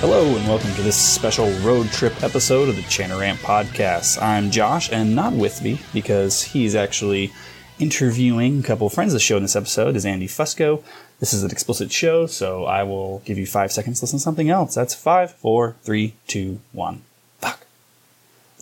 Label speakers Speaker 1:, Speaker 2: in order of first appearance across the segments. Speaker 1: Hello, and welcome to this special road trip episode of the Channerant Podcast. I'm Josh, and not with me because he's actually interviewing a couple of friends. The show in this episode is Andy Fusco. This is an explicit show, so I will give you five seconds to listen to something else. That's five, four, three, two, one. Fuck.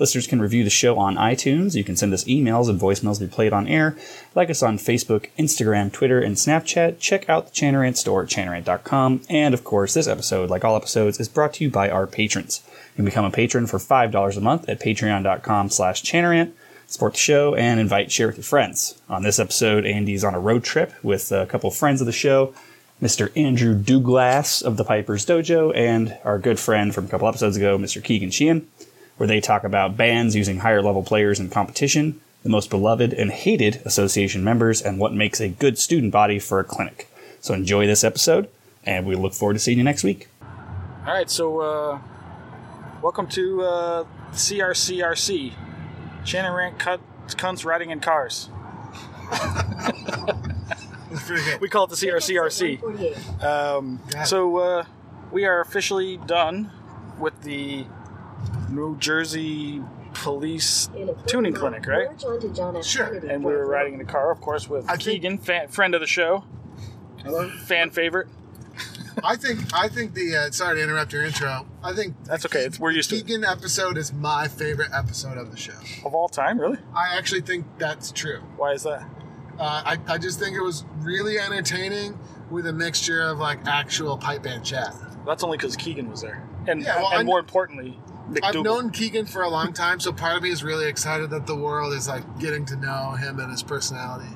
Speaker 1: Listeners can review the show on iTunes. You can send us emails and voicemails to be played on air. Like us on Facebook, Instagram, Twitter, and Snapchat. Check out the Channerant store at channerant.com. And of course, this episode, like all episodes, is brought to you by our patrons. You can become a patron for $5 a month at patreon.com slash channerant. Support the show and invite share with your friends. On this episode, Andy's on a road trip with a couple of friends of the show. Mr. Andrew Douglas of the Piper's Dojo, and our good friend from a couple episodes ago, Mr. Keegan Sheehan, where they talk about bands using higher level players in competition, the most beloved and hated association members, and what makes a good student body for a clinic. So enjoy this episode, and we look forward to seeing you next week.
Speaker 2: All right, so uh, welcome to uh, CRCRC, Shannon Rant Cut, Cunts Riding in Cars. we call it the CRCRC. Um, so uh, we are officially done with the New Jersey Police tuning clinic, right?
Speaker 3: Sure.
Speaker 2: And we were riding in the car, of course, with
Speaker 3: I think-
Speaker 2: Keegan, fan, friend of the show,
Speaker 3: Hello.
Speaker 2: fan favorite.
Speaker 3: I think I think the uh, sorry to interrupt your intro. I think
Speaker 2: That's okay, it's- we're used to it.
Speaker 3: Keegan episode is my favorite episode of the show.
Speaker 2: Of all time, really?
Speaker 3: I actually think that's true.
Speaker 2: Why is that?
Speaker 3: Uh, I I just think it was really entertaining with a mixture of like actual pipe band chat.
Speaker 2: That's only because Keegan was there. And,
Speaker 3: Yeah, well,
Speaker 2: and
Speaker 3: I'm-
Speaker 2: more importantly, Nick
Speaker 3: I've
Speaker 2: Dugel.
Speaker 3: known Keegan for a long time, so part of me is really excited that the world is like getting to know him and his personality.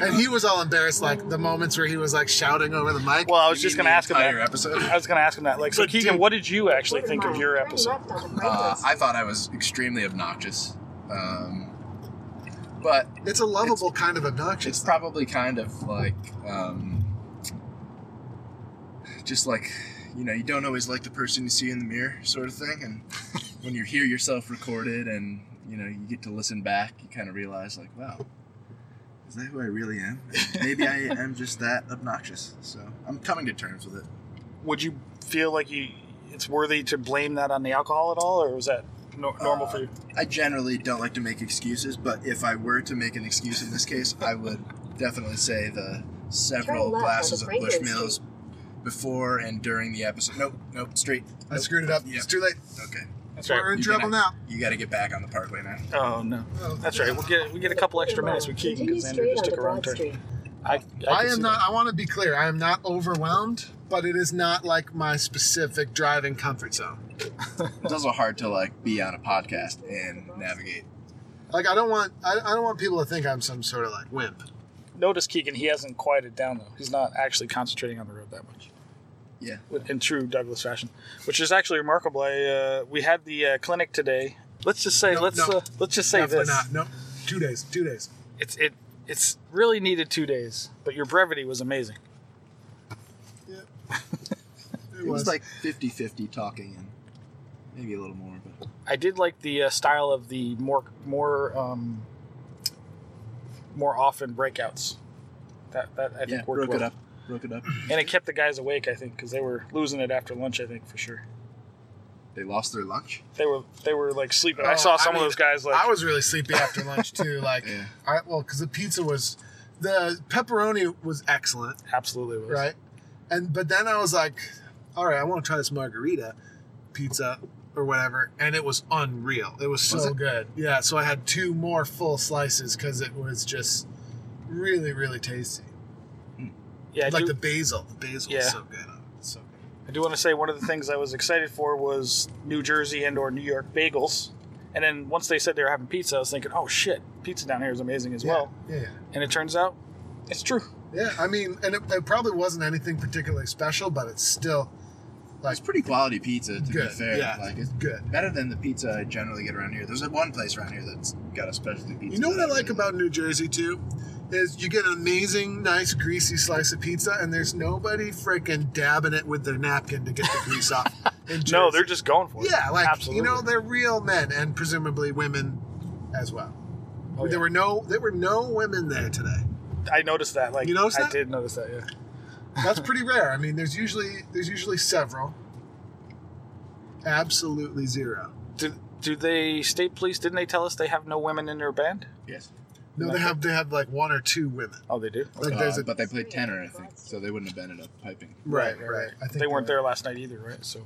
Speaker 3: And he was all embarrassed, like the moments where he was like shouting over the mic.
Speaker 2: Well, I was just going to ask him that.
Speaker 4: entire episode. Uh,
Speaker 2: I was going to ask him that. Like, so
Speaker 3: But
Speaker 2: Keegan,
Speaker 3: dude-
Speaker 2: what did you actually think of your episode?
Speaker 4: Uh, I thought I was extremely obnoxious, um, but
Speaker 3: it's a lovable kind of obnoxious.
Speaker 4: it's probably kind of like um, just like you know you don't always like the person you see in the mirror sort of thing, and when you hear yourself recorded and you know you get to listen back, you kind of realize like wow. Is that who I really am? Maybe I am just that obnoxious. So I'm coming to terms with it.
Speaker 2: Would you feel like you it's worthy to blame that on the alcohol at all, or was that no, normal for you?
Speaker 4: I generally don't like to make excuses, but if I were to make an excuse in this case, I would definitely say the several
Speaker 5: Turn left
Speaker 4: glasses of
Speaker 5: onto Franklin
Speaker 4: Bushmills before and during the episode. Nope, nope, straight.
Speaker 3: I screwed it up.
Speaker 4: Yeah.
Speaker 3: It's too late.
Speaker 4: Okay.
Speaker 2: That's
Speaker 3: We're
Speaker 2: right.
Speaker 3: in
Speaker 4: You
Speaker 3: trouble
Speaker 4: can-
Speaker 3: now.
Speaker 4: You got to get back on the parkway now.
Speaker 2: Oh no,
Speaker 3: Oh.
Speaker 2: that's right. We get we get a couple extra minutes with Keegan because Andrew just took a wrong turn. I,
Speaker 3: I
Speaker 2: can see
Speaker 3: am not. I want to be clear. I am not overwhelmed, but it is not like my specific driving comfort zone.
Speaker 4: It's also hard to like be on a podcast and navigate.
Speaker 3: Like I don't want. I, I don't want people to think I'm some sort of like wimp.
Speaker 2: that. Notice Keegan, he hasn't quieted down though. He's not actually concentrating on the road that much.
Speaker 4: Yeah.
Speaker 2: with- in true Douglas fashion, which is actually remarkable. I, uh, we had the uh, clinic today. Let's just say,
Speaker 3: No,
Speaker 2: let's
Speaker 3: no.
Speaker 2: uh, let's just say
Speaker 3: Definitely
Speaker 2: this.
Speaker 3: not. Nope. Two days. Two days.
Speaker 2: It's it it's really needed two days, but your brevity was amazing.
Speaker 3: It
Speaker 4: It was like 50-50 talking and maybe a little more, but
Speaker 2: I did like the uh, style of the more more um, more often breakouts. That that I think
Speaker 4: yeah,
Speaker 2: worked
Speaker 4: broke
Speaker 2: well.
Speaker 4: it up. Broke it up.
Speaker 2: and it kept the guys awake. I think because they were losing it after lunch. I think for sure
Speaker 4: They lost their lunch.
Speaker 2: they were they were like sleeping. I
Speaker 3: Oh,
Speaker 2: saw
Speaker 3: I
Speaker 2: some
Speaker 3: mean,
Speaker 2: of those guys like
Speaker 3: I was really sleepy after lunch too. Like,
Speaker 4: Yeah.
Speaker 3: I well, because the pizza was, the pepperoni was excellent,
Speaker 2: absolutely was.
Speaker 3: right? And but then I was like, all right, I want to try this margarita pizza or whatever, and it was unreal. It was so
Speaker 4: Was it?
Speaker 3: good. Yeah, so I had two more full slices because it was just really, really tasty.
Speaker 2: Yeah, I
Speaker 3: like
Speaker 2: do-
Speaker 3: the basil, the basil
Speaker 2: Yeah.
Speaker 3: is so good. on it. So good.
Speaker 2: I do want to say one of the things I was excited for was New Jersey and or New York bagels. And then once they said they were having pizza, I was thinking, oh shit, pizza down here is amazing as well.
Speaker 3: yeah, yeah.
Speaker 2: And it turns out it's true.
Speaker 3: Yeah, I mean, and it, it probably wasn't anything particularly special, but it's still
Speaker 4: It's pretty quality pizza, to
Speaker 3: Good,
Speaker 4: be fair.
Speaker 3: yeah.
Speaker 4: Like it's
Speaker 3: good.
Speaker 4: better than the pizza I generally get around here. There's that one place around here that's got a specialty pizza.
Speaker 3: You know what
Speaker 4: that
Speaker 3: I like
Speaker 4: really
Speaker 3: about New Jersey too? Is you get an amazing, nice, greasy slice of pizza, and there's nobody freaking dabbing it with their napkin to get the grease off. in
Speaker 2: No,
Speaker 3: Jersey.
Speaker 2: they're just going for it.
Speaker 3: yeah, like
Speaker 2: Absolutely.
Speaker 3: you know, they're real men and presumably women as well.
Speaker 2: Oh, yeah.
Speaker 3: There were no, there were no women there today.
Speaker 2: I noticed that. Like
Speaker 3: You noticed
Speaker 2: I
Speaker 3: that?
Speaker 2: did notice that, yeah.
Speaker 3: That's pretty rare. I mean, there's usually there's usually several, Absolutely zero.
Speaker 2: Do, do they state police? Didn't they tell us they have no women in their band?
Speaker 4: Yes.
Speaker 3: No, they have they have like one or two women.
Speaker 2: Oh, they do.
Speaker 3: Like there's
Speaker 4: Uh,
Speaker 3: a
Speaker 4: but they played tenor, I think, so they wouldn't have ended up piping.
Speaker 3: right, right. I think
Speaker 2: They weren't there last night either, right? So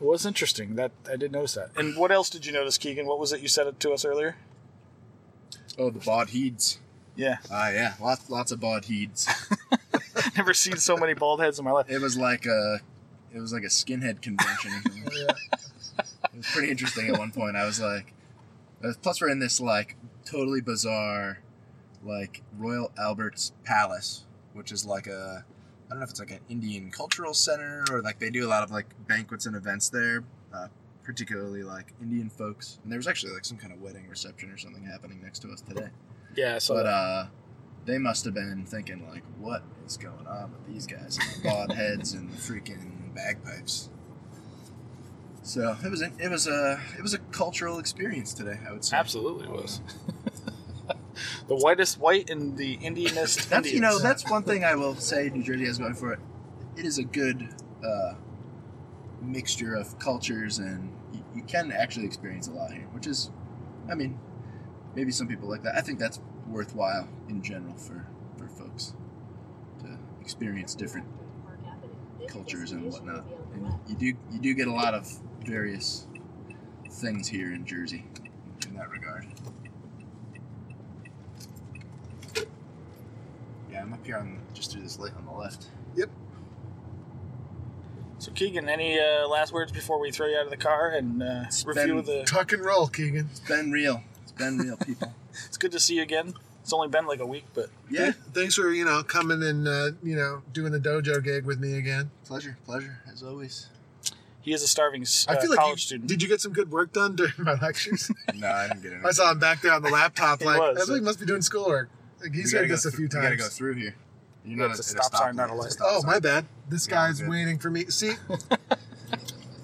Speaker 2: it was interesting that I did notice that. And what else did you notice, Keegan? What was it you said to us earlier?
Speaker 4: Oh, the bod heeds.
Speaker 2: Yeah,
Speaker 4: Ah, yeah, lots lots of bod heeds.
Speaker 2: never seen so many bald heads in my life.
Speaker 4: It was like a, it was like a skinhead convention.
Speaker 3: Yeah.
Speaker 4: It was pretty interesting at one point. I was like, uh, plus we're in this like totally bizarre, like Royal Albert's Palace, which is like a, I don't know if it's like an Indian cultural center or like they do a lot of like banquets and events there, uh, particularly like Indian folks. And there was actually like some kind of wedding reception or something happening next to us today.
Speaker 2: Yeah, so
Speaker 4: But uh, they must have been thinking like, what is going on with these guys? And the bald heads and the freaking bagpipes. So it was an, it was a it was a cultural experience today. I would say
Speaker 2: absolutely was. the whitest white and the Indianest
Speaker 4: That's you know
Speaker 2: Indians.
Speaker 4: that's one thing I will say New Jersey has going for it. It is a good uh, mixture of cultures, and you, you can actually experience a lot here, which is, I mean, maybe some people like that. I think that's worthwhile in general for for folks to experience different cultures and whatnot. And you do you do get a lot of various things here in Jersey in that regard. Yeah, I'm up here on just through this light on the left.
Speaker 2: So Keegan, any uh, last words before we throw you out of the car and uh,
Speaker 4: It's
Speaker 2: review
Speaker 4: been-
Speaker 2: the?
Speaker 3: Tuck and roll, Keegan.
Speaker 4: It's been real. It's been real, people.
Speaker 2: It's good to see you again. It's only been like a week, but
Speaker 4: Yeah,
Speaker 3: Thanks for you know coming and uh, you know doing the dojo gig with me again.
Speaker 4: pleasure, pleasure as always.
Speaker 2: he is a starving s- uh,
Speaker 3: I feel like
Speaker 2: college
Speaker 3: you,
Speaker 2: student.
Speaker 3: did you get some good work done during my lectures?
Speaker 4: No, I didn't get it.
Speaker 3: I saw him back there on the laptop.
Speaker 2: He
Speaker 3: like
Speaker 2: was.
Speaker 3: I think he must be doing schoolwork. Like, he's heard this a few
Speaker 4: You gotta go
Speaker 3: times.
Speaker 4: through here. You're
Speaker 2: Yeah, it's a stop sign, not a light.
Speaker 3: Oh my bad. This
Speaker 4: Yeah,
Speaker 3: guy's
Speaker 4: good.
Speaker 3: waiting for me. See,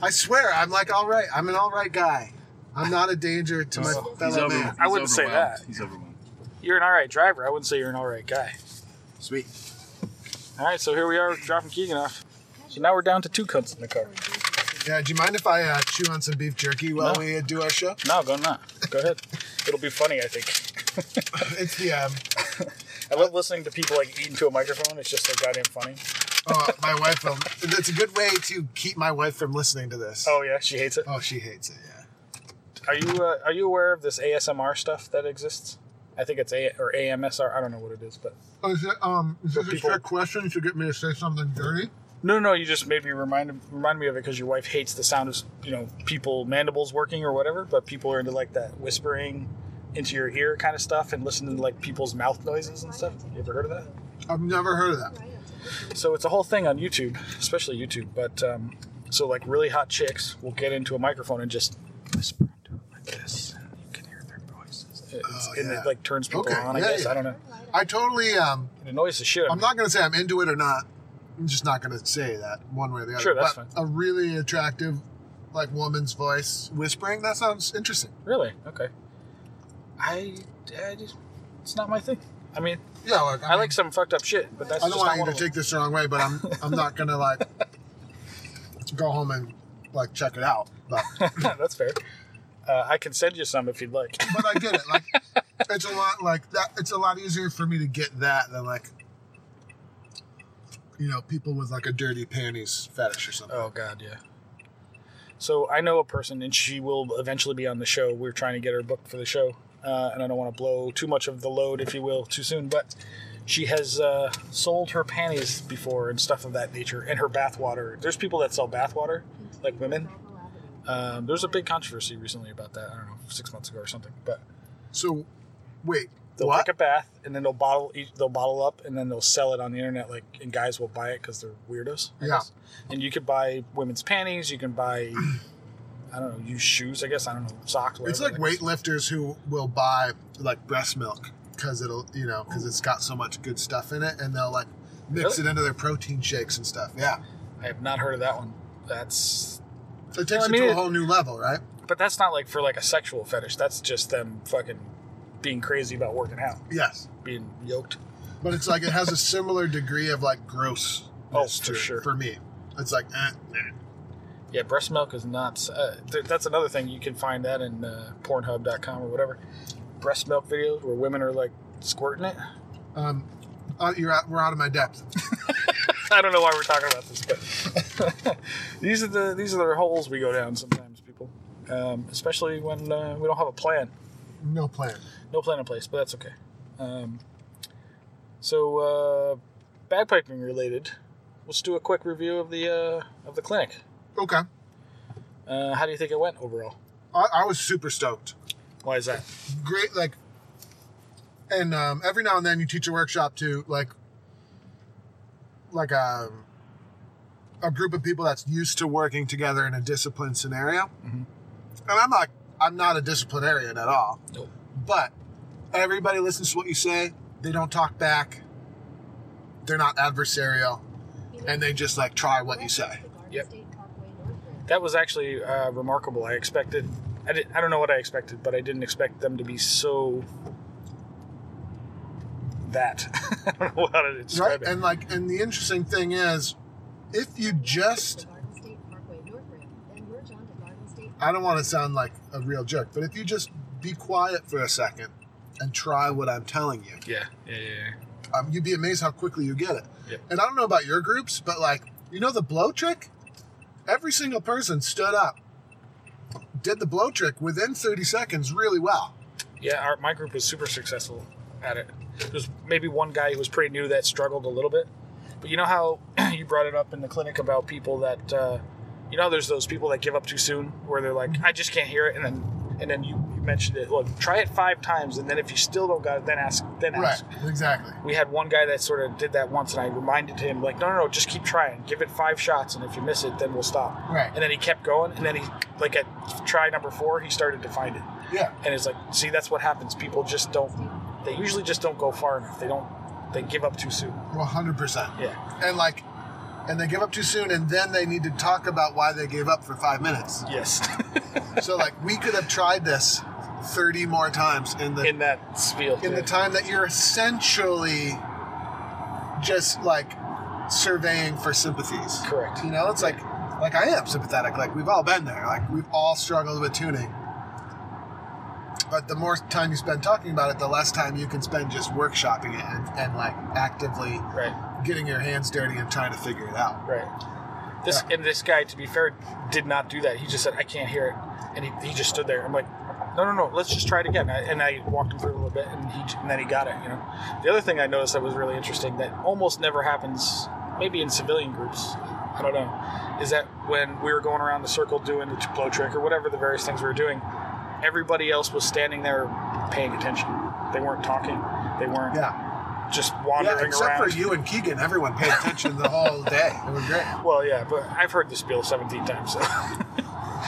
Speaker 3: I swear I'm like all right. I'm an all right guy. I'm not a danger to my
Speaker 2: Oh,
Speaker 4: He's
Speaker 3: fellow
Speaker 4: over,
Speaker 3: man.
Speaker 4: he's
Speaker 2: I wouldn't say
Speaker 4: overwhelmed.
Speaker 2: that.
Speaker 4: He's overwhelmed.
Speaker 2: You're an all right driver. I wouldn't say you're an all right guy.
Speaker 4: Sweet.
Speaker 2: All right, so here we are dropping Keegan off. So now we're down to two cunts in the car.
Speaker 3: Yeah. Do you mind if I uh, chew on some beef jerky while
Speaker 2: No.
Speaker 3: we uh, do our show?
Speaker 2: No, go not. Go ahead. It'll be funny, I think.
Speaker 3: It's the um,
Speaker 2: I love listening to people like eat into a microphone. It's just so goddamn funny.
Speaker 3: oh, my wife. Will, that's a good way to keep my wife from listening to this.
Speaker 2: Oh yeah, she hates it.
Speaker 3: Oh, she hates it. Yeah.
Speaker 2: Are you uh, are you aware of this ASMR stuff that exists? I think it's A or AMSR. I don't know what it is, but
Speaker 3: Oh, is it, um, is
Speaker 2: this a people- trick
Speaker 3: question to get me to say something dirty?
Speaker 2: no, no. You just made me remind remind me of it because your wife hates the sound of you know people mandibles working or whatever. But people are into like that whispering into your ear kind of stuff and listening to like people's mouth noises and stuff. You ever heard of that?
Speaker 3: I've never heard of that.
Speaker 2: So it's a whole thing on YouTube, especially YouTube. But um, so like really hot chicks will get into a microphone and just whisper into it like this. and You can hear their voices. It's,
Speaker 3: Oh,
Speaker 2: And
Speaker 3: yeah.
Speaker 2: it like turns people
Speaker 3: Okay,
Speaker 2: on. I
Speaker 3: yeah,
Speaker 2: guess
Speaker 3: yeah.
Speaker 2: I don't know.
Speaker 3: I totally, um,
Speaker 2: It annoys the shit. out
Speaker 3: I'm
Speaker 2: of me.
Speaker 3: not going to say I'm into it or not. I'm just not going to say that one way or the other.
Speaker 2: Sure, that's
Speaker 3: but
Speaker 2: fine.
Speaker 3: A really attractive, like, woman's voice whispering, that sounds interesting.
Speaker 2: really okay. I, I just, it's not my thing. I mean,
Speaker 3: Yeah, like,
Speaker 2: I like some fucked up shit, but that's
Speaker 3: I don't
Speaker 2: just
Speaker 3: want
Speaker 2: not
Speaker 3: you
Speaker 2: one
Speaker 3: to
Speaker 2: of them.
Speaker 3: take this the wrong way, but I'm, I'm not going to, like, go home and, like, check it out. But,
Speaker 2: that's fair. Uh, I can send you some if you'd like.
Speaker 3: but I get it. Like, it's a lot, like, that. it's a lot easier for me to get that than, like, you know, people with, like, a dirty panties fetish or something.
Speaker 2: Oh God, yeah. So I know a person, and she will eventually be on the show. We're trying to get her booked for the show, uh, and I don't want to blow too much of the load, if you will, too soon. But she has uh, sold her panties before and stuff of that nature, and her bathwater. There's people that sell bathwater, like women. Um, there was a big controversy recently about that. I don't know, six months ago or something. But
Speaker 3: So, wait,
Speaker 2: they'll
Speaker 3: what?
Speaker 2: take a bath, and then they'll bottle, they'll bottle up, and then they'll sell it on the internet. Like, and guys will buy it because they're weirdos. I
Speaker 3: Yeah.
Speaker 2: guess. And you could buy women's panties. You can buy, I don't know, used shoes. I guess I don't know, socks. Whatever.
Speaker 3: It's like
Speaker 2: weight.
Speaker 3: weightlifters who will buy like breast milk because it'll, you know, because it's got so much good stuff in it, and they'll like mix
Speaker 2: Really?
Speaker 3: it into their protein shakes and stuff. Yeah,
Speaker 2: I have not heard of that one. That's,
Speaker 3: so it takes
Speaker 2: I
Speaker 3: it
Speaker 2: mean,
Speaker 3: to
Speaker 2: it-
Speaker 3: a whole new level, right?
Speaker 2: but that's not like for like a sexual fetish. That's just them fucking being crazy about working out,
Speaker 3: Yes,
Speaker 2: being yoked.
Speaker 3: but it's like it has a similar degree of like gross.
Speaker 2: Oh, for sure.
Speaker 3: For me, it's like eh, eh.
Speaker 2: Yeah, breast milk is not. Uh, th- that's another thing you can find that in uh, Pornhub.com or whatever. Breast milk videos where women are like squirting it.
Speaker 3: Um, uh, you're out, we're out of my depth.
Speaker 2: I don't know why we're talking about this, but these are the these are the holes we go down sometimes, people. Um, especially when uh, we don't have a plan,
Speaker 3: No plan.
Speaker 2: no plan in place, but that's okay. Um, so, uh, bagpiping related, let's do a quick review of the uh, of the clinic.
Speaker 3: Okay.
Speaker 2: Uh, how do you think it went overall?
Speaker 3: I, I was super stoked.
Speaker 2: Why is that?
Speaker 3: Great, like, and um, every now and then you teach a workshop to like, like a a group of people that's used to working together in a discipline scenario.
Speaker 2: Mhm.
Speaker 3: And I'm not, I'm not a disciplinarian at all.
Speaker 2: Nope.
Speaker 3: But everybody listens to what you say. They don't talk back. They're not adversarial, and they just like try what you say.
Speaker 2: Yep. That was actually uh, remarkable. I expected, I, did, I don't know what I expected, but I didn't expect them to be so that. I don't know how to
Speaker 3: right
Speaker 2: describe it.
Speaker 3: and like and the interesting thing is if you just i don't want to sound like a real jerk but if you just be quiet for a second and try what i'm telling you
Speaker 2: yeah, yeah, yeah, yeah.
Speaker 3: um, you'd be amazed how quickly you get it
Speaker 2: Yep.
Speaker 3: and i don't know about your groups but like you know the blow trick every single person stood up did the blow trick within 30 seconds really well
Speaker 2: Yeah, our, my group was super successful at it. There was maybe one guy who was pretty new that struggled a little bit. But you know how you brought it up in the clinic about people that, uh, you know, there's those people that give up too soon, where they're like, I just can't hear it, and then and then you, you mentioned it. Look, try it five times, and then if you still don't got it, then ask. Then ask.
Speaker 3: exactly
Speaker 2: We had one guy that sort of did that once, and I reminded him like, no, no, no, just keep trying. Give it five shots, and if you miss it, then we'll stop.
Speaker 3: right
Speaker 2: And then he kept going, and then he like at try number four, he started to find it
Speaker 3: yeah
Speaker 2: and it's like see that's what happens people just don't they usually just don't go far enough they don't they give up too soon
Speaker 3: 100%
Speaker 2: yeah
Speaker 3: and like and they give up too soon and then they need to talk about why they gave up for five minutes
Speaker 2: yes
Speaker 3: so like we could have tried this 30 more times in the in,
Speaker 2: in that spiel
Speaker 3: the time that you're essentially just like surveying for sympathies
Speaker 2: correct
Speaker 3: you know it's like like i am sympathetic like we've all been there like we've all struggled with tuning but the more time you spend talking about it the less time you can spend just workshopping it and, and like actively
Speaker 2: right
Speaker 3: getting your hands dirty and trying to figure it out
Speaker 2: right this and this guy to be fair did not do that he just said i can't hear it and he, he just stood there i'm like no no no let's just try it again I, and i walked him through a little bit and he and then he got it you know the other thing i noticed that was really interesting that almost never happens maybe in civilian groups i don't know is that when we were going around the circle doing the t- blow trick or whatever the various things we were doing everybody else was standing there paying attention they weren't talking they weren't
Speaker 3: yeah
Speaker 2: just
Speaker 3: yeah
Speaker 2: wandering
Speaker 3: except
Speaker 2: around
Speaker 3: for you and keegan everyone paid attention the whole day it was great
Speaker 2: Well, yeah, but I've heard this spiel 17 times. So.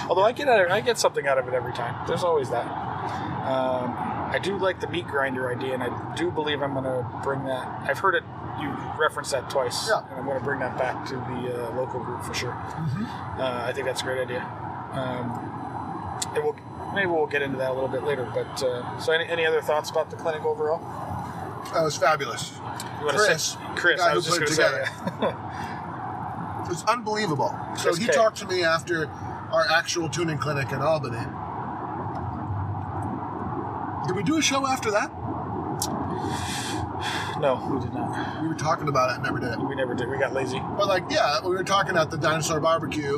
Speaker 2: Although I get out of, I get something out of it every time. There's always that. Um, I do like the meat grinder idea, and I do believe I'm going to bring that. I've heard it. You referenced that twice,
Speaker 3: Yeah.
Speaker 2: and I'm going to bring that back to the uh, local group for sure.
Speaker 3: Mm-hmm.
Speaker 2: Uh, I think that's a great idea. Um, and we'll maybe we'll get into that a little bit later. But uh, so, any, any other thoughts about the clinic overall?
Speaker 3: that was fabulous
Speaker 2: You wanna
Speaker 3: Chris,
Speaker 2: say-
Speaker 3: the
Speaker 2: Chris,
Speaker 3: guy
Speaker 2: I
Speaker 3: who
Speaker 2: was just
Speaker 3: put
Speaker 2: going
Speaker 3: it
Speaker 2: to say.
Speaker 3: together.
Speaker 2: yeah.
Speaker 3: It was unbelievable. So
Speaker 2: Yes,
Speaker 3: he
Speaker 2: Kay.
Speaker 3: talked to me after our actual tuning clinic in Albany. Did we do a show after that?
Speaker 2: No, we did not.
Speaker 3: We were talking about it and never did it.
Speaker 2: We never did. We got lazy.
Speaker 3: But like, yeah, we were talking at the dinosaur barbecue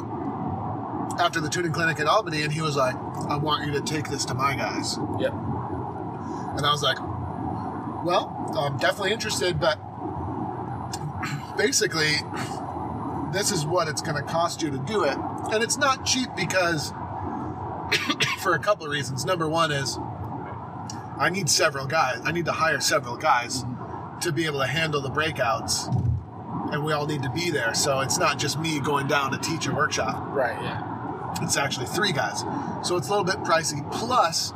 Speaker 3: after the tuning clinic in Albany, and he was like, "I want you to take this to my guys,"
Speaker 2: Yep.
Speaker 3: and I was like, "Well, I'm definitely interested, but basically, this is what it's going to cost you to do it, and it's not cheap because for a couple of reasons. Number one is I need several guys. I need to hire several guys to be able to handle the breakouts." and we all need to be there. So it's not just me going down to teach a workshop.
Speaker 2: Right. Yeah.
Speaker 3: It's actually three guys. So it's a little bit pricey. Plus,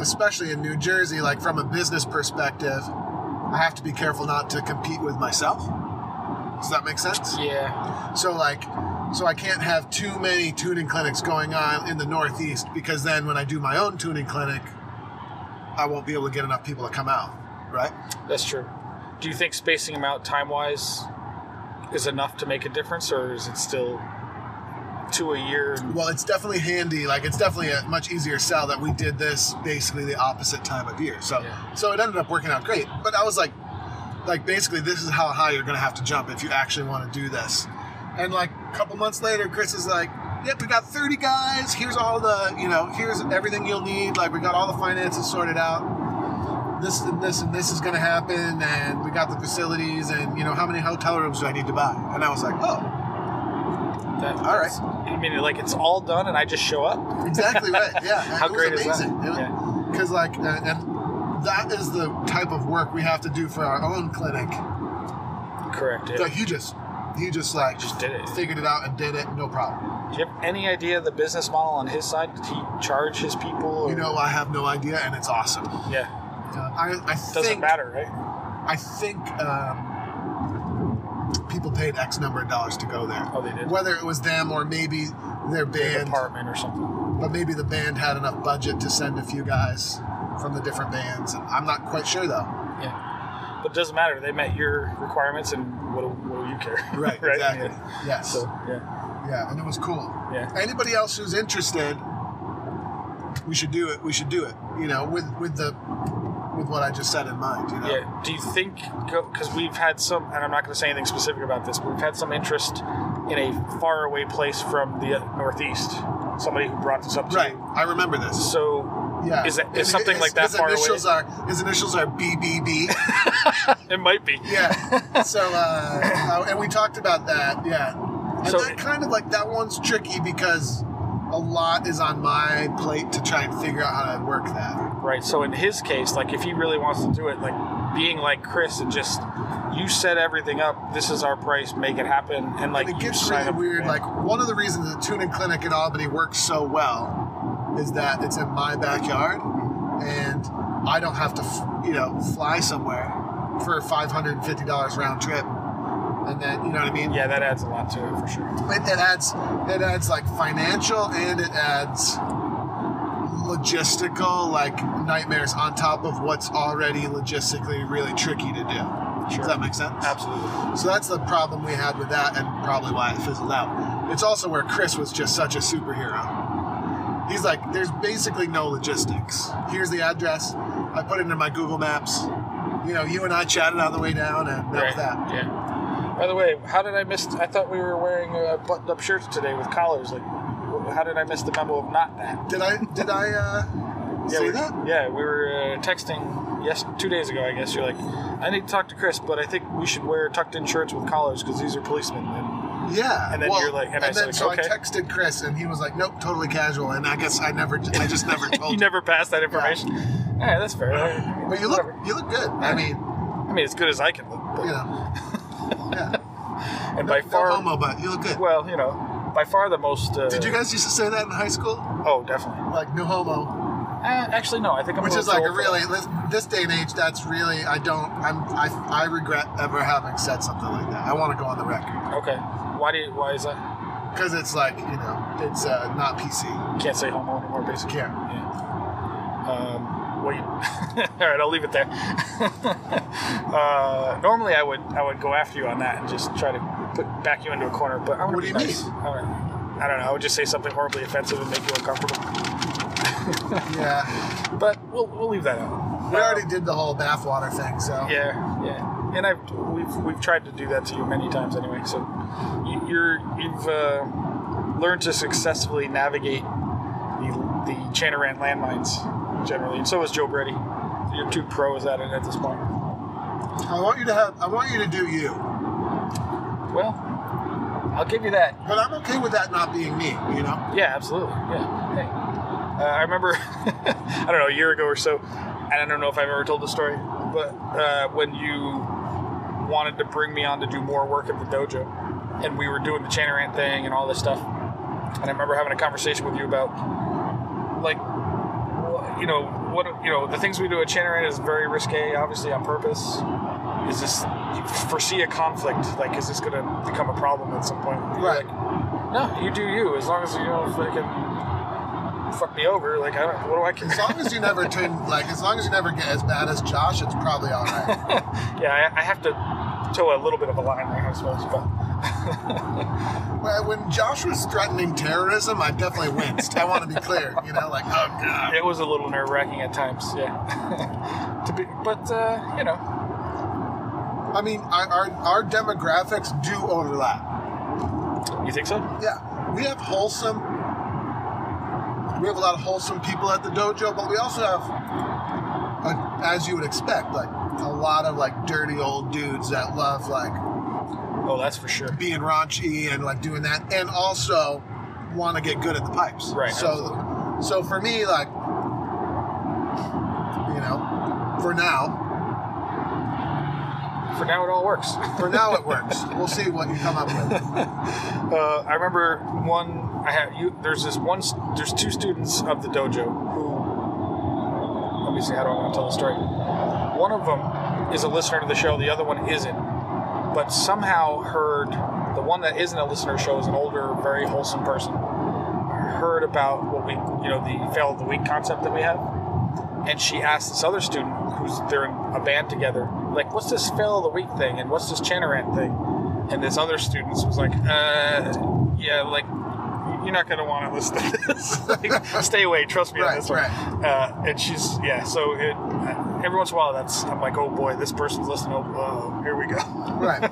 Speaker 3: especially in New Jersey, like from a business perspective, I have to be careful not to compete with myself. Does that make sense?
Speaker 2: Yeah.
Speaker 3: So like, so I can't have too many tuning clinics going on in the Northeast because then when I do my own tuning clinic, I won't be able to get enough people to come out, right?
Speaker 2: That's true. Do you think spacing them out time wise is enough to make a difference, or is it still two a year. And
Speaker 3: Well, it's definitely handy. Like it's definitely a much easier sell that we did this basically the opposite time of year. So
Speaker 2: Yeah.
Speaker 3: so it ended up working out great. But I was like, like basically this is how high you're gonna have to jump if you actually want to do this. And like a couple months later, Chris is like, "Yep, we got 30 guys. Here's all the you know here's everything you'll need. Like we got all the finances sorted out." This and this and this is going to happen, and we got the facilities, and you know how many hotel rooms do I need to buy? And I was like, oh,
Speaker 2: that,
Speaker 3: all right.
Speaker 2: I mean, like it's all done, and I just show up.
Speaker 3: exactly right. Yeah,
Speaker 2: How
Speaker 3: it was
Speaker 2: great is that?
Speaker 3: amazing.
Speaker 2: Yeah.
Speaker 3: Because like, uh, and that is the type of work we have to do for our own clinic.
Speaker 2: Correct. Yeah.
Speaker 3: Like you just, you just like
Speaker 2: Just did it.
Speaker 3: figured it out and did it, no problem.
Speaker 2: Do you have any idea the business model on his side? Did he charge his people? Or,
Speaker 3: You know, I have no idea, and it's awesome. Uh,
Speaker 2: yeah,
Speaker 3: I, I
Speaker 2: doesn't
Speaker 3: think,
Speaker 2: matter, right?
Speaker 3: I think um, people paid X number of dollars to go there.
Speaker 2: Oh, they did.
Speaker 3: Whether it was them or maybe their
Speaker 2: An
Speaker 3: band,
Speaker 2: apartment or something.
Speaker 3: but maybe the band had enough budget to send a few guys from the different bands. And I'm not quite sure though.
Speaker 2: Yeah, but it doesn't matter. They met your requirements, and what do, what do you care?
Speaker 3: Right, exactly.
Speaker 2: Yeah.
Speaker 3: Yes.
Speaker 2: So yeah,
Speaker 3: yeah, and it was cool.
Speaker 2: yeah,
Speaker 3: Anybody else who's interested, we should do it. We should do it. You know, with with the with what I just said in mind. You know,
Speaker 2: yeah. Do you think because we've had some, and I'm not going to say anything specific about this, but we've had some interest in a faraway place from the northeast. Somebody who brought this up to
Speaker 3: right.
Speaker 2: you.
Speaker 3: I remember this.
Speaker 2: So
Speaker 3: Yeah,
Speaker 2: Is it- is
Speaker 3: His-
Speaker 2: something
Speaker 3: his-
Speaker 2: like that
Speaker 3: His
Speaker 2: far away?
Speaker 3: initials are his initials are BBB.
Speaker 2: it might be.
Speaker 3: yeah. So uh, uh, and we talked about that. Yeah. And
Speaker 2: So-
Speaker 3: that kind of like that one's tricky because a lot is on my plate to try and figure out how to work that.
Speaker 2: Right. So in his case, like if he really wants to do it, like being like Chris and just you set everything up. This is our price. Make it happen. And like
Speaker 3: It
Speaker 2: you
Speaker 3: gets
Speaker 2: sign
Speaker 3: really
Speaker 2: up-
Speaker 3: weird.
Speaker 2: yeah.
Speaker 3: Like one of the reasons the Tuna Clinic in Albany works so well is that it's in my backyard, and I don't have to, f- you know, fly somewhere for five hundred and fifty dollars round trip, and then you know what I mean.
Speaker 2: yeah, that adds a lot to it for sure.
Speaker 3: It, it adds, it adds like financial, and it adds logistical like nightmares on top of what's already logistically really tricky to do.
Speaker 2: Sure.
Speaker 3: Does that make sense?
Speaker 2: Absolutely.
Speaker 3: So that's the problem we had with that, and probably why it fizzled out. It's also where Chris was just such a superhero. He's like, there's basically no logistics. Here's the address. I put it into my Google Maps. You know, you and I chatted on the way down, and that was that.
Speaker 2: Yeah. By the way, how did I miss? I thought we were wearing uh, buttoned-up shirts today with collars. Like, wh- how did I miss the memo of not that?
Speaker 3: Did I? Did I? Uh,
Speaker 2: Yeah,
Speaker 3: say
Speaker 2: we,
Speaker 3: that?
Speaker 2: Yeah, we were uh, texting yes two days ago. I guess you're like, I need to talk to Chris, but I think we should wear tucked-in shirts with collars because these are policemen. And
Speaker 3: Yeah.
Speaker 2: And then
Speaker 3: well,
Speaker 2: you're like- and I was
Speaker 3: then
Speaker 2: like,
Speaker 3: so
Speaker 2: okay.
Speaker 3: I texted Chris, and he was like, nope, totally casual. And I guess I never, I just never told
Speaker 2: you never passed that information. All right, that's fair.
Speaker 3: But you look,
Speaker 2: Whatever.
Speaker 3: you look good. I mean, you
Speaker 2: I mean, as good as I can look. But,
Speaker 3: know, yeah.
Speaker 2: and
Speaker 3: No,
Speaker 2: by
Speaker 3: no
Speaker 2: far,
Speaker 3: homo, but you look good.
Speaker 2: well, you know, by far the most. Uh,
Speaker 3: Did you guys used to say that in high school?
Speaker 2: Oh, definitely.
Speaker 3: Like no homo,
Speaker 2: Uh, actually, no. I think I'm.
Speaker 3: which
Speaker 2: a
Speaker 3: is
Speaker 2: little
Speaker 3: like
Speaker 2: too
Speaker 3: a
Speaker 2: old for that.
Speaker 3: really this- this day and age. That's really I don't I'm I, I regret ever having said something like that. I want to go on the record
Speaker 2: Okay. Why do you, why is that?
Speaker 3: because it's like you know it's uh, not PC.
Speaker 2: You can't say homo anymore, basically.
Speaker 3: Can't.
Speaker 2: Yeah. Um, well, you, all right. I'll leave it there. uh, normally, I would I would go after you on that and just try to put back you into a corner. But I'm gonna
Speaker 3: What
Speaker 2: be
Speaker 3: do you
Speaker 2: nice. I'm gonna- I don't know. I would just say something horribly offensive and make you uncomfortable.
Speaker 3: Yeah,
Speaker 2: But we'll, we'll leave that out.
Speaker 3: we
Speaker 2: Um,
Speaker 3: already did the whole bathwater thing, so
Speaker 2: Yeah, yeah. And I've we've we've tried to do that to you many times anyway. So you, you're you've uh, learned to successfully navigate the the Chanarant landmines generally, and so is Joe Brady. You're two pros at it at this point.
Speaker 3: I want you to have I want you to do you,
Speaker 2: Well, I'll give you that.
Speaker 3: but I'm okay with that not being me. You know,
Speaker 2: Yeah, absolutely. Yeah. Hey. Uh, I remember, I don't know, a year ago or so, and I don't know if I've ever told the story, but uh, when you wanted to bring me on to do more work at the dojo, and we were doing the Chanarant thing and all this stuff, and I remember having a conversation with you about, like, wh- you know, what you know, the things we do at Chanarant is very risque, obviously on purpose. Is this you foresee a conflict? Like, is this going to become a problem at some point? You're
Speaker 3: Right.
Speaker 2: like, no, you do you. As long as you don't fucking fuck me over, like I don't. What do I
Speaker 3: as
Speaker 2: care?
Speaker 3: long as you never turn like as long as you never get as bad as Josh, it's probably all right.
Speaker 2: yeah, I, I have to toe a little bit of a line there, I suppose. But
Speaker 3: Well, When Josh was threatening terrorism, I definitely winced. I want to be clear. You know, like, oh, God.
Speaker 2: it was a little nerve wracking at times. Yeah. to be, but uh, you know,
Speaker 3: I mean, our, our, our demographics do overlap.
Speaker 2: you think so?
Speaker 3: Yeah. We have wholesome, we have a lot of wholesome people at the dojo, but we also have, uh as you would expect, like a lot of like dirty old dudes that love like
Speaker 2: Oh, that's for sure.
Speaker 3: being raunchy and like doing that, and also want to get good at the pipes.
Speaker 2: Right,
Speaker 3: So, so for me, like, you know, for now,
Speaker 2: For now, it all works.
Speaker 3: for now it works. we'll see what you come up with.
Speaker 2: uh, I remember one. I had you. There's this one. s- There's two students of the dojo who. Obviously, how do I want to tell the story? One of them is a listener to the show. The other one isn't. But somehow heard the one that isn't a listener to the show is an older, very wholesome person. Heard about what we, you know, the fail of the week concept that we have, and she asked this other student who's they're in a band together, like, "What's this fail of the week thing? And what's this Chanarant thing?" and this other student was like, uh, yeah, like, you're not going to want to listen to this. like, stay away. Trust me on
Speaker 3: Right,
Speaker 2: this one. Uh, and she's, yeah, so it, every once in a while, that's, I'm like, oh boy, this person's listening. Oh, oh, here we go.
Speaker 3: right.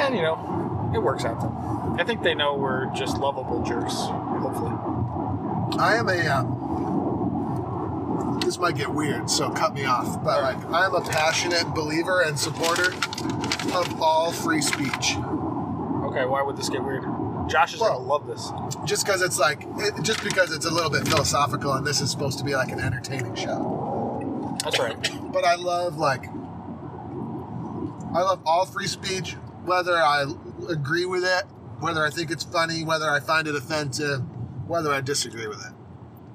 Speaker 2: And, you know, it works out though. I think they know we're just lovable jerks, hopefully.
Speaker 3: I am a. Uh, this might get weird, so cut me off. But like, I am a passionate believer and supporter of all free speech.
Speaker 2: Okay, why would this get weird? Josh is going to
Speaker 3: Well-
Speaker 2: love this.
Speaker 3: just because it's like it, just because it's a little bit philosophical and this is supposed to be like an entertaining show
Speaker 2: That's right.
Speaker 3: but i love like i love all free speech whether i agree with it whether i think it's funny whether i find it offensive whether i disagree with it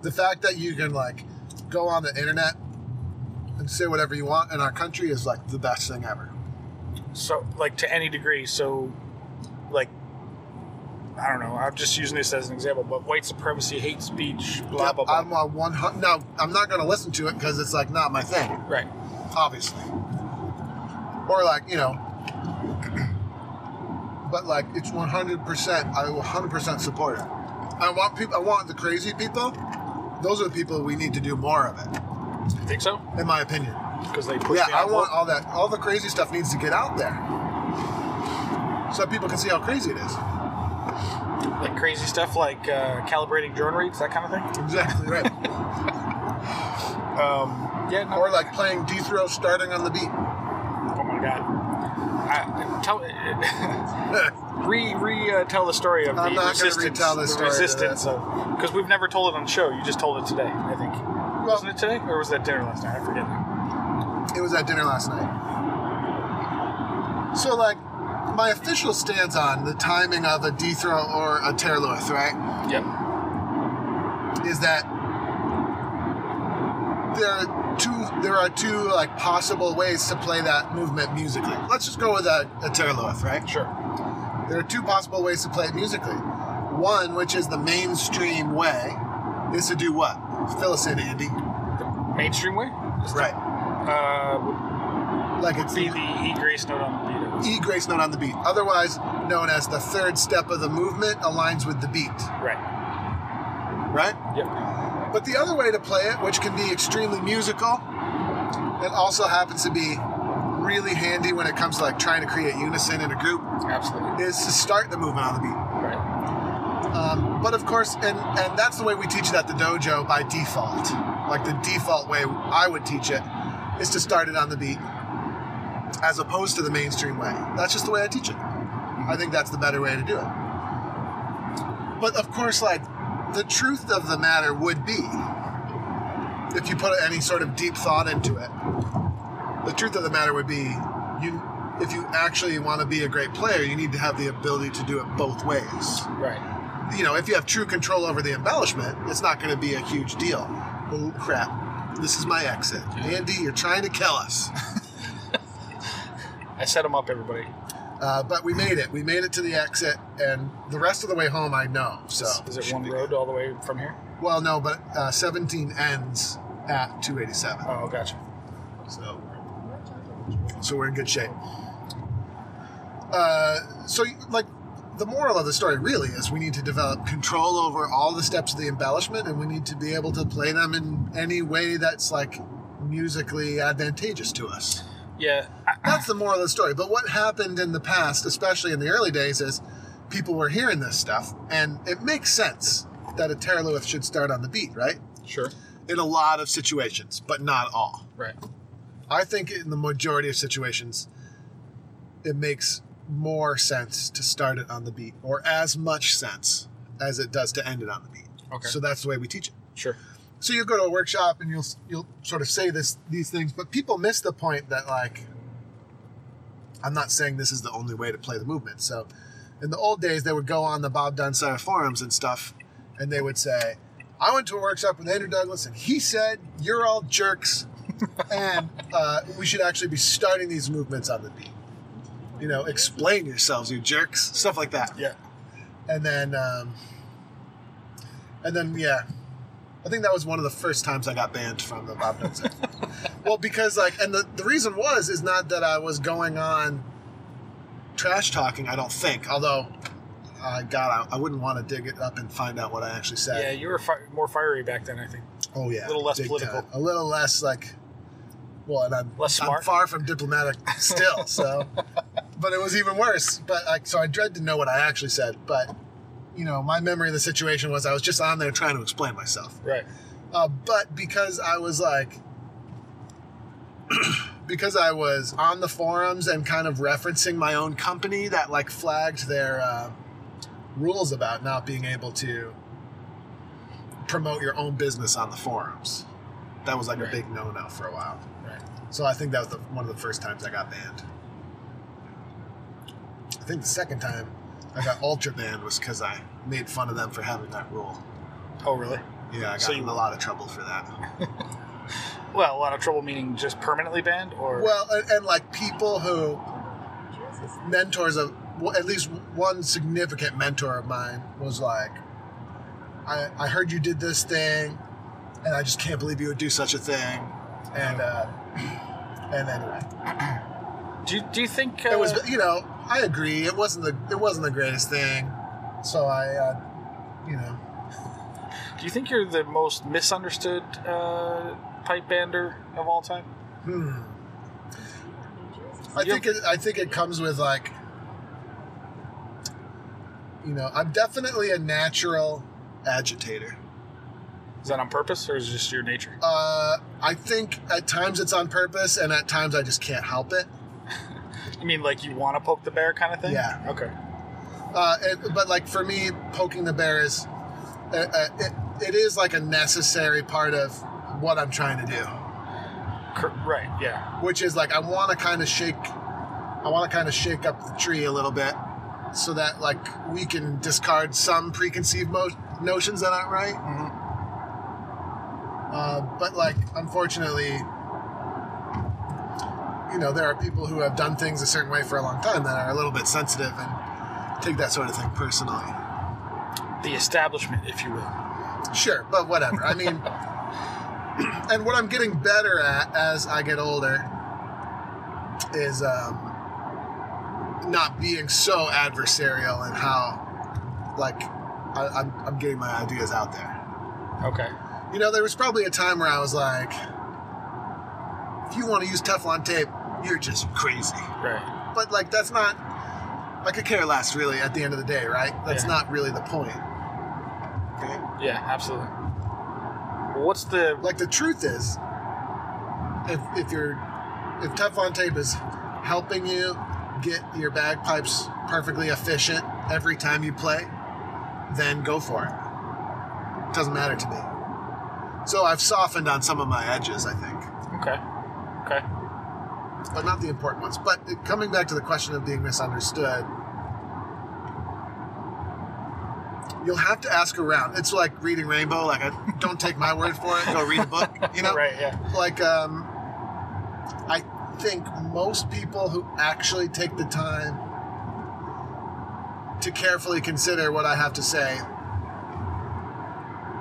Speaker 3: the fact that you can like go on the internet and say whatever you want in our country is like the best thing ever
Speaker 2: so like to any degree so like i don't know i'm just using this as an example but white supremacy hate speech blah
Speaker 3: Yep,
Speaker 2: blah blah
Speaker 3: i'm a 100 no i'm not going to listen to it because it's like not my thing
Speaker 2: right
Speaker 3: obviously. Or like, you know, but like it's 100%, I will 100% support it. I want people, I want the crazy people. Those are the people we need to do more of it,
Speaker 2: you think so
Speaker 3: in my opinion.
Speaker 2: because they push
Speaker 3: yeah,
Speaker 2: the
Speaker 3: I
Speaker 2: envelope?
Speaker 3: want all that, all the crazy stuff needs to get out there. So people can see how crazy it is.
Speaker 2: like crazy stuff like uh, calibrating drone reads that kind of thing
Speaker 3: Exactly right.
Speaker 2: um, yeah no,
Speaker 3: or like playing D throw starting on the beat.
Speaker 2: oh my god I, tell re re uh, tell the story of
Speaker 3: I'm
Speaker 2: the
Speaker 3: not gonna
Speaker 2: resistance
Speaker 3: retell this
Speaker 2: the
Speaker 3: story to
Speaker 2: resistance
Speaker 3: that.
Speaker 2: of because we've never told it on the show you just told it today i think wasn't it today or was that dinner last night i forget
Speaker 3: It was at dinner last night. So, like, my official stance on the timing of a D-throw or a Terluith, right,
Speaker 2: yep
Speaker 3: is that there are two there are two like possible ways to play that movement musically. Let's just go with a, a Terluith, right?
Speaker 2: sure
Speaker 3: There are two possible ways to play it musically. One, which is the mainstream way, is to do what? Fill us in, Andy.
Speaker 2: the mainstream way
Speaker 3: Right.
Speaker 2: uh,
Speaker 3: Like it's
Speaker 2: be the E grace note on the beat.
Speaker 3: E grace note on the beat, otherwise known as the third step of the movement, aligns with the beat,
Speaker 2: Right.
Speaker 3: right?
Speaker 2: Yep.
Speaker 3: But the other way to play it, which can be extremely musical, it also happens to be really handy when it comes to like trying to create unison in a group,
Speaker 2: Absolutely.
Speaker 3: is to start the movement on the beat.
Speaker 2: Right.
Speaker 3: Um, but of course, and and that's the way we teach it at the dojo by default. Like the default way I would teach it is to start it on the beat, as opposed to the mainstream way. That's just the way I teach it. I think that's the better way to do it. But of course, like the truth of the matter would be, if you put any sort of deep thought into it, the truth of the matter would be, you if you actually want to be a great player, you need to have the ability to do it both ways
Speaker 2: Right.
Speaker 3: you know, if you have true control over the embellishment, it's not going to be a huge deal. Oh crap! This is my exit, Andy. You're trying to kill us,
Speaker 2: I set them up, everybody.
Speaker 3: uh, but we made it. We made it to the exit, and the rest of the way home, I know. So
Speaker 2: is it one road all the way from here?
Speaker 3: Well, no, but uh, 17 ends at 287.
Speaker 2: Oh, gotcha.
Speaker 3: So, so we're in good shape. uh, so like the moral of the story really is we need to develop control over all the steps of the embellishment and we need to be able to play them in any way that's like musically advantageous to us
Speaker 2: Yeah.
Speaker 3: that's the moral of the story but what happened in the past especially in the early days is people were hearing this stuff and it makes sense that a terlewith should start on the beat right
Speaker 2: Sure.
Speaker 3: in a lot of situations but not all
Speaker 2: Right.
Speaker 3: I think in the majority of situations, it makes more sense to start it on the beat, or as much sense as it does to end it on the beat.
Speaker 2: Okay.
Speaker 3: So that's the way we teach it.
Speaker 2: sure.
Speaker 3: So you go to a workshop and you'll you'll sort of say this these things, but people miss the point that like I'm not saying this is the only way to play the movement. So in the old days, they would go on the Bob Dunn side of forums and stuff, and they would say, "I went to a workshop with Andrew Douglas, and he said you're all jerks, and uh, we should actually be starting these movements on the beat. You know, explain yourselves, you jerks, stuff like that."
Speaker 2: Yeah.
Speaker 3: and then um, and then yeah i think that was one of the first times i got banned from the bob Dylan set. well because like and the, the reason was is not that i was going on trash talking i don't think although uh, god I, I wouldn't want to dig it up and find out what i actually
Speaker 2: Yeah,
Speaker 3: said
Speaker 2: you were fi- more fiery back then, I think.
Speaker 3: oh yeah
Speaker 2: a little less
Speaker 3: big
Speaker 2: political.
Speaker 3: time. a little less like well and i'm,
Speaker 2: Less
Speaker 3: I'm
Speaker 2: smart.
Speaker 3: far from diplomatic still so but it was even worse but like so i dread to know what i actually said but you know my memory of the situation was i was just on there trying to explain myself
Speaker 2: Right.
Speaker 3: uh, but because I was like, because I was on the forums and kind of referencing my own company that like flagged their uh, rules about not being able to promote your own business on the forums. That was like
Speaker 2: Right.
Speaker 3: a big no-no for a while.
Speaker 2: Right.
Speaker 3: So I think that was the, one of the first times I got banned. I think the second time I got ultra banned was because I made fun of them for having that rule.
Speaker 2: Oh, really?
Speaker 3: Yeah, I got
Speaker 2: So you-
Speaker 3: in a lot of trouble for that.
Speaker 2: Well, a lot of trouble meaning just permanently banned, or
Speaker 3: Well, and, and like people who mentors of well, at least one significant mentor of mine was like, I, I heard you did this thing, and I just can't believe you would do such a thing, and uh, and anyway,
Speaker 2: do you, do you think uh,
Speaker 3: it was you know I agree it wasn't the it wasn't the greatest thing, so I uh, you know
Speaker 2: Do you think you're the most misunderstood uh, pipe bander of all time?
Speaker 3: hmm. I think it, I think it comes with like, you know, I'm definitely a natural agitator.
Speaker 2: Is that on purpose or is it just your nature?
Speaker 3: Uh, I think at times it's on purpose, and at times I just can't help it.
Speaker 2: I mean, like you want to poke the bear kind of thing?
Speaker 3: Yeah.
Speaker 2: Okay.
Speaker 3: Uh, and, but like for me, poking the bear is, uh, uh, it, it is like a necessary part of what I'm trying to do,
Speaker 2: Cor- right. Yeah.
Speaker 3: which is like I want to kind of shake, I want to kind of shake up the tree a little bit, so that like we can discard some preconceived mo- notions that aren't right. Uh, but like, unfortunately, you know, there are people who have done things a certain way for a long time that are a little bit sensitive and take that sort of thing personally.
Speaker 2: The establishment, if you will.
Speaker 3: Sure, but whatever. I mean, and what I'm getting better at as I get older is um, not being so adversarial and how, like, I, I'm, I'm getting my ideas out there.
Speaker 2: Okay.
Speaker 3: You know, there was probably a time where I was like, if you want to use Teflon tape, you're just crazy.
Speaker 2: Right.
Speaker 3: But, like, that's not, I could care less, really, at the end of the day, right? That's
Speaker 2: Yeah.
Speaker 3: not really the point. Okay?
Speaker 2: Yeah. Absolutely. Well, what's the
Speaker 3: Like, the truth is, if, if you're, if Teflon tape is helping you get your bagpipes perfectly efficient every time you play, then go for it. Doesn't matter to me. So I've softened on some of my edges, I think.
Speaker 2: okay? Okay.
Speaker 3: but not the important ones. But uh, coming back to the question of being misunderstood, you'll have to ask around. It's like reading Rainbow. Like, I don't take my word for it. Go read a book. You know,
Speaker 2: Right. Yeah.
Speaker 3: like um, I think most people who actually take the time to carefully consider what I have to say,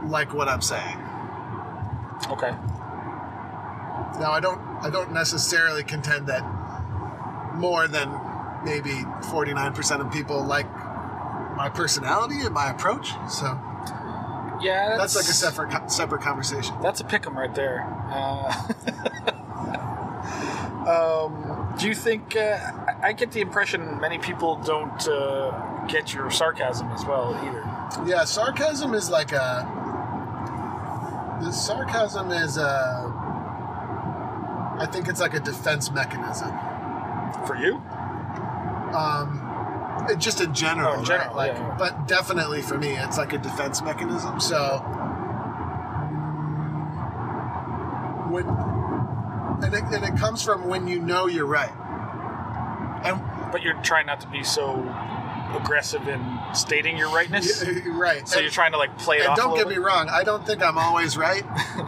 Speaker 3: like what I'm saying.
Speaker 2: Okay.
Speaker 3: Now I don't I don't necessarily contend that more than maybe 49% of people like my personality and my approach. So
Speaker 2: Yeah,
Speaker 3: that's like a separate co- separate conversation.
Speaker 2: That's a pick 'em right there. Uh, um, do you think? Uh, I- I get the impression many people don't uh, get your sarcasm as well either.
Speaker 3: Yeah, sarcasm is like a. The sarcasm is a. I think it's like a defense mechanism.
Speaker 2: For you,
Speaker 3: Um, it- just in general,
Speaker 2: Oh, in general,
Speaker 3: right? Like,
Speaker 2: yeah, yeah.
Speaker 3: but definitely for me, it's like a defense mechanism. So when and it, and it comes from when you know you're right. And
Speaker 2: but you're trying not to be so aggressive in stating your rightness.
Speaker 3: you're right.
Speaker 2: So
Speaker 3: And-
Speaker 2: you're trying to like play it
Speaker 3: and
Speaker 2: off.
Speaker 3: don't
Speaker 2: a
Speaker 3: get
Speaker 2: little bit?
Speaker 3: me wrong, I don't think I'm always right,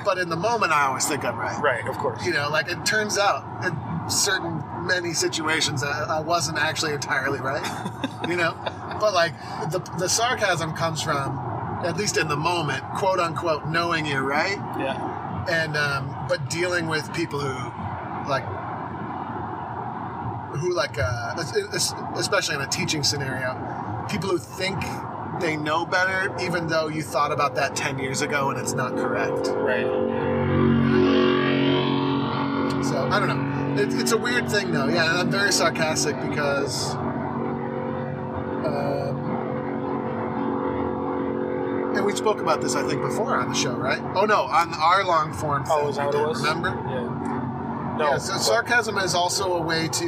Speaker 3: but in the moment, I always think I'm right.
Speaker 2: Right, of course.
Speaker 3: you know like it turns out in certain many situations i, I wasn't actually entirely right you know but like the, the sarcasm comes from at least in the moment quote unquote knowing you're right
Speaker 2: Yeah.
Speaker 3: and um, but dealing with people who like who like uh, es- es- especially in a teaching scenario people who think they know better even though you thought about that 10 years ago and it's not correct
Speaker 2: Right.
Speaker 3: So I don't know. It, it's a weird thing, though. Yeah, and I'm very sarcastic because. Uh, and we spoke about this, I think, before on the show, right? Oh no, on our long form.
Speaker 2: Oh,
Speaker 3: thing
Speaker 2: is
Speaker 3: we
Speaker 2: that what it
Speaker 3: did,
Speaker 2: was?
Speaker 3: Remember?
Speaker 2: Yeah. No.
Speaker 3: yeah, so
Speaker 2: but-
Speaker 3: sarcasm is also a way to,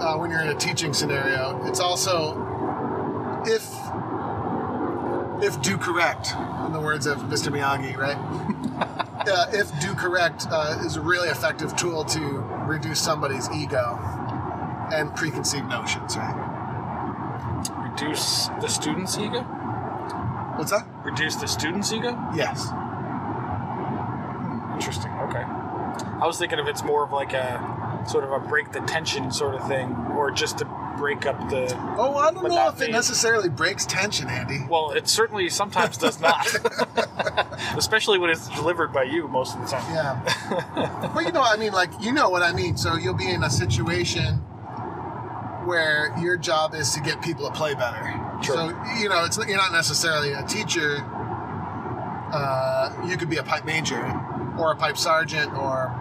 Speaker 3: uh, when you're in a teaching scenario, it's also if if do correct, in the words of Mr. Miyagi, right? uh, if do correct uh, is a really effective tool to reduce somebody's ego and preconceived notions, right?
Speaker 2: reduce the student's ego.
Speaker 3: What's that?
Speaker 2: Reduce the student's ego.
Speaker 3: Yes.
Speaker 2: Interesting. Okay. I was thinking if it's more of like a sort of a break the tension sort of thing, or just to break up the.
Speaker 3: Oh, I don't
Speaker 2: But
Speaker 3: know
Speaker 2: not
Speaker 3: if it
Speaker 2: the-
Speaker 3: necessarily breaks tension, Andy.
Speaker 2: Well, it certainly sometimes does not, especially when it's delivered by you most of the time.
Speaker 3: Yeah. but you know, I mean, like, you know what I mean. So you'll be in a situation where your job is to get people to play better.
Speaker 2: Sure.
Speaker 3: So, you know, it's you're not necessarily a teacher. Uh, you could be a pipe major or a pipe sergeant or.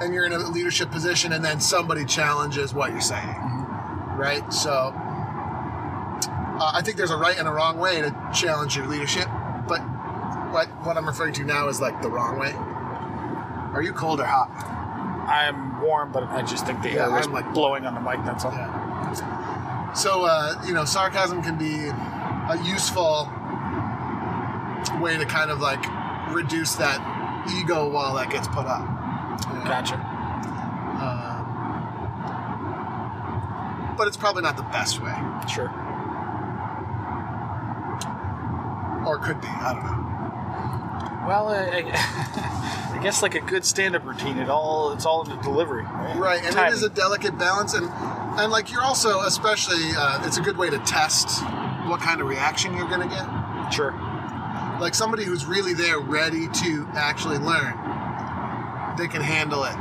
Speaker 3: And you're in a leadership position, and then somebody challenges what you're saying. Right? So. Uh, I think there's a right and a wrong way to challenge your leadership, but what what I'm referring to now is like the wrong way. Are you cold or hot?
Speaker 2: I'm warm, but I just think the
Speaker 3: Yeah,
Speaker 2: air was
Speaker 3: I'm like-
Speaker 2: blowing on the mic. That's all.
Speaker 3: Yeah. So uh, you know, sarcasm can be a useful way to kind of like reduce that ego wall that gets put up. you know?
Speaker 2: Gotcha.
Speaker 3: Um, but it's probably not the best way,
Speaker 2: Sure.
Speaker 3: or could be. I don't know.
Speaker 2: Well, I, I, I guess like a good stand-up routine, it all it's all in the delivery.
Speaker 3: Right, and
Speaker 2: Timing.
Speaker 3: it is a delicate balance, and and like you're also especially uh, it's a good way to test what kind of reaction you're going to get.
Speaker 2: sure.
Speaker 3: like somebody who's really there ready to actually learn they can handle it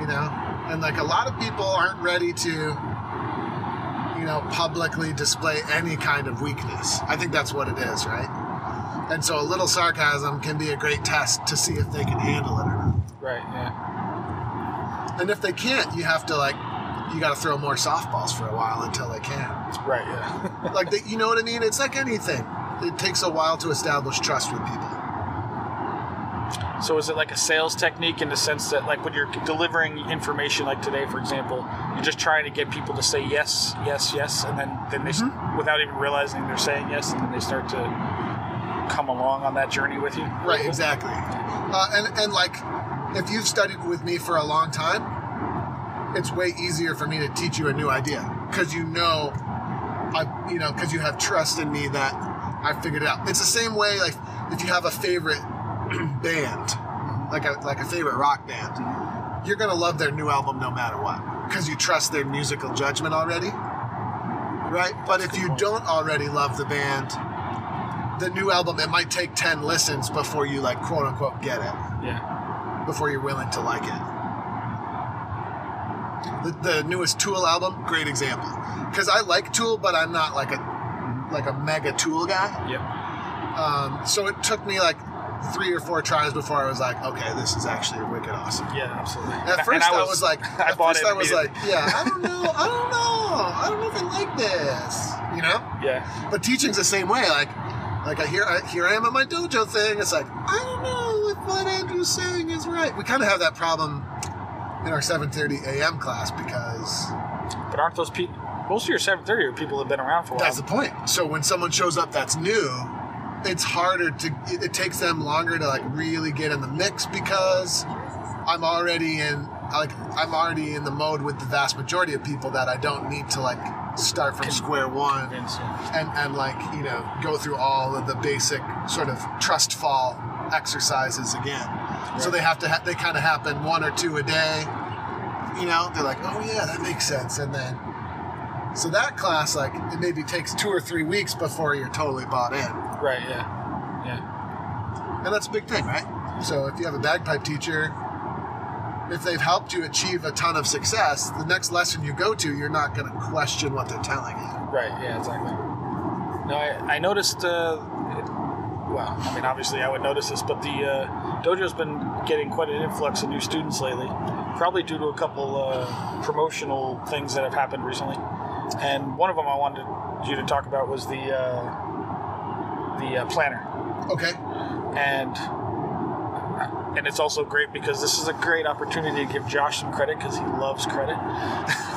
Speaker 3: you know and like a lot of people aren't ready to you know publicly display any kind of weakness i think that's what it is right and so a little sarcasm can be a great test to see if they can handle it or not
Speaker 2: Right. Yeah.
Speaker 3: and if they can't you have to like you got to throw more softballs for a while until they can
Speaker 2: Right. Yeah.
Speaker 3: like the, you know what i mean it's like anything it takes a while to establish trust with people
Speaker 2: So is it like a sales technique in the sense that like when you're delivering information like today, for example, you're just trying to get people to say yes, yes, yes, and then then they s
Speaker 3: Mm-hmm.
Speaker 2: without even realizing they're saying yes, and then they start to come along on that journey with you.
Speaker 3: Right, exactly. Uh, and and like, if you've studied with me for a long time, it's way easier for me to teach you a new idea because you know, I you know because you have trust in me that I figured it out. It's the same way like if you have a favorite band, like a like a favorite rock band, you're gonna love their new album no matter what because you trust their musical judgment already. Right, but if you don't already love the band, the new album, it might take 10 listens before you, like, quote unquote, get it,
Speaker 2: Yeah.
Speaker 3: before you're willing to like it. the, the newest Tool album, great example. Because I like Tool, but I'm not like a like a mega Tool guy.
Speaker 2: Yeah.
Speaker 3: Um, so it took me like three or four tries before I was like, okay, this is actually wicked awesome.
Speaker 2: Yeah, absolutely.
Speaker 3: At
Speaker 2: And- and
Speaker 3: first, I, was, like,
Speaker 2: I
Speaker 3: at
Speaker 2: bought
Speaker 3: first
Speaker 2: it
Speaker 3: I was like,
Speaker 2: immediately.
Speaker 3: yeah, I don't know, I don't know, I don't know if I like this, you know.
Speaker 2: yeah,
Speaker 3: But teaching's the same way. Like, like I hear, I, here I am at my dojo thing. It's like, I don't know if what Andrew's saying is right. We kind of have that problem in our 7:30 a.m. class because
Speaker 2: but aren't those people? Most of your 730 are people that have been around for a while.
Speaker 3: that's the point. So when someone shows up that's new, it's harder to. It, it takes them longer to like really get in the mix because I'm already in like I'm already in the mode with the vast majority of people that I don't need to like start from square one
Speaker 2: And so-
Speaker 3: and, and like you know go through all of the basic sort of trust fall exercises again so they have to ha- they kind of happen one or two a day you know they're like oh yeah that makes sense and then so that class like it maybe takes two or three weeks before you're totally bought in
Speaker 2: right, yeah, yeah,
Speaker 3: and that's a big thing right so if you have a bagpipe teacher if they've helped you achieve a ton of success the next lesson you go to you're not going to question what they're telling you
Speaker 2: right, yeah, exactly. No, I, I noticed. Uh, it, well, I mean, obviously, I would notice this, but the uh, dojo's been getting quite an influx of new students lately, probably due to a couple uh, promotional things that have happened recently. And one of them I wanted you to talk about was the uh, the uh, planner.
Speaker 3: okay
Speaker 2: and and it's also great because this is a great opportunity to give Josh some credit because he loves credit.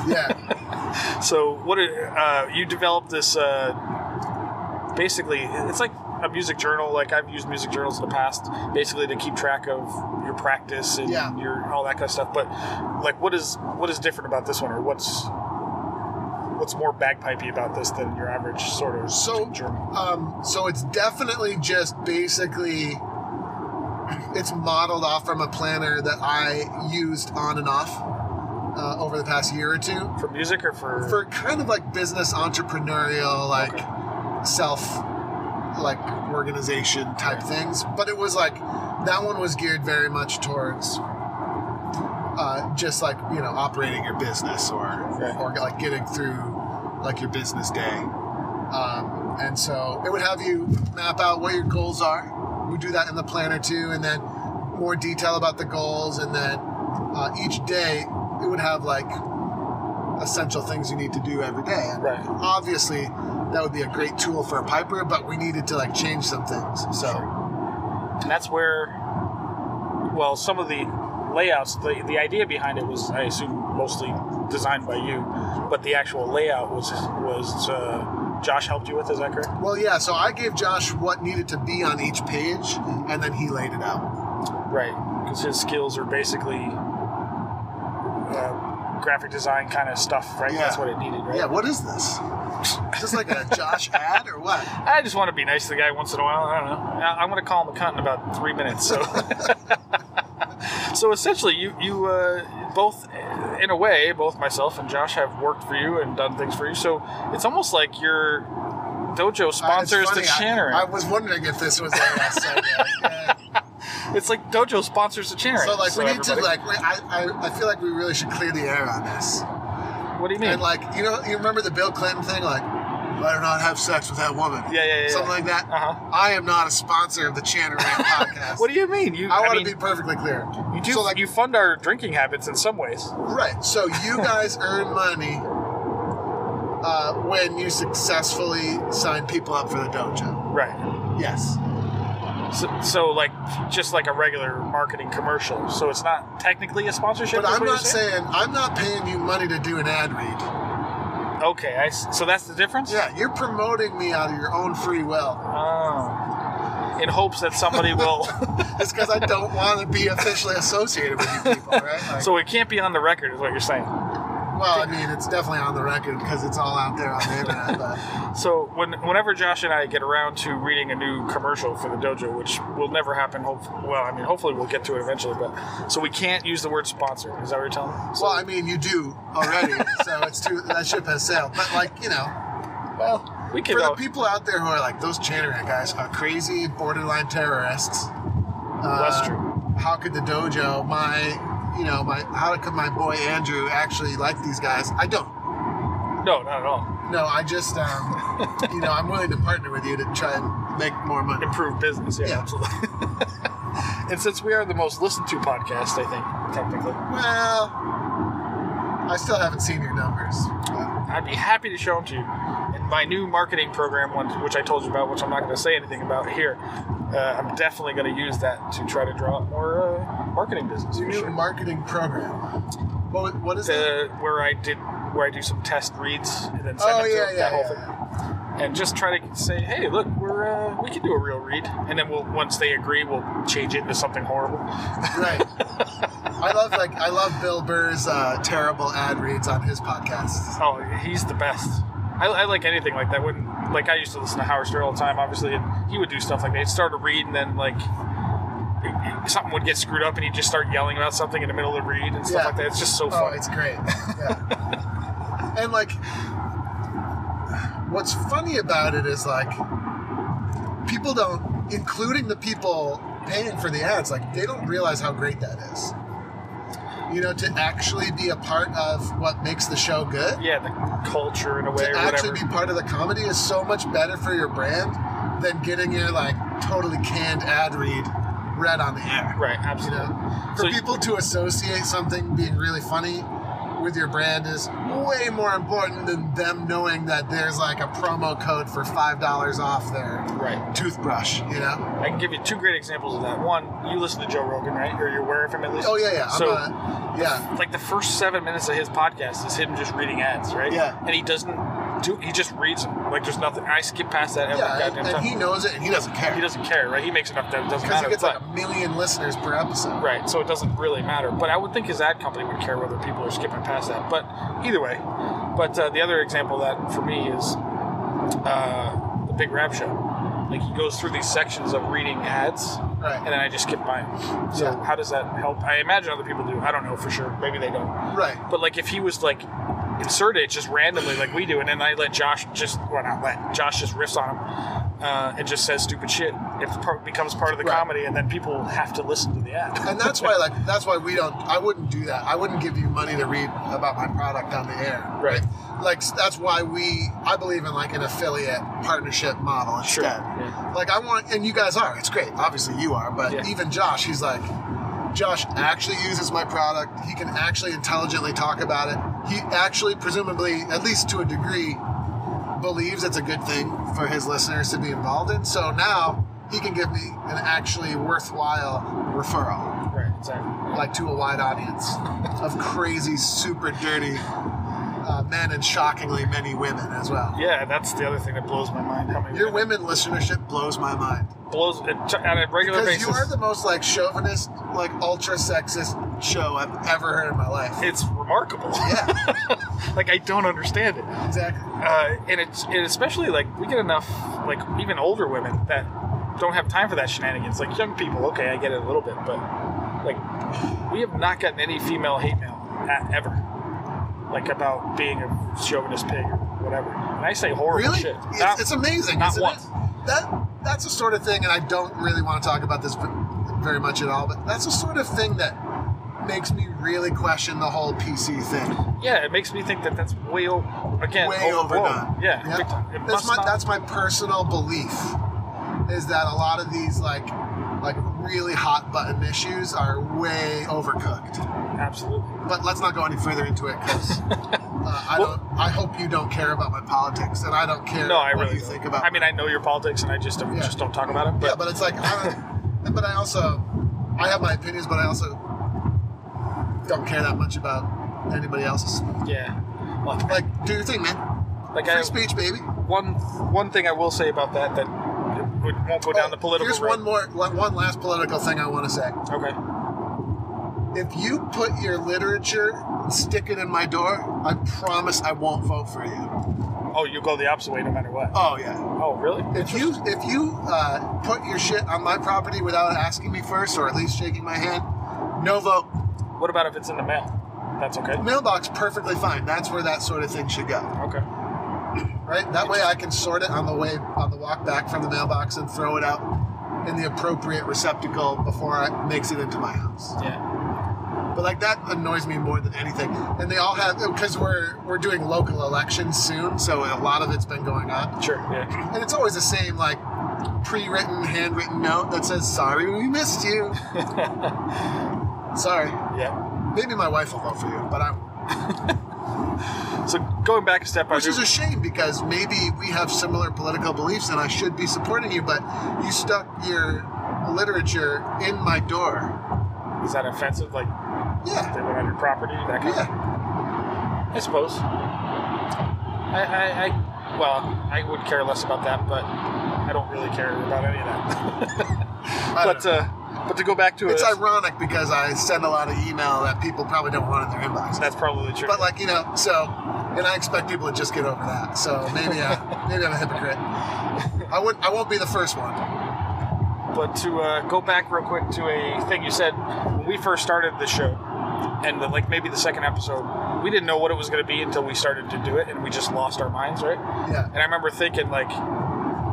Speaker 3: yeah
Speaker 2: So what are, uh, you developed this uh, basically it's like a music journal. Like I've used music journals in the past, basically to keep track of your practice and
Speaker 3: Yeah.
Speaker 2: your all that kind of stuff. But like, what is what is different about this one, or what's what's more bagpipey about this than your average sort of
Speaker 3: So-
Speaker 2: journal?
Speaker 3: Um, so it's definitely just basically it's modeled off from a planner that I used on and off uh, over the past year or two
Speaker 2: for music or for
Speaker 3: for kind of like business entrepreneurial like self like organization type things but it was like that one was geared very much towards uh, just like you know operating your business or
Speaker 2: Right.
Speaker 3: or like getting through like your business day um, and so it would have you map out what your goals are we do that in the planner too and then more detail about the goals and then uh, each day it would have like essential things you need to do every day and
Speaker 2: Right.
Speaker 3: obviously that would be a great tool for a piper but we needed to like change some things so
Speaker 2: and that's where well some of the layouts the, the idea behind it was i assume mostly designed by you but the actual layout was was uh, josh helped you with is that correct
Speaker 3: well yeah so i gave josh what needed to be on each page and then he laid it out
Speaker 2: right because his skills are basically uh, graphic design kind of stuff right
Speaker 3: Yeah.
Speaker 2: that's what it needed right
Speaker 3: yeah what is this is this like a josh ad or what
Speaker 2: i just want to be nice to the guy once in a while i don't know I- i'm going to call him a cunt in about three minutes so so essentially you you uh, both in a way both myself and josh have worked for you and done things for you so it's almost like your dojo sponsors
Speaker 3: Uh, It's
Speaker 2: the
Speaker 3: funny, I-
Speaker 2: channerin
Speaker 3: I, was wondering if this was what I said. Yeah.
Speaker 2: it's like dojo sponsors the channerin
Speaker 3: So like we need to
Speaker 2: everybody-
Speaker 3: like we, I, I, I feel like we really should clear the air on this.
Speaker 2: what do you mean
Speaker 3: And like you know you remember the Bill Clinton thing like better not have sex with that woman.
Speaker 2: Yeah, yeah, yeah,
Speaker 3: Something
Speaker 2: yeah.
Speaker 3: like that.
Speaker 2: Uh-huh.
Speaker 3: I am not a sponsor of the Channer Rant podcast.
Speaker 2: what do you mean you
Speaker 3: I, want
Speaker 2: mean,
Speaker 3: to be perfectly clear.
Speaker 2: you do
Speaker 3: so like
Speaker 2: you fund our drinking habits in some ways
Speaker 3: right. So you guys earn money uh, when you successfully sign people up for the dojo.
Speaker 2: right
Speaker 3: Yes.
Speaker 2: so, so like just like a regular marketing commercial so it's not technically a sponsorship
Speaker 3: But
Speaker 2: is
Speaker 3: I'm
Speaker 2: what you're
Speaker 3: not saying I'm not paying you money to do an ad read.
Speaker 2: okay I s- so that's the difference
Speaker 3: Yeah, you're promoting me out of your own free will.
Speaker 2: Oh. In hopes that somebody will.
Speaker 3: It's because I don't want to be officially associated with you people, right? Like,
Speaker 2: so it can't be on the record, is what you're saying.
Speaker 3: well, I mean, it's definitely on the record because it's all out there on the internet. But
Speaker 2: So when, whenever Josh and I get around to reading a new commercial for the dojo, which will never happen, hope, well, I mean, hopefully we'll get to it eventually, but so we can't use the word sponsor. Is that what you're telling me? So,
Speaker 3: well, I mean, you do already, so it's too that ship has sailed. But like, you know,
Speaker 2: well, we can.
Speaker 3: for the
Speaker 2: Though,
Speaker 3: people out there who are like those Channery guys are crazy borderline terrorists. Uh,
Speaker 2: That's true.
Speaker 3: How could the dojo, my you know, my how could my boy Andrew actually like these guys? I don't.
Speaker 2: No, not at all.
Speaker 3: No, I just, um, you know, I'm willing to partner with you to try and make more money.
Speaker 2: Improve business. Yeah,
Speaker 3: Yeah.
Speaker 2: absolutely. and since we are the most listened to podcast, I think technically,
Speaker 3: Well, I still haven't seen your numbers.
Speaker 2: I'd be happy to show them to you. In my new marketing program, one which I told you about, which I'm not going to say anything about here, uh, I'm definitely going to use that to try to draw up more uh, marketing business.
Speaker 3: Your
Speaker 2: for
Speaker 3: new
Speaker 2: sure.
Speaker 3: marketing program. What, what is that?
Speaker 2: the where I did where I do some test reads and then send
Speaker 3: Oh,
Speaker 2: them
Speaker 3: yeah,
Speaker 2: to
Speaker 3: yeah,
Speaker 2: that whole
Speaker 3: yeah.
Speaker 2: thing, and just try to say, hey, look, we're uh, we can do a real read, and then we'll once they agree, we'll change it into something horrible.
Speaker 3: Right. I love like I love Bill Burr's uh, terrible ad reads on his podcast.
Speaker 2: Oh, he's the best. I, I like anything like that. When like I used to listen to Howard Stern all the time, obviously, and he would do stuff like that. He'd start a read and then like something would get screwed up, and he'd just start yelling about something in the middle of the read and stuff
Speaker 3: Yeah.
Speaker 2: like that. It's just so
Speaker 3: Oh,
Speaker 2: fun.
Speaker 3: it's great. Yeah. and like, what's funny about it is like, people don't, including the people paying for the ads, like they don't realize how great that is. You know, to actually be a part of what makes the show good,
Speaker 2: yeah, the culture in a way
Speaker 3: to
Speaker 2: or
Speaker 3: actually
Speaker 2: whatever.
Speaker 3: be part of the comedy is so much better for your brand than getting your like totally canned ad read read on the air.
Speaker 2: right,
Speaker 3: You
Speaker 2: absolutely.
Speaker 3: know,
Speaker 2: So
Speaker 3: for
Speaker 2: you-
Speaker 3: people to associate something being really funny with your brand is way more important than them knowing that there's like a promo code for five dollars off their
Speaker 2: Right.
Speaker 3: toothbrush. You know?
Speaker 2: I can give you two great examples of that. One, you listen to Joe Rogan, right? Or you're aware of him at least.
Speaker 3: Oh yeah, yeah. I'm
Speaker 2: So-
Speaker 3: a, yeah,
Speaker 2: Like the first seven minutes of his podcast is him just reading ads, right?
Speaker 3: Yeah.
Speaker 2: And he doesn't do. He just reads them. Like there's nothing. I skip past that every
Speaker 3: yeah.
Speaker 2: goddamn time.
Speaker 3: And, and he knows it, and he doesn't care
Speaker 2: He doesn't care, right? He makes enough that it doesn't
Speaker 3: because he
Speaker 2: matter.
Speaker 3: gets
Speaker 2: but,
Speaker 3: like a million listeners per episode.
Speaker 2: right, so it doesn't really matter. But I would think his ad company would care whether people are skipping past that. But either way, but uh, the other example of that for me is uh, the Big Rap Show. Like he goes through these sections of reading ads,
Speaker 3: Right.
Speaker 2: and then I just skip by. So
Speaker 3: Yeah.
Speaker 2: how does that help? I imagine other people do. I don't know for sure. Maybe they don't.
Speaker 3: Right.
Speaker 2: But like if he was like insert it just randomly like we do, and then I let Josh just well not let Josh just riffs on him uh, and just says stupid shit. It par- becomes part of the
Speaker 3: Right.
Speaker 2: comedy, and then people have to listen to the ad.
Speaker 3: and that's why like that's why we don't i wouldn't do that i wouldn't give you money to read about my product on the air
Speaker 2: Right.
Speaker 3: like s- that's why we i believe in like an affiliate partnership model
Speaker 2: Sure.
Speaker 3: instead
Speaker 2: Yeah.
Speaker 3: like i want and you guys are it's great obviously you are but
Speaker 2: Yeah.
Speaker 3: even josh he's like josh actually uses my product he can actually intelligently talk about it he actually presumably at least to a degree believes it's a good thing for his listeners to be involved in so now he can give me an actually worthwhile referral
Speaker 2: Right. Exactly.
Speaker 3: like to a wide audience of crazy, super dirty uh, men and shockingly many women as well.
Speaker 2: Yeah, that's the other thing that blows my mind. How many
Speaker 3: Your women listenership blows my mind
Speaker 2: blows it t- on a regular
Speaker 3: because
Speaker 2: basis?
Speaker 3: you are the most like chauvinist, like ultra sexist show I've ever heard in my life.
Speaker 2: it's remarkable.
Speaker 3: Yeah,
Speaker 2: like I don't understand it.
Speaker 3: exactly.
Speaker 2: uh, and it's and especially like we get enough like even older women that don't have time for that shenanigans. Like young people, okay, I get it a little bit, but like we have not gotten any female hate mail at, ever, like about being a chauvinist pig or whatever. And I say horrible
Speaker 3: Really,
Speaker 2: shit.
Speaker 3: it's,
Speaker 2: Not-
Speaker 3: it's amazing.
Speaker 2: not
Speaker 3: isn't
Speaker 2: once.
Speaker 3: It? That that's the sort of thing, and I don't really want to talk about this very much at all. But that's the sort of thing that makes me really question the whole PC thing.
Speaker 2: yeah, it makes me think that that's way o- again
Speaker 3: way
Speaker 2: overblown.
Speaker 3: overdone.
Speaker 2: Yeah,
Speaker 3: Yep.
Speaker 2: big time. It
Speaker 3: that's
Speaker 2: must
Speaker 3: my
Speaker 2: not-
Speaker 3: that's my personal belief is that a lot of these like like really hot button issues are way overcooked.
Speaker 2: absolutely.
Speaker 3: But let's not go any further into it because uh, I
Speaker 2: Well-
Speaker 3: don't. I hope you don't care about my politics, and I don't care
Speaker 2: No, I
Speaker 3: what
Speaker 2: really
Speaker 3: you
Speaker 2: don't.
Speaker 3: think about.
Speaker 2: I mean, I know your politics, and I just don't,
Speaker 3: Yeah.
Speaker 2: just don't talk about it. But
Speaker 3: yeah, but it's like, I don't, but I also I have my opinions, but I also don't care that much about anybody else's.
Speaker 2: yeah, Well,
Speaker 3: Like, do your thing, man.
Speaker 2: like
Speaker 3: Free
Speaker 2: I,
Speaker 3: speech, baby.
Speaker 2: one one thing I will say about that that it won't go down the political
Speaker 3: Oh, Here's
Speaker 2: road.
Speaker 3: one more, one one last political thing I want to say.
Speaker 2: Okay.
Speaker 3: If you put your literature, stick it in my door, I promise I won't vote for you.
Speaker 2: Oh, you go the opposite way no matter what.
Speaker 3: Oh yeah.
Speaker 2: Oh, really?
Speaker 3: If you if you uh, put your shit on my property without asking me first or at least shaking my hand, no vote.
Speaker 2: What about if it's in the mail? That's okay.
Speaker 3: Mailbox perfectly fine. That's where that sort of thing should go,
Speaker 2: Okay.
Speaker 3: right? That way I can sort it on the way on the walk back from the mailbox and throw it out in the appropriate receptacle before it makes it into my house.
Speaker 2: Yeah.
Speaker 3: But like that annoys me more than anything. And they all have because we're we're doing local elections soon, so a lot of it's been going on.
Speaker 2: Sure. Yeah.
Speaker 3: And it's always the same like pre-written, handwritten note that says, "Sorry, we missed you. Sorry."
Speaker 2: Yeah.
Speaker 3: Maybe my wife will vote for you, but I won't.
Speaker 2: So going back a step, I
Speaker 3: Which
Speaker 2: do-
Speaker 3: is a shame because maybe we have similar political beliefs and I should be supporting you, but you stuck your literature in my door.
Speaker 2: is that offensive? Like
Speaker 3: Yeah.
Speaker 2: they went on your property? That kind of.
Speaker 3: Yeah.
Speaker 2: I suppose. I, I, I, well, I would care less about that, but I don't really care about any of that.
Speaker 3: I don't
Speaker 2: but,
Speaker 3: know.
Speaker 2: uh, but to go back to
Speaker 3: It's
Speaker 2: it,
Speaker 3: ironic because I send a lot of email that people probably don't want in their inbox.
Speaker 2: that's probably true.
Speaker 3: But like, you know, so and I expect people to just get over that. So maybe uh, maybe I'm a hypocrite. I would I won't be the first one.
Speaker 2: But to uh, go back real quick to a thing you said when we first started the show, and the, like maybe the second episode, we didn't know what it was going to be until we started to do it, and we just lost our minds, right?
Speaker 3: Yeah.
Speaker 2: And I remember thinking like,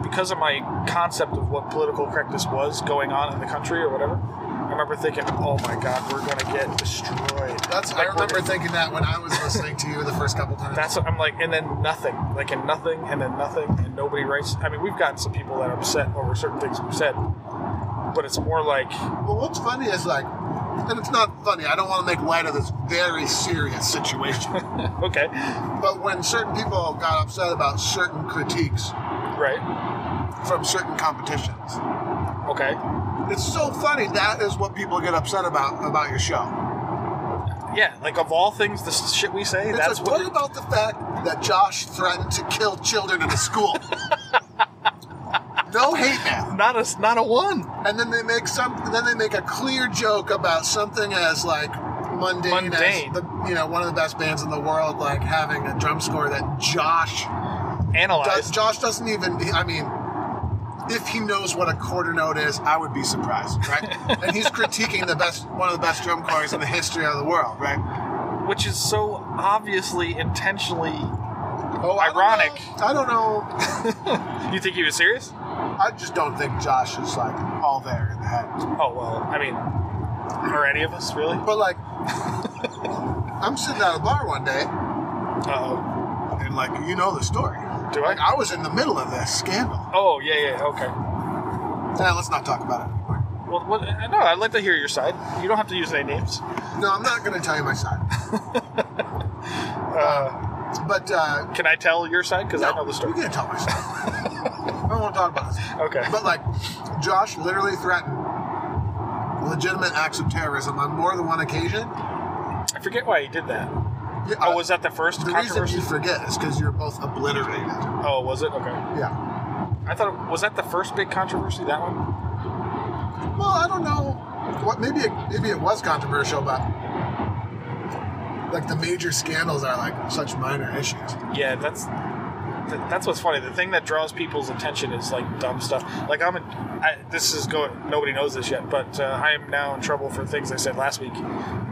Speaker 2: because of my concept of what political correctness was going on in the country or whatever, I remember thinking, oh my god, we're going to get destroyed.
Speaker 3: That's I
Speaker 2: Like, we're
Speaker 3: remember
Speaker 2: gonna-
Speaker 3: thinking that when I was listening to you the first couple times.
Speaker 2: That's what I'm like, and then nothing, like, and nothing, and then nothing, and nobody writes. I mean, we've gotten some people that are upset over certain things we've said, but it's more like
Speaker 3: Well, what's funny is like, and it's not funny. I don't want to make light of this very serious situation.
Speaker 2: okay,
Speaker 3: but when certain people got upset about certain critiques
Speaker 2: right,
Speaker 3: from certain competitions,
Speaker 2: okay,
Speaker 3: it's so funny. That is what people get upset about about your show.
Speaker 2: yeah, like of all things, the shit we say,
Speaker 3: It's
Speaker 2: that's
Speaker 3: like,
Speaker 2: what.
Speaker 3: what about the fact that Josh threatened to kill children in a school? no hate mail.
Speaker 2: not a not a one.
Speaker 3: And then they make some. Then they make a clear joke about something as like mundane,
Speaker 2: Mundane.
Speaker 3: as the, you know one of the best bands in the world, like having a drum score that Josh does,
Speaker 2: Analyzed.
Speaker 3: Josh doesn't even. I mean, if he knows what a quarter note is, I would be surprised, right? and he's critiquing the best one of the best drum corps in the history of the world, right?
Speaker 2: which is so obviously intentionally.
Speaker 3: Oh,
Speaker 2: Ironic.
Speaker 3: I don't know. I, don't
Speaker 2: You think he was serious?
Speaker 3: know. I just don't think Josh is like all there in the head.
Speaker 2: Oh well, I mean, or any of us really?
Speaker 3: But like, I'm sitting at a bar one day.
Speaker 2: Uh
Speaker 3: and like you know the story.
Speaker 2: Do I?
Speaker 3: Like I was in the middle of this scandal.
Speaker 2: oh. Oh yeah, yeah, okay.
Speaker 3: Nah, let's not talk about it anymore.
Speaker 2: Well, what, uh, no, I'd like to hear your side. You don't have to use any names.
Speaker 3: No, I'm not going to tell you my side.
Speaker 2: Uh,
Speaker 3: But uh,
Speaker 2: can I tell your side? Because I know the
Speaker 3: We're
Speaker 2: story.
Speaker 3: going to tell my side. I don't want to talk about this.
Speaker 2: Okay.
Speaker 3: But like, Josh literally threatened legitimate acts of terrorism on more than one occasion.
Speaker 2: I forget why he did that.
Speaker 3: Yeah,
Speaker 2: Oh,
Speaker 3: uh,
Speaker 2: was that the first
Speaker 3: the reason
Speaker 2: controversy?
Speaker 3: you forget is because you're both obliterated.
Speaker 2: Oh, was it? Okay.
Speaker 3: Yeah.
Speaker 2: I thought it, was that the first big controversy. That one.
Speaker 3: Well, I don't know. What maybe it, maybe it was controversial, but like the major scandals are like such minor issues.
Speaker 2: Yeah, that's th- that's what's funny. The thing that draws people's attention is like dumb stuff. Like I'm. In, I, this is going. Nobody knows this yet, but uh, I am now in trouble for things I said last week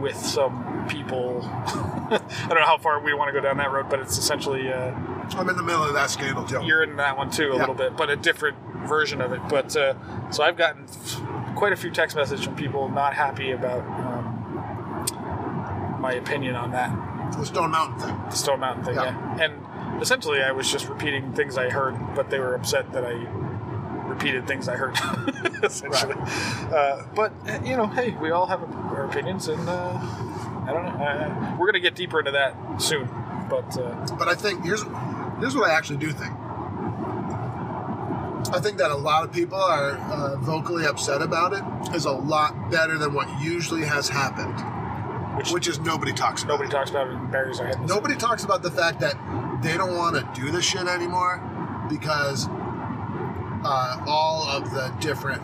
Speaker 2: with some people. I don't know how far we want to go down that road, but it's essentially. Uh,
Speaker 3: I'm in the middle of that scandal, Joe.
Speaker 2: you're in that one too a
Speaker 3: Yeah.
Speaker 2: little bit, but a different version of it. But uh, so I've gotten f- quite a few text messages from people not happy about um, my opinion on that
Speaker 3: the Stone Mountain thing.
Speaker 2: the Stone Mountain thing.
Speaker 3: Yeah.
Speaker 2: Yeah. and essentially I was just repeating things I heard, but they were upset that I repeated things I heard. essentially, uh, but eh, you know, hey, we all have our opinions, and uh, I don't know. Uh, we're gonna get deeper into that soon, but. Uh,
Speaker 3: But I think here's here's what I actually do think. I think that a lot of people are uh, vocally upset about it is a lot better than what usually has happened,
Speaker 2: Which-
Speaker 3: which, is nobody talks about.
Speaker 2: Nobody talks about it and buries our head. in the
Speaker 3: Nobody talks about the fact that they don't want to do this shit anymore because uh, all of the different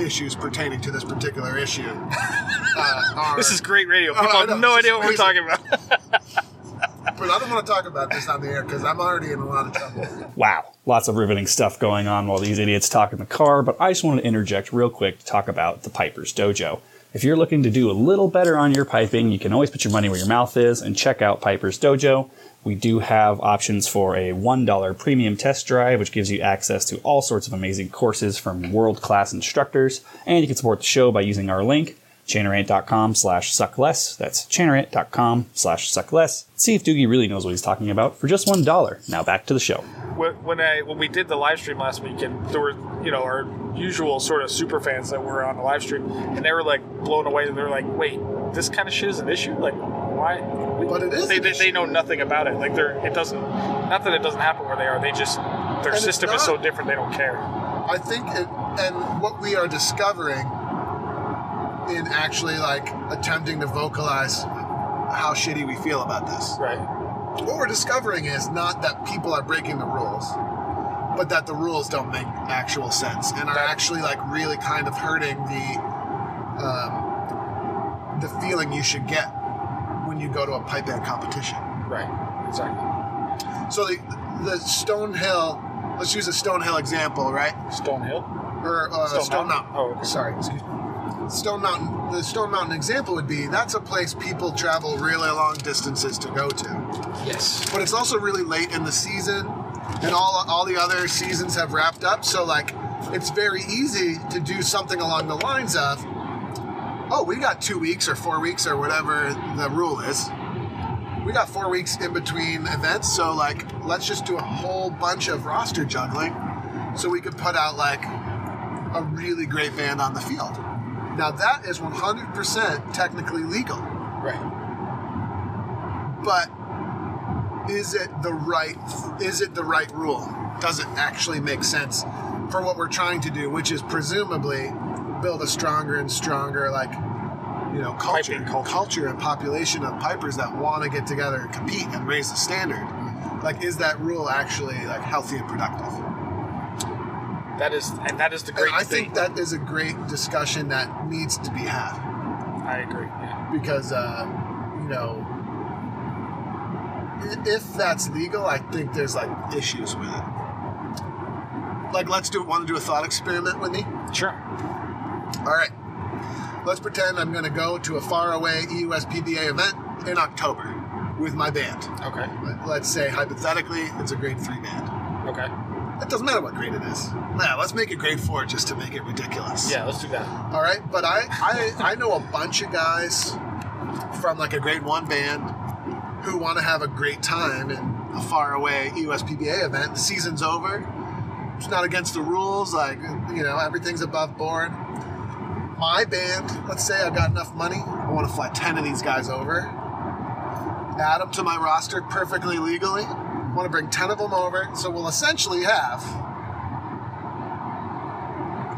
Speaker 3: issues pertaining to this particular issue uh, are.
Speaker 2: This is great radio.
Speaker 3: Oh,
Speaker 2: People
Speaker 3: I know.
Speaker 2: have no
Speaker 3: This is
Speaker 2: idea what we're talking
Speaker 3: amazing.
Speaker 2: about.
Speaker 3: But I don't want to talk about this on the air because I'm already in a lot of trouble.
Speaker 1: Wow, lots of riveting stuff going on while these idiots talk in the car, but I just wanted to interject real quick to talk about the Piper's Dojo. If you're looking to do a little better on your piping, you can always put your money where your mouth is and check out Piper's Dojo. We do have options for a $1 premium test drive, which gives you access to all sorts of amazing courses from world class instructors, and you can support the show by using our link. Channerant.com slash suckless. That's channerant.com slash suckless. See if Doogie really knows what he's talking about for just $1. Now back to the show.
Speaker 2: When when I when we did the live stream last week, and there were you know our usual sort of super fans that were on the live stream, and they were like blown away. They were like, "Wait, this kind of shit is an issue? Like, why?"
Speaker 3: But it is
Speaker 2: They,
Speaker 3: an
Speaker 2: they, they
Speaker 3: issue.
Speaker 2: know nothing about it. Like, they're it doesn't. Not that it doesn't happen where they are. They just their
Speaker 3: it's
Speaker 2: system is
Speaker 3: not-
Speaker 2: so different. They don't care.
Speaker 3: I think, it, and what we are discovering in actually like attempting to vocalize how shitty we feel about this,
Speaker 2: Right.
Speaker 3: what we're discovering is not that people are breaking the rules, but that the rules don't make actual sense and are actually like really kind of hurting the um, the feeling you should get when you go to a pipe band competition.
Speaker 2: Right. Exactly.
Speaker 3: So the the Stonehill, let's use a Stonehill example, right?
Speaker 2: Stonehill.
Speaker 3: Or uh,
Speaker 2: Stone
Speaker 3: Stone,
Speaker 2: Mountain.
Speaker 3: Mountain.
Speaker 2: Oh, okay.
Speaker 3: sorry. Excuse me. Stone Mountain. The Stone Mountain example would be that's a place people travel really long distances to go to,
Speaker 2: Yes.
Speaker 3: but it's also really late in the season, and all all the other seasons have wrapped up. So like, it's very easy to do something along the lines of, oh, we got two weeks or four weeks or whatever the rule is. We got four weeks in between events, so like, let's just do a whole bunch of roster juggling, so we could put out like a really great band on the field. Now that is 100% technically legal,
Speaker 2: Right.
Speaker 3: but is it the right is it the right rule? Does it actually make sense for what we're trying to do, which is presumably build a stronger and stronger like you know culture,
Speaker 2: Piping culture.
Speaker 3: and population of pipers that want to get together and compete and raise the standard. Like is that rule actually like healthy and productive?
Speaker 2: That is and that is the
Speaker 3: And
Speaker 2: great
Speaker 3: I
Speaker 2: thing.
Speaker 3: think that is a great discussion that needs to be had.
Speaker 2: I agree. Yeah.
Speaker 3: because uh, you know i- if that's legal i think there's like issues with it like let's do want to do a thought experiment with me
Speaker 2: Sure.
Speaker 3: all right let's pretend i'm going to go to a faraway E euspba event in october with my band
Speaker 2: Okay.
Speaker 3: Let- let's say hypothetically it's a grade three band
Speaker 2: Okay.
Speaker 3: it doesn't matter what grade it is nah let's make it grade four just to make it ridiculous
Speaker 2: Yeah. Let's do that.
Speaker 3: all right, but I, I I know a bunch of guys from like a grade one band who want to have a great time in a faraway USPBA event. The season's over. It's not against the rules. Like you know, everything's above board. My band, let's say I got enough money, I want to fly ten of these guys over, add them to my roster perfectly legally. Want to bring ten of them over, so we'll essentially have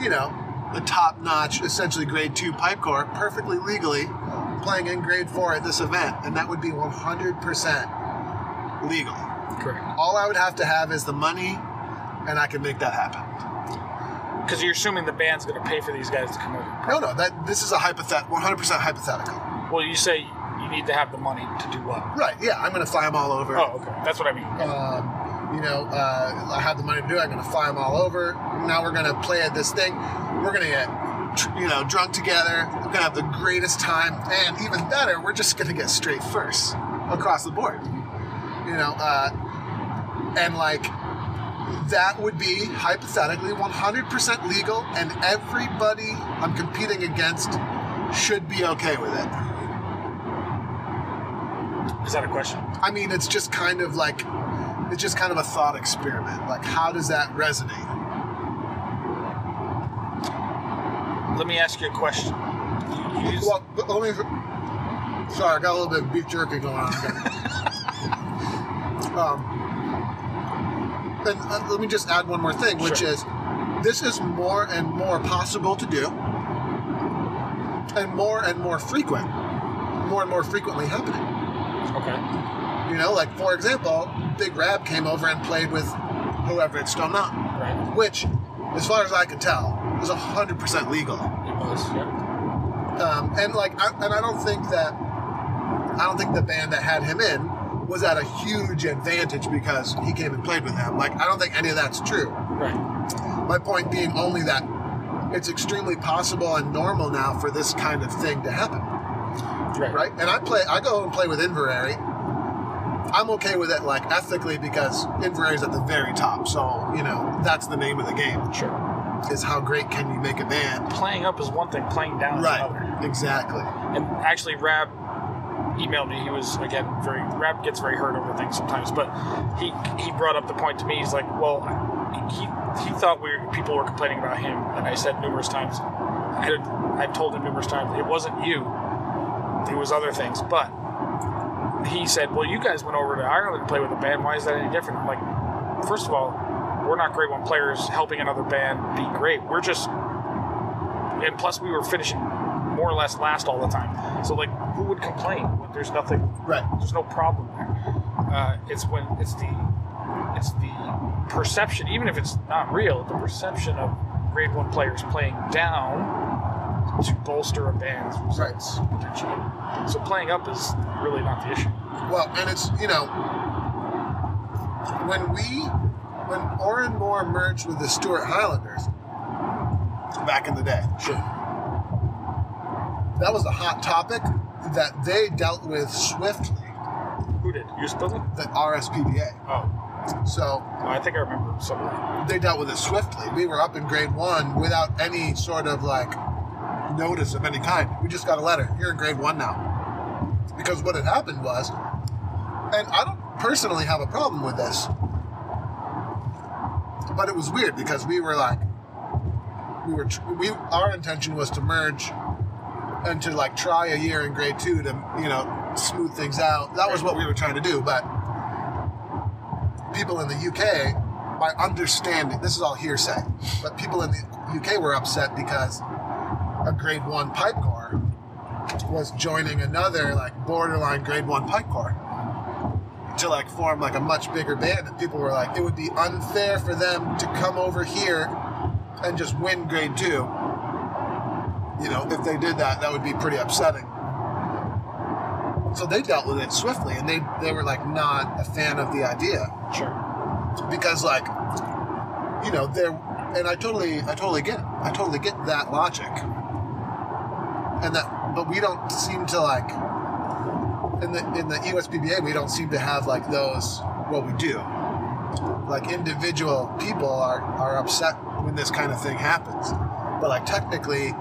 Speaker 3: you know, the top notch, essentially grade two pipe corps, perfectly legally playing in grade four at this event, and that would be 100% legal.
Speaker 2: Correct.
Speaker 3: All I would have to have is the money, and I can make that happen.
Speaker 2: Because you're assuming the band's going to pay for these guys to come over.
Speaker 3: No, no, that this is a hypothetical, 100% hypothetical.
Speaker 2: Well, you say you need to have the money to do what?
Speaker 3: Right? Yeah, I'm going to fly them all over.
Speaker 2: Oh, okay. That's what I mean.
Speaker 3: um, you know, uh, I have the money to do it. I'm going to fly them all over. Now we're going to play at this thing. We're going to get, tr- you know, drunk together. We're going to have the greatest time. And even better, we're just going to get straight first across the board. You know, uh, and like, that would be hypothetically 100% legal, and everybody I'm competing against should be okay with it.
Speaker 2: Is that a question?
Speaker 3: I mean, it's just kind of like it's just kind of a thought experiment. Like, how does that resonate?
Speaker 2: Let me ask you a question. You, you used-
Speaker 3: Well, but let me. Sorry, I got a little bit of beef jerky going on. Here. um, and uh, let me just add one more thing, which
Speaker 2: Sure.
Speaker 3: is this is more and more possible to do, and more and more frequent, more and more frequently happening.
Speaker 2: okay.
Speaker 3: You know, like for example, Big Rab came over and played with whoever at Stone Mountain,
Speaker 2: Right.
Speaker 3: which, as far as I could tell, was hundred percent legal.
Speaker 2: It was. Yeah.
Speaker 3: Um, and like, I, and I don't think that I don't think the band that had him in was at a huge advantage because he came and played with them. Like, I don't think any of that's true.
Speaker 2: Right.
Speaker 3: My point being only that it's extremely possible and normal now for this kind of thing to happen
Speaker 2: Right.
Speaker 3: right? And I play, I go and play with Inverary. I'm okay with it, like ethically, because Inverary's at the very top. So you know that's the name of the game:
Speaker 2: Sure.
Speaker 3: is how great can you make a band?
Speaker 2: Playing up is one thing. Playing down is
Speaker 3: Right.
Speaker 2: another.
Speaker 3: Exactly.
Speaker 2: And actually, Rab emailed me. He was again very Rab gets very hurt over things sometimes, but he he brought up the point to me. He's like, well, he he thought we were, people were complaining about him, and I said numerous times, I had I've told him numerous times it wasn't you. It was other things, but he said, well, you guys went over to Ireland to play with a band. Why is that any different? I'm like, first of all, we're not great when players helping another band be great. We're just and plus we were finishing more or less last all the time. So like, who would complain when there's nothing?
Speaker 3: Right.
Speaker 2: There's no problem there. Uh, it's when it's the it's the perception, even if it's not real, the perception of grade one players playing down to bolster a band's results potentially. So playing up is really not the issue.
Speaker 3: Well, and it's you know when we when Orin Moore merged with the Stuart Highlanders back in the day. Sure. That was a hot topic that they dealt with swiftly.
Speaker 2: Who did you split them?
Speaker 3: The RSPBA.
Speaker 2: Oh,
Speaker 3: So
Speaker 2: I think I remember some of that.
Speaker 3: they dealt with it swiftly. We were up in grade one without any sort of like notice of any kind. We just got a letter. You're in grade one now. Because what had happened was, and I don't personally have a problem with this, but it was weird because we were like, we were tr- we our intention was to merge and to like try a year in grade two to you know smooth things out. That was what we were trying to do, but people in the UK, by understanding, this is all hearsay, but people in the UK were upset because a grade one pipe corps was joining another like borderline grade one pipe corps to like form like a much bigger band. And people were like, it would be unfair for them to come over here and just win grade two. You know, if they did that, that would be pretty upsetting. So they dealt with it swiftly, and they they were like not a fan of the idea
Speaker 2: Sure.
Speaker 3: because like you know there and i totally i totally get it. i totally get that logic and that but we don't seem to like in the in the uspba we don't seem to have like those what we do like individual people are are upset when this kind of thing happens but like technically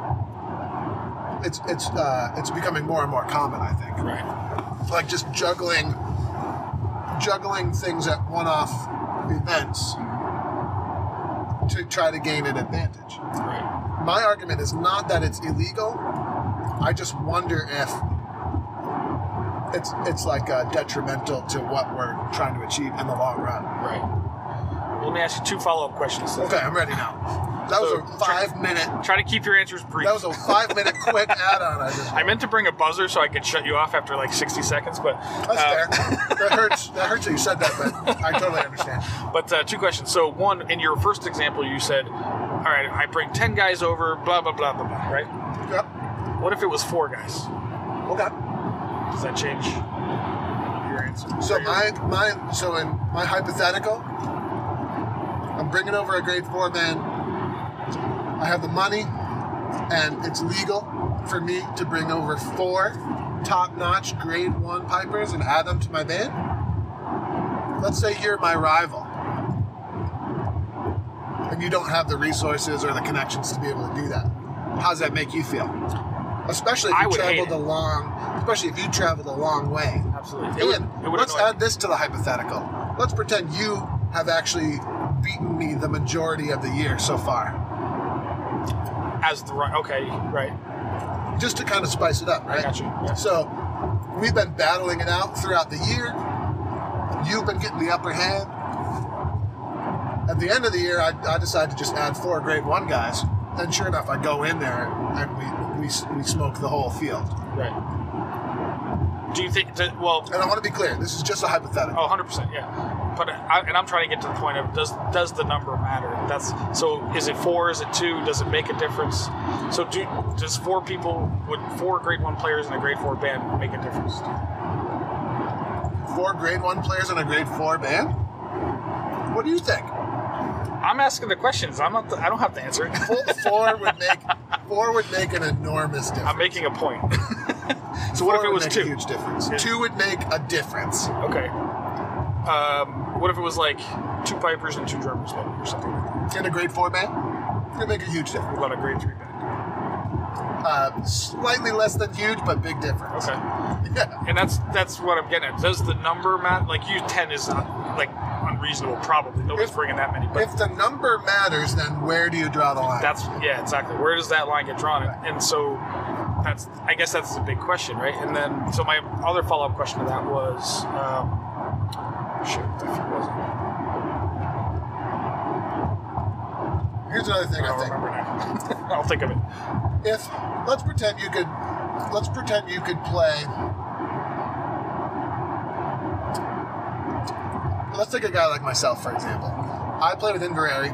Speaker 3: it's it's uh, it's becoming more and more common i think
Speaker 2: Right.
Speaker 3: like just juggling juggling things at one-off events to try to gain an advantage.
Speaker 2: Right.
Speaker 3: My argument is not that it's illegal. I just wonder if it's it's like uh, detrimental to what we're trying to achieve in the long run.
Speaker 2: Right. Let me ask you two follow up questions. to that.
Speaker 3: Okay, I'm ready now. That was
Speaker 2: So,
Speaker 3: a five-minute.
Speaker 2: Try to keep your answers brief.
Speaker 3: That was a five-minute quick add-on. I just.
Speaker 2: I meant to bring a buzzer so I could shut you off after like 60 seconds, but
Speaker 3: That's
Speaker 2: uh,
Speaker 3: fair. that hurts. That hurts that you said that, but I totally understand.
Speaker 2: But uh, two questions. So one, in your first example, you said, "All right, I bring ten guys over, blah blah blah blah blah." Right?
Speaker 3: Yep.
Speaker 2: What if it was four guys?
Speaker 3: Okay.
Speaker 2: Does that change your answer?
Speaker 3: So
Speaker 2: Or your-
Speaker 3: my my so in my hypothetical, I'm bringing over a grade four band. I have the money, and it's legal for me to bring over four top-notch grade one pipers and add them to my band. Let's say you're my rival, and you don't have the resources or the connections to be able to do that. How's that make you feel? Especially if
Speaker 2: I
Speaker 3: you
Speaker 2: would hate
Speaker 3: traveled
Speaker 2: it.
Speaker 3: a long, especially if you traveled a long way.
Speaker 2: absolutely. It would,
Speaker 3: And
Speaker 2: it would
Speaker 3: let's
Speaker 2: annoy me.
Speaker 3: add this to the hypothetical. Let's pretend you have actually beaten me the majority of the year so far,
Speaker 2: as the right. Okay, right.
Speaker 3: just to kind of spice it up, right?
Speaker 2: Gotcha. Yeah.
Speaker 3: So we've been battling it out throughout the year. You've been getting the upper hand. At the end of the year, I, I decide to just add four grade one guys, and sure enough, I go in there and we we, we smoke the whole field.
Speaker 2: Right. Do you think? That, well,
Speaker 3: And I want to be clear, this is just a hypothetical.
Speaker 2: Oh, 100 percent, yeah. But I, and I'm trying to get to the point of does does the number matter? That's so. Is it four? Is it two? Does it make a difference? So do does four people would four grade one players in a grade four band make a difference?
Speaker 3: Four grade one players in a grade four band. What do you think?
Speaker 2: I'm asking the questions. I'm not. The, I don't have to answer it.
Speaker 3: Four- four would make four would make an enormous difference.
Speaker 2: I'm making a point. so what
Speaker 3: Four
Speaker 2: if it
Speaker 3: would
Speaker 2: was
Speaker 3: make
Speaker 2: two?
Speaker 3: A huge difference.
Speaker 2: Yeah.
Speaker 3: Two would make a difference.
Speaker 2: Okay. Um, what if it was like two pipers and two drummers maybe, or something like that?
Speaker 3: In a grade four band, it'd make a huge difference.
Speaker 2: What about a grade three band?
Speaker 3: Uh, slightly less than huge, but big difference.
Speaker 5: Okay.
Speaker 3: Yeah.
Speaker 5: And that's that's what I'm getting at. Does the number matter? Like you ten is un, like unreasonable, probably. Nobody's
Speaker 3: If-
Speaker 5: bringing that many, but
Speaker 3: If the number matters, then where do you draw the line?
Speaker 5: that's yeah, exactly. Where does that line get drawn? And, and so that's I guess that's a big question, right? And then so my other follow up question to that was, um, shoot, I wasn't.
Speaker 3: Here's another thing I
Speaker 5: I don't
Speaker 3: think.
Speaker 5: remember now. I'll think of it.
Speaker 3: if let's pretend you could let's pretend you could play let's take a guy like myself for example i play with inverary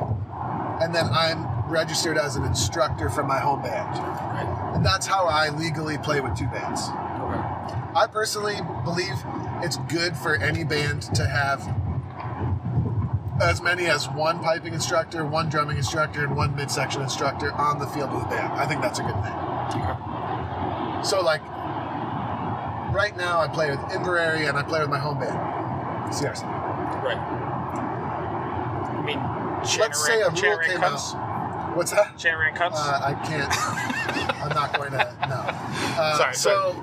Speaker 3: and then i'm registered as an instructor for my home band and that's how i legally play with two bands i personally believe it's good for any band to have as many as one piping instructor, one drumming instructor, and one midsection instructor on the field with the band. I think that's a good thing. So, like, right now I play with Inverary and I play with my home band, CRC.
Speaker 5: Right. I mean,
Speaker 3: Let's say a
Speaker 5: Chanarant-
Speaker 3: rule
Speaker 5: Chanarant
Speaker 3: came
Speaker 5: cunts.
Speaker 3: out. What's that?
Speaker 5: Chanarant cunts.
Speaker 3: Uh, I can't. I'm not going to. No. Uh,
Speaker 5: Sorry,
Speaker 3: So,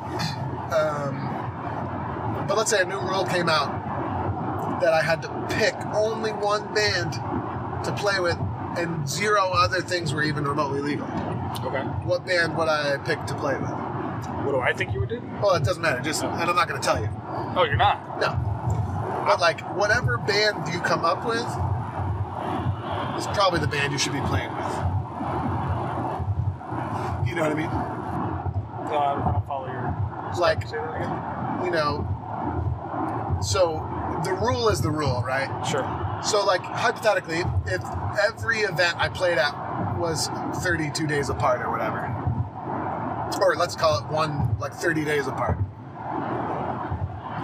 Speaker 3: um, but let's say a new rule came out that I had to pick only one band to play with, and zero other things were even remotely legal.
Speaker 5: okay.
Speaker 3: What band would I pick to play with?
Speaker 5: What do I think you would do?
Speaker 3: Well, it doesn't matter. Just, and I'm not going to tell you.
Speaker 5: Oh, you're not.
Speaker 3: No. But like whatever band you come up with is probably the band you should be playing with. You know what I mean?
Speaker 5: Uh, I don't follow your.
Speaker 3: Like,
Speaker 5: Say that again.
Speaker 3: you know. So the rule is the rule, right?
Speaker 5: Sure.
Speaker 3: So like hypothetically, if every event I played at was 32 days apart or whatever. Or let's call it one like 30 days apart.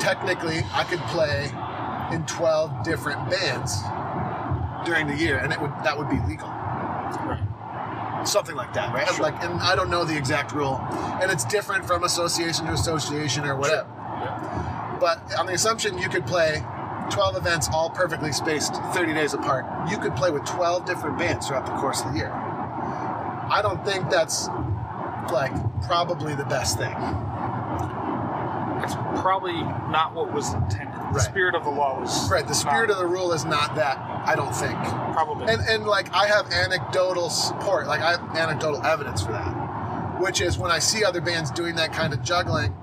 Speaker 3: Technically, I could play in 12 different bands during the year and it would that would be legal. Something like that, right?
Speaker 5: Sure.
Speaker 3: Like, and I don't know the exact rule, and it's different from association to association or whatever. But on the assumption you could play 12 events all perfectly spaced 30 days apart, you could play with 12 different bands throughout the course of the year. I don't think that's like probably the best thing.
Speaker 5: That's probably not what was intended. The
Speaker 3: Right.
Speaker 5: spirit of the law was
Speaker 3: Right, the spirit of the rule is not that, I don't think.
Speaker 5: probably.
Speaker 3: And and like I have anecdotal support, like I have anecdotal evidence for that, which is when I see other bands doing that kind of juggling,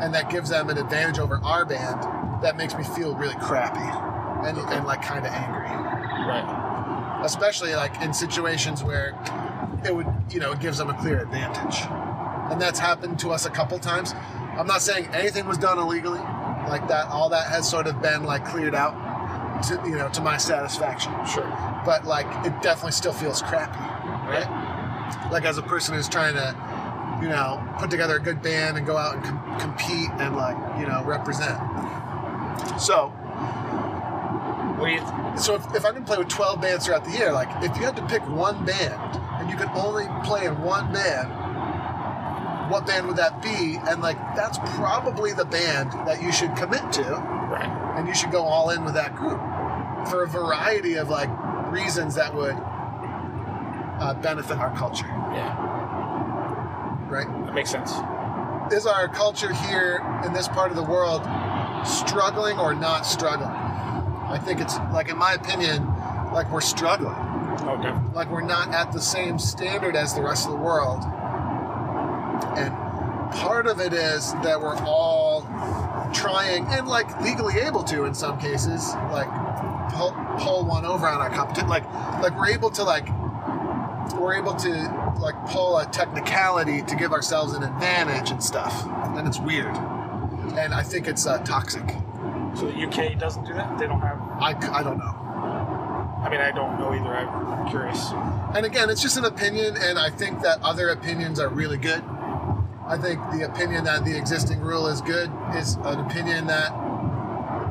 Speaker 3: and that gives them an advantage over our band. That makes me feel really crappy, and and like kind of angry,
Speaker 5: right.
Speaker 3: especially like in situations where it would you know it gives them a clear advantage, and that's happened to us a couple times. I'm not saying anything was done illegally, like that. All that has sort of been like cleared out, to you know to my satisfaction
Speaker 5: Sure.
Speaker 3: but like it definitely still feels crappy, right? Like as a person who's trying to, you know, put together a good band and go out and com- compete and like you know represent. So,
Speaker 5: What do you? Th-
Speaker 3: so if, if I can play with twelve bands throughout the year, like if you had to pick one band and you could only play in one band, what band would that be? And like that's probably the band that you should commit to
Speaker 5: right.
Speaker 3: and you should go all in with that group for a variety of like reasons that would uh, benefit our culture
Speaker 5: Yeah.
Speaker 3: right
Speaker 5: That makes sense.
Speaker 3: is our culture here in this part of the world struggling or not struggling i think it's like in my opinion like we're struggling
Speaker 5: Okay.
Speaker 3: like we're not at the same standard as the rest of the world and part of it is that we're all trying and like legally able to in some cases like pull, pull one over on our competition like like we're able to like we're able to like pull a technicality to give ourselves an advantage and stuff and it's weird and i think it's uh, toxic
Speaker 5: So the UK doesn't do that. They don't have.
Speaker 3: I, c- I don't know
Speaker 5: I mean, I don't know either. I'm curious.
Speaker 3: And again, it's just an opinion, and I think that other opinions are really good. I think the opinion that the existing rule is good is an opinion that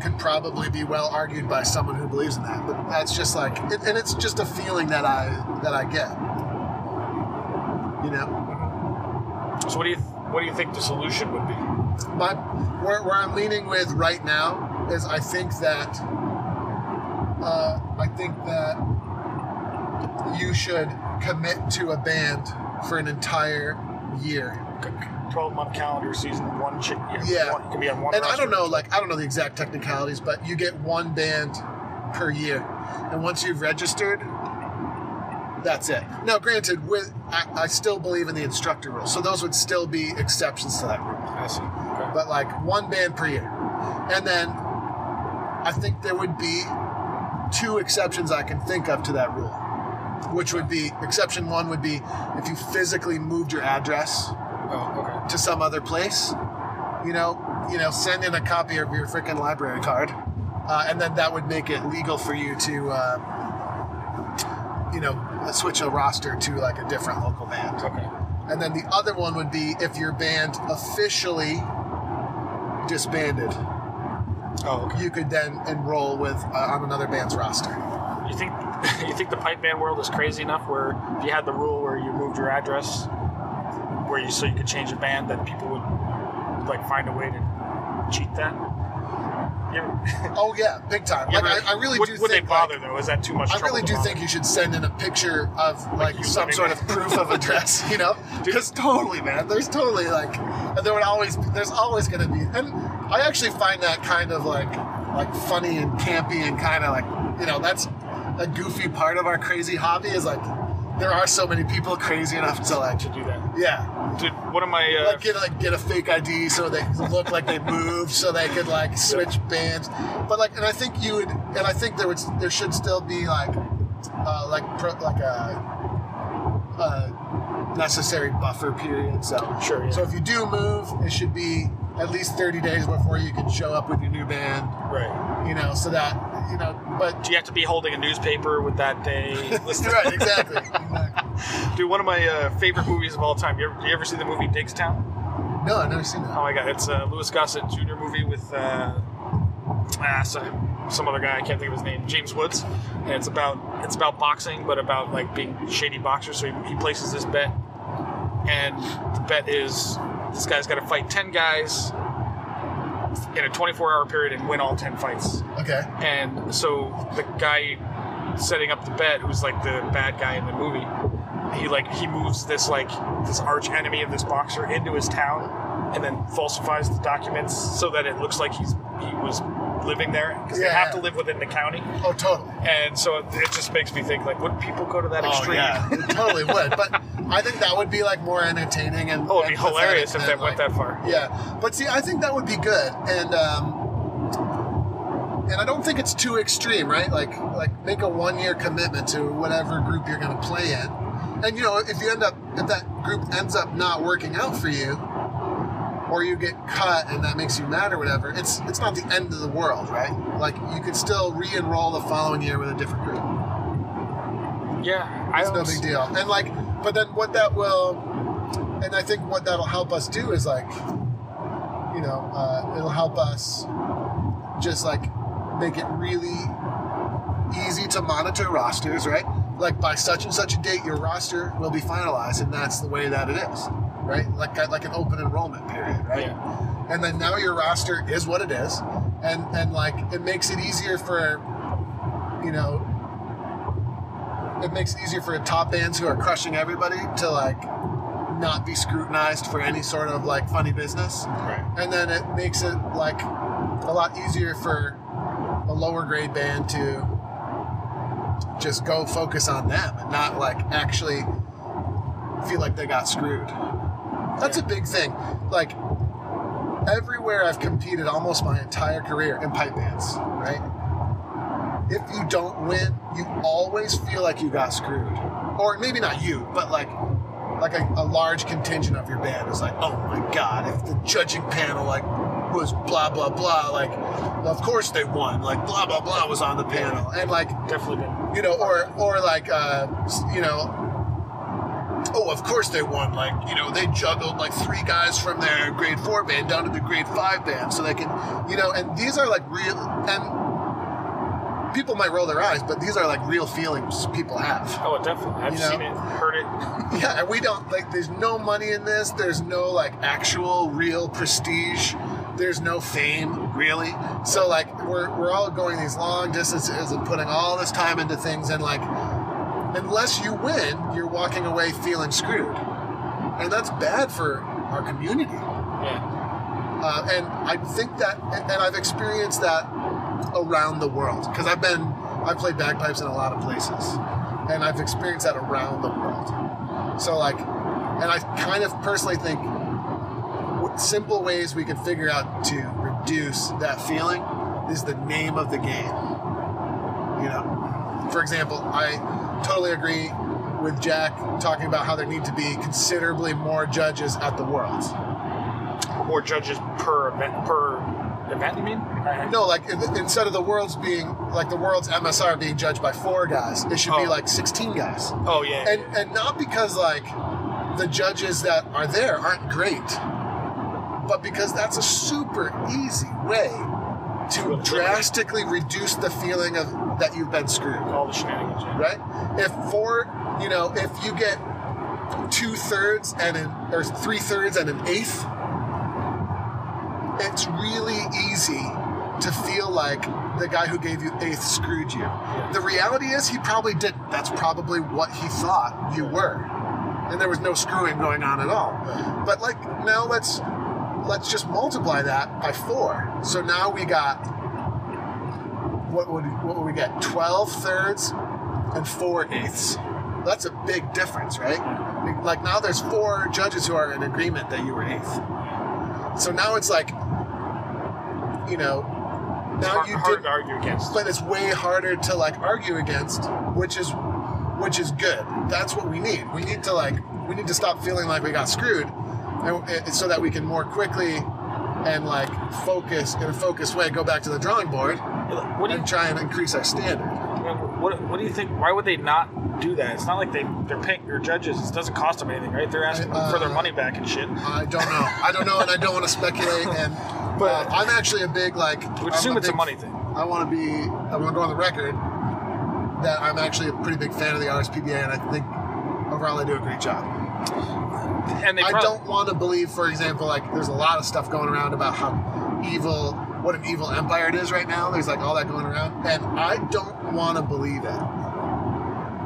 Speaker 3: could probably be well argued by someone who believes in that. But that's just like, it, and it's just a feeling that I that I get. You know,
Speaker 5: So what do you? Th- what do you think the solution would be?
Speaker 3: my where, where I'm leaning with right now is I think that uh, I think that you should commit to a band for an entire year.
Speaker 2: 12 month calendar season, one chick. Yeah.
Speaker 3: Yeah.
Speaker 2: One, you can be on one.
Speaker 3: And I
Speaker 2: roster.
Speaker 3: don't know, like I don't know the exact technicalities, but you get one band per year, and once you've registered, that's it. Now, granted, with I, I still believe in the instructor rule, so those would still be exceptions to that rule.
Speaker 2: I see. Okay.
Speaker 3: But like one band per year, and then I think there would be two exceptions I can think of to that rule, which would be exception one would be if you physically moved your address
Speaker 2: Oh, okay.
Speaker 3: to some other place, you know, you know, send in a copy of your freaking library card, uh, and then that would make it legal for you to, uh, you know, switch a roster to like a different local band.
Speaker 2: Okay.
Speaker 3: And then the other one would be if your band officially disbanded,
Speaker 2: Oh, okay.
Speaker 3: you could then enroll with uh, on another band's roster.
Speaker 2: You think you think the pipe band world is crazy enough where if you had the rule where you moved your address, where you so you could change a band, that people would like find a way to cheat that. You ever-
Speaker 3: Oh yeah, big time.
Speaker 2: you
Speaker 3: Like,
Speaker 2: ever-
Speaker 3: I, I really
Speaker 2: would,
Speaker 3: do
Speaker 2: Would
Speaker 3: think
Speaker 2: they bother
Speaker 3: like,
Speaker 2: though? Is that too much?
Speaker 3: I
Speaker 2: trouble
Speaker 3: really
Speaker 2: to
Speaker 3: do
Speaker 2: bother?
Speaker 3: think you should send in a picture of like,
Speaker 2: you
Speaker 3: some
Speaker 2: living
Speaker 3: sort of
Speaker 2: there.
Speaker 3: proof of address, you know? Because totally, man. There's totally like, and there would always there's always gonna be, and I actually find that kind of like like funny and campy and kind of like you know that's a goofy part of our crazy hobby is like there are so many people crazy enough to like
Speaker 2: to do that.
Speaker 3: yeah
Speaker 2: Dude, one of my uh,
Speaker 3: like get like get a fake ID so they look like they moved, so they could like switch bands. But like, and I think you would, and I think there would there should still be like, uh, like pro, like a, a necessary buffer period. So
Speaker 2: Sure, yeah.
Speaker 3: So if you do move, it should be at least thirty days before you can show up with your new band.
Speaker 2: right.
Speaker 3: You know, so that you know, but.
Speaker 2: Do you have to be holding a newspaper with that day? listed?
Speaker 3: Right, exactly. exactly.
Speaker 2: Dude, one of my uh, favorite movies of all time. You ever, you ever see the movie Digstown?
Speaker 3: No, I've never seen
Speaker 2: Oh
Speaker 3: that.
Speaker 2: my god, it's a Louis Gossett Jr. movie with uh, ah, some, some other guy. I can't think of his name. James Woods, and it's about it's about boxing, but about like being shady boxers. So he, he places this bet, and the bet is this guy's got to fight ten guys in a 24-hour period and win all 10 fights.
Speaker 3: Okay.
Speaker 2: And so the guy setting up the bet, who's like the bad guy in the movie, he like he moves this like this arch enemy of this boxer into his town, and then falsifies the documents so that it looks like he's he was living there because they
Speaker 3: Yeah.
Speaker 2: have to live within the county.
Speaker 3: Oh, totally.
Speaker 2: And so it, it just makes me think like, would people go to
Speaker 3: Oh,
Speaker 2: that extreme?
Speaker 3: it totally would. But I think that would be like more entertaining and.
Speaker 2: Oh, it'd be
Speaker 3: and pathetic
Speaker 2: hilarious if
Speaker 3: than,
Speaker 2: that went
Speaker 3: like-
Speaker 2: that far.
Speaker 3: Yeah, but see, I think that would be good, and um, and I don't think it's too extreme, right? Like like make a one year commitment to whatever group you're going to play in, and you know if you end up if that group ends up not working out for you. Or you get cut and that makes you mad or whatever. It's it's not the end of the world, right? Like you could still re-enroll the following year with a different group.
Speaker 2: Yeah, I
Speaker 3: It's no
Speaker 2: always-
Speaker 3: big deal. And like, but then what that will, and I think what that'll help us do is like, you know, uh, it'll help us just like make it really easy to monitor rosters, right? Like by such and such a date, your roster will be finalized, and that's the way that it is, right? Like like an open enrollment period, right?
Speaker 2: Yeah.
Speaker 3: and then now your roster is what it is and and like it makes it easier for you know it makes it easier for top bands who are crushing everybody to like not be scrutinized for any sort of like funny business
Speaker 2: Right.
Speaker 3: and then it makes it like a lot easier for a lower grade band to just go focus on them and not like actually feel like they got screwed. That's a big thing. Like everywhere I've competed almost my entire career in pipe bands, right? If you don't win, you always feel like you got screwed. Or maybe not you, but like like a, a large contingent of your band is like, oh my god, if the judging panel like was blah blah blah, like of course they won, like blah blah blah was on the panel, and like
Speaker 2: Definitely been.
Speaker 3: you know, or or like uh, s- you know, oh, of course they won. Like you know, they juggled like three guys from their grade four band down to the grade five band, so they can, you know, and these are like real and people might roll their eyes, but these are like real feelings people have.
Speaker 2: Oh, definitely. I've
Speaker 3: You know?
Speaker 2: seen it, heard it.
Speaker 3: Yeah, and we don't like. There's no money in this. There's no like actual real prestige. There's no fame really. So like we're we're all going these long distances and putting all this time into things, and like unless you win, you're walking away feeling screwed. and that's bad for our community.
Speaker 2: Yeah.
Speaker 3: Uh, and I think that, and I've experienced that around the world because I've been, I've played bagpipes in a lot of places, and I've experienced that around the world. So like, and I kind of personally think w- simple ways we can figure out to reduce that feeling is the name of the game. You know, for example, I totally agree with Jack talking about how there need to be considerably more judges at the Worlds.
Speaker 2: More judges per event. Per event, you mean? I-
Speaker 3: No, like in- instead of the world's being like the world's MSR being judged by four guys, it should be
Speaker 2: Oh.
Speaker 3: like sixteen guys,
Speaker 2: oh yeah.
Speaker 3: and and not because like the judges that are there aren't great, but because that's a super easy way to
Speaker 2: eliminate.
Speaker 3: drastically reduce the feeling of that you've been screwed
Speaker 2: all the shenanigans. Yeah.
Speaker 3: right? If four, you know, if you get two thirds and an or three thirds and an eighth, it's really easy to feel like the guy who gave you eighth screwed you. The reality is he probably didn't. That's probably what he thought you were. And there was no screwing going on at all. But like now let's let's just multiply that by four. So now we got what would what would we get? Twelve thirds and four eighths. That's a big difference, right? I mean, Like now there's four judges who are in agreement that you were eighth. So now it's like, you know, now
Speaker 2: Hard,
Speaker 3: you
Speaker 2: hard
Speaker 3: did,
Speaker 2: to argue against.
Speaker 3: but it's way harder to like argue against, which is which is good. That's what we need. We need to like we need to stop feeling like we got screwed, and, and so that we can more quickly and like focus in a focused way go back to the drawing board
Speaker 2: what do you
Speaker 3: and try and increase our standard.
Speaker 2: I mean, What, what do you think? Why would they not do that? It's not like they they're paying their judges. It doesn't cost them anything, right? They're asking them for their
Speaker 3: Uh,
Speaker 2: money back and shit.
Speaker 3: I don't know. I don't know, and I don't want to speculate. And
Speaker 2: But-
Speaker 3: but I'm actually a big like.
Speaker 2: I
Speaker 3: I'm
Speaker 2: would assume it's a
Speaker 3: big-
Speaker 2: money thing.
Speaker 3: I want to be. I want to go on the record that I'm actually a pretty big fan of the RSPBA, and I think overall they do a great job.
Speaker 2: And they
Speaker 3: I
Speaker 2: prob-
Speaker 3: don't want to believe, for example, like there's a lot of stuff going around about how evil, what an evil empire it is right now. There's like all that going around, and I don't want to believe it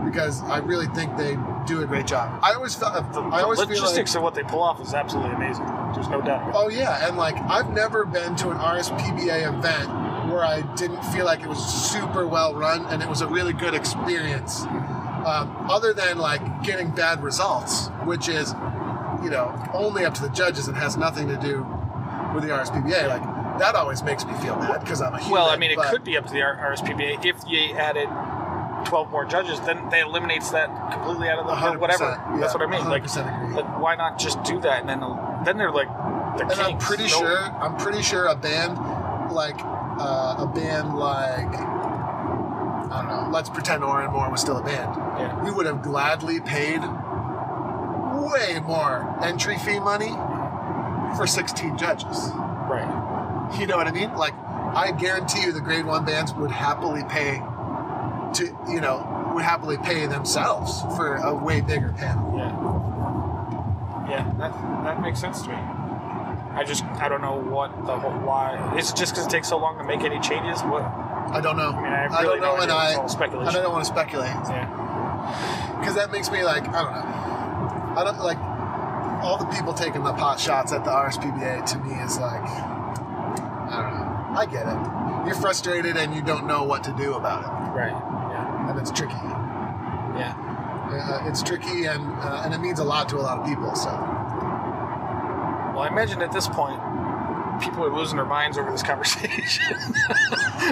Speaker 3: because I really think they do a great job. I always felt,
Speaker 2: The,
Speaker 3: I
Speaker 2: the
Speaker 3: always feel like,
Speaker 2: logistics of what they pull off is absolutely amazing. There's no doubt. about
Speaker 3: oh yeah, and like I've never been to an RSPBA event where I didn't feel like it was super well run and it was a really good experience. Um, other than like getting bad results, which is you know, only up to the judges and has nothing to do with the RSPBA. Like that always makes me feel bad because I'm a
Speaker 2: it.
Speaker 3: human.
Speaker 2: Well, I mean, it
Speaker 3: but-
Speaker 2: could be up to the R- RSPBA if you added 12 more judges. Then that eliminates that completely out of the
Speaker 3: 100%,
Speaker 2: whatever.
Speaker 3: yeah,
Speaker 2: That's what I mean. Like,
Speaker 3: 100% agree.
Speaker 2: like, why not just do that? And then then they're like, the
Speaker 3: and I'm
Speaker 2: kings.
Speaker 3: pretty
Speaker 2: No-
Speaker 3: sure I'm pretty sure a band like uh, a band like I don't know. Let's pretend Orin Moore was still a band.
Speaker 2: Yeah.
Speaker 3: We would have gladly paid way more entry fee money for 16 judges.
Speaker 2: Right.
Speaker 3: You know what I mean? Like, I guarantee you the grade one bands would happily pay to, you know, would happily pay themselves for a way bigger panel.
Speaker 2: Yeah. Yeah, that, that makes sense to me. I just, I don't know what the whole, why. Is it just because it takes so long to make any changes? What?
Speaker 3: I don't know.
Speaker 2: I mean, I really
Speaker 3: don't know,
Speaker 2: no idea. It's
Speaker 3: and I
Speaker 2: all
Speaker 3: and
Speaker 2: speculation.
Speaker 3: I don't want to speculate
Speaker 2: yeah.
Speaker 3: because that makes me like I don't know. I don't like all the people taking the pot shots at the RSPBA. To me, is like I don't know. I get it. You're frustrated and you don't know what to do about
Speaker 2: Right. Yeah.
Speaker 3: it, and it's tricky.
Speaker 2: Yeah.
Speaker 3: Uh, it's tricky, and uh, and it means a lot to a lot of people. So.
Speaker 2: Well, I imagine at this point, people are losing their minds over this conversation.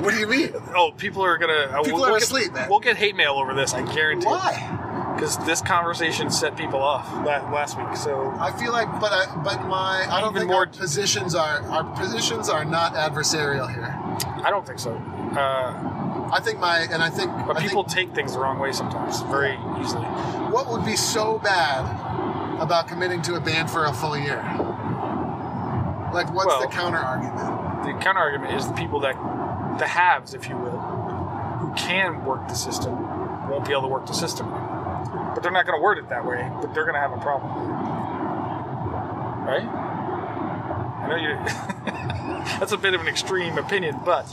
Speaker 3: What do you mean?
Speaker 2: oh, people are gonna. uh,
Speaker 3: People
Speaker 2: we'll,
Speaker 3: are
Speaker 2: we'll
Speaker 3: asleep,
Speaker 2: Get,
Speaker 3: man.
Speaker 2: We'll get hate mail over this. I guarantee.
Speaker 3: Why?
Speaker 2: Because this conversation set people off la- last week. So
Speaker 3: I feel like, but I, but my, I don't
Speaker 2: Even
Speaker 3: think
Speaker 2: more-
Speaker 3: our positions are our positions are not adversarial here.
Speaker 2: I don't think so. Uh,
Speaker 3: I think my, and I think,
Speaker 2: but
Speaker 3: I
Speaker 2: people take things the wrong way sometimes, very easily.
Speaker 3: think what would be so bad about committing to a ban for a full year? Like, what's
Speaker 2: Well-
Speaker 3: the counter argument?
Speaker 2: The counter argument is the people that, the haves, if you will, who can work the system, won't be able to work the system. But they're not going to word it that way. But they're going to have a problem, right? I know you. That's a bit of an extreme opinion, but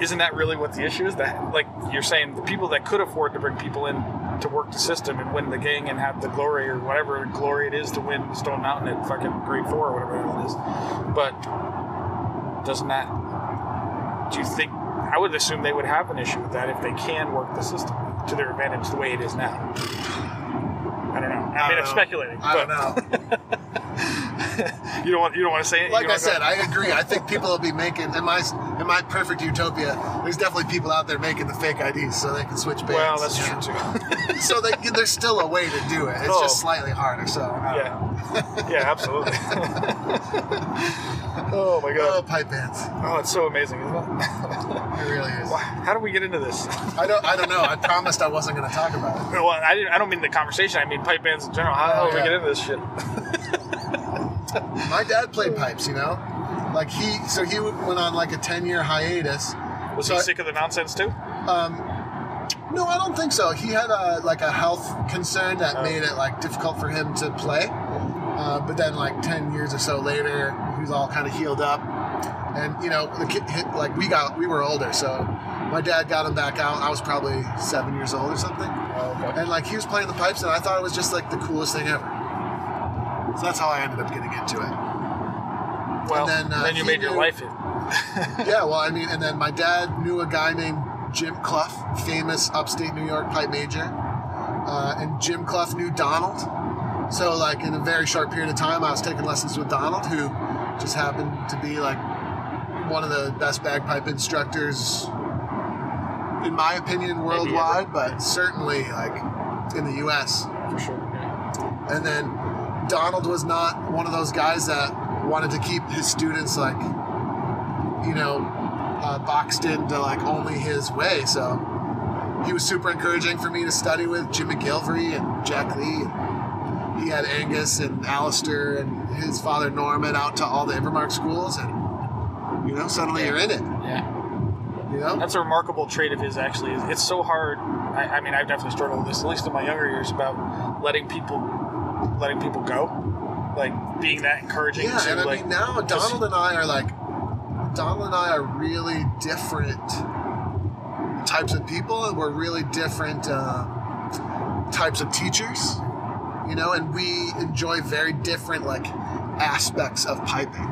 Speaker 2: isn't that really what the issue is? That like you're saying, the people that could afford to bring people in to work the system and win the gang and have the glory or whatever glory it is to win Stone Mountain at fucking grade four or whatever the hell it is. But doesn't that? Do you think? I would assume they would have an issue with that if they can work the system to their advantage the way it is now. I don't know. I,
Speaker 3: I
Speaker 2: mean,
Speaker 3: don't
Speaker 2: I'm
Speaker 3: know.
Speaker 2: speculating.
Speaker 3: I don't
Speaker 2: but-
Speaker 3: know.
Speaker 2: You don't want. You don't want to say it. You
Speaker 3: Like
Speaker 2: don't
Speaker 3: I
Speaker 2: wanna go-
Speaker 3: said, I agree. I think people will be making in my in my perfect utopia. There's definitely people out there making the fake IDs so they can switch bands.
Speaker 2: Well, that's true too.
Speaker 3: so they, there's still a way to do it. It's
Speaker 2: Oh.
Speaker 3: just slightly harder. So uh, I don't know.
Speaker 2: Yeah. Yeah, absolutely. oh my
Speaker 3: Oh,
Speaker 2: god.
Speaker 3: pipe bands.
Speaker 2: Oh, it's so amazing, isn't it?
Speaker 3: It really is.
Speaker 2: Wow, How did we get into this?
Speaker 3: I don't. I don't know. I promised I wasn't going to talk about it.
Speaker 2: Well, I, didn't, I don't mean the conversation. I mean pipe bands in general. How the hell did
Speaker 3: Yeah.
Speaker 2: we get into this shit?
Speaker 3: My dad played pipes. You know, like he. So he went on like a ten-year hiatus.
Speaker 2: Was
Speaker 3: So I-
Speaker 2: he sick of the nonsense too?
Speaker 3: No, I don't think so. He had a like a health concern that
Speaker 2: Oh.
Speaker 3: made it like difficult for him to play. Uh, but then, like ten years or so later, he was all kind of healed up, and you know, the kid hit, like we got we were older, so my dad got him back out. I was probably seven years old or something, and like he was playing the pipes, and I thought it was just like the coolest thing ever. So that's how I ended up getting into it.
Speaker 2: Well,
Speaker 3: then,
Speaker 2: then,
Speaker 3: uh,
Speaker 2: you
Speaker 3: he
Speaker 2: made your
Speaker 3: knew-
Speaker 2: life it.
Speaker 3: Yeah, well, I mean, and then my dad knew a guy named Jim Clough, famous upstate New York pipe major, uh, and Jim Clough knew Donald. So, like, in a very short period of time, I was taking lessons with Donald, who just happened to be like one of the best bagpipe instructors, in my opinion, worldwide, but certainly like in the U.S.
Speaker 2: For sure. Yeah.
Speaker 3: And then Donald was not one of those guys that wanted to keep his students like, you know, uh, boxed into like only his way. So he was super encouraging for me to study with Jim McGilvery and Jack Lee. He had Angus and Alistair and his father Norman out to all the Evermark schools, and you know, suddenly you're in it.
Speaker 2: yeah.
Speaker 3: You know,
Speaker 2: That's a remarkable trait of his, actually. is It's so hard. I, I mean, I've definitely struggled with this, at least in my younger years, about letting people letting people go. Like, being that encouraging
Speaker 3: yeah.
Speaker 2: to,
Speaker 3: And I
Speaker 2: like,
Speaker 3: mean, now
Speaker 2: just-
Speaker 3: Donald and I are like, Donald and I are really different types of people, and we're really different uh, types of teachers, you know, and we enjoy very different, like, aspects of piping.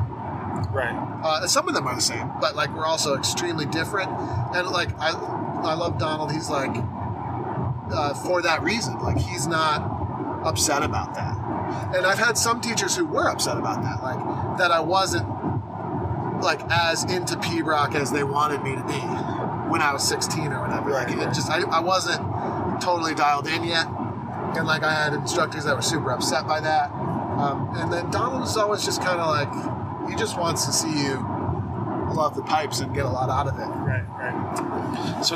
Speaker 2: Right.
Speaker 3: Uh, some of them are the same, but, like, we're also extremely different. And, like, I, I love Donald. He's, like, uh, for that reason. Like, he's not upset about that. And I've had some teachers who were upset about that, like, that I wasn't like as into P Rock as they wanted me to be when I was 16 or whatever. Like it just I, I wasn't totally dialed in yet, and like I had instructors that were super upset by that. Um, and then Donald is always just kind of like he just wants to see you love the pipes and get a lot out of it.
Speaker 2: Right, right. So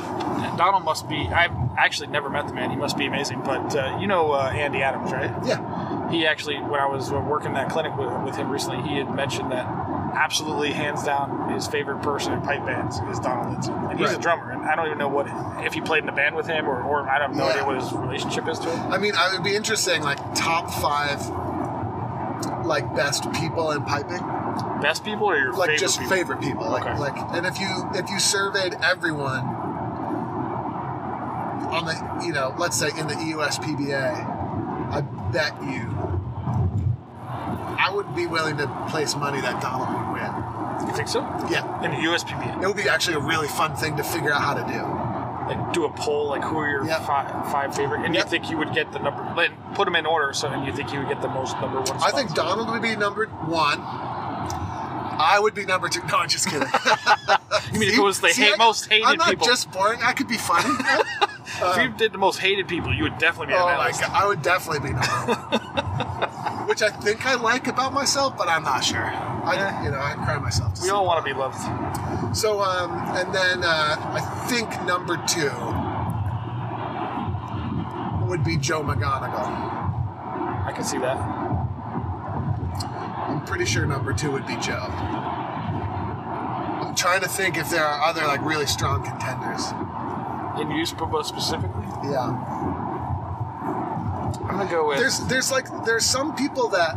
Speaker 2: Donald must be. I've actually never met the man. He must be amazing. But uh, you know uh, Andy Adams, right?
Speaker 3: Yeah,
Speaker 2: He actually, when I was uh, working that clinic with, with him recently, he had mentioned that absolutely, hands down, his favorite person in pipe bands is Donald Lindsay, and he's
Speaker 3: Right.
Speaker 2: a drummer. And I don't even know what if he played in the band with him, or, or I have no
Speaker 3: Yeah.
Speaker 2: idea what his relationship is to him.
Speaker 3: I mean, I would be interesting like top five like best people in piping.
Speaker 2: Best people or your
Speaker 3: like
Speaker 2: favorite
Speaker 3: just
Speaker 2: people?
Speaker 3: favorite people like
Speaker 2: Okay.
Speaker 3: like and if you if you surveyed everyone on the you know let's say in the EUSPBA I bet you I would be willing to place money that Donald would win
Speaker 2: You think so?
Speaker 3: yeah
Speaker 2: In the USPB,
Speaker 3: it would be actually a really fun thing to figure out how to do
Speaker 2: like do a poll, like who are your
Speaker 3: Yep.
Speaker 2: five, five favorite, and
Speaker 3: Yep.
Speaker 2: you think you would get the number, like, put them in order, so and you think you would get the most number one.
Speaker 3: I
Speaker 2: spots.
Speaker 3: think Donald would be number one I would be number two no I'm just kidding
Speaker 2: You mean if it was the
Speaker 3: See,
Speaker 2: ha-
Speaker 3: I-
Speaker 2: most hated
Speaker 3: I'm not
Speaker 2: people?
Speaker 3: just boring I could be funny
Speaker 2: if you did the most hated people, you would definitely be
Speaker 3: Oh
Speaker 2: on that
Speaker 3: my
Speaker 2: list.
Speaker 3: god, I would definitely be number one. Which I think I like about myself, but I'm not sure. I, you know, I cry myself. To
Speaker 2: We
Speaker 3: sleep.
Speaker 2: all want to be loved.
Speaker 3: so, um, and then uh, I think number two would be Joe McGonigal.
Speaker 2: I can see that.
Speaker 3: I'm pretty sure number two would be Joe. I'm trying to think if there are other like really strong contenders.
Speaker 2: In Yuspaba specifically,
Speaker 3: Yeah,
Speaker 2: I'm gonna go with.
Speaker 3: there's there's like there's some people that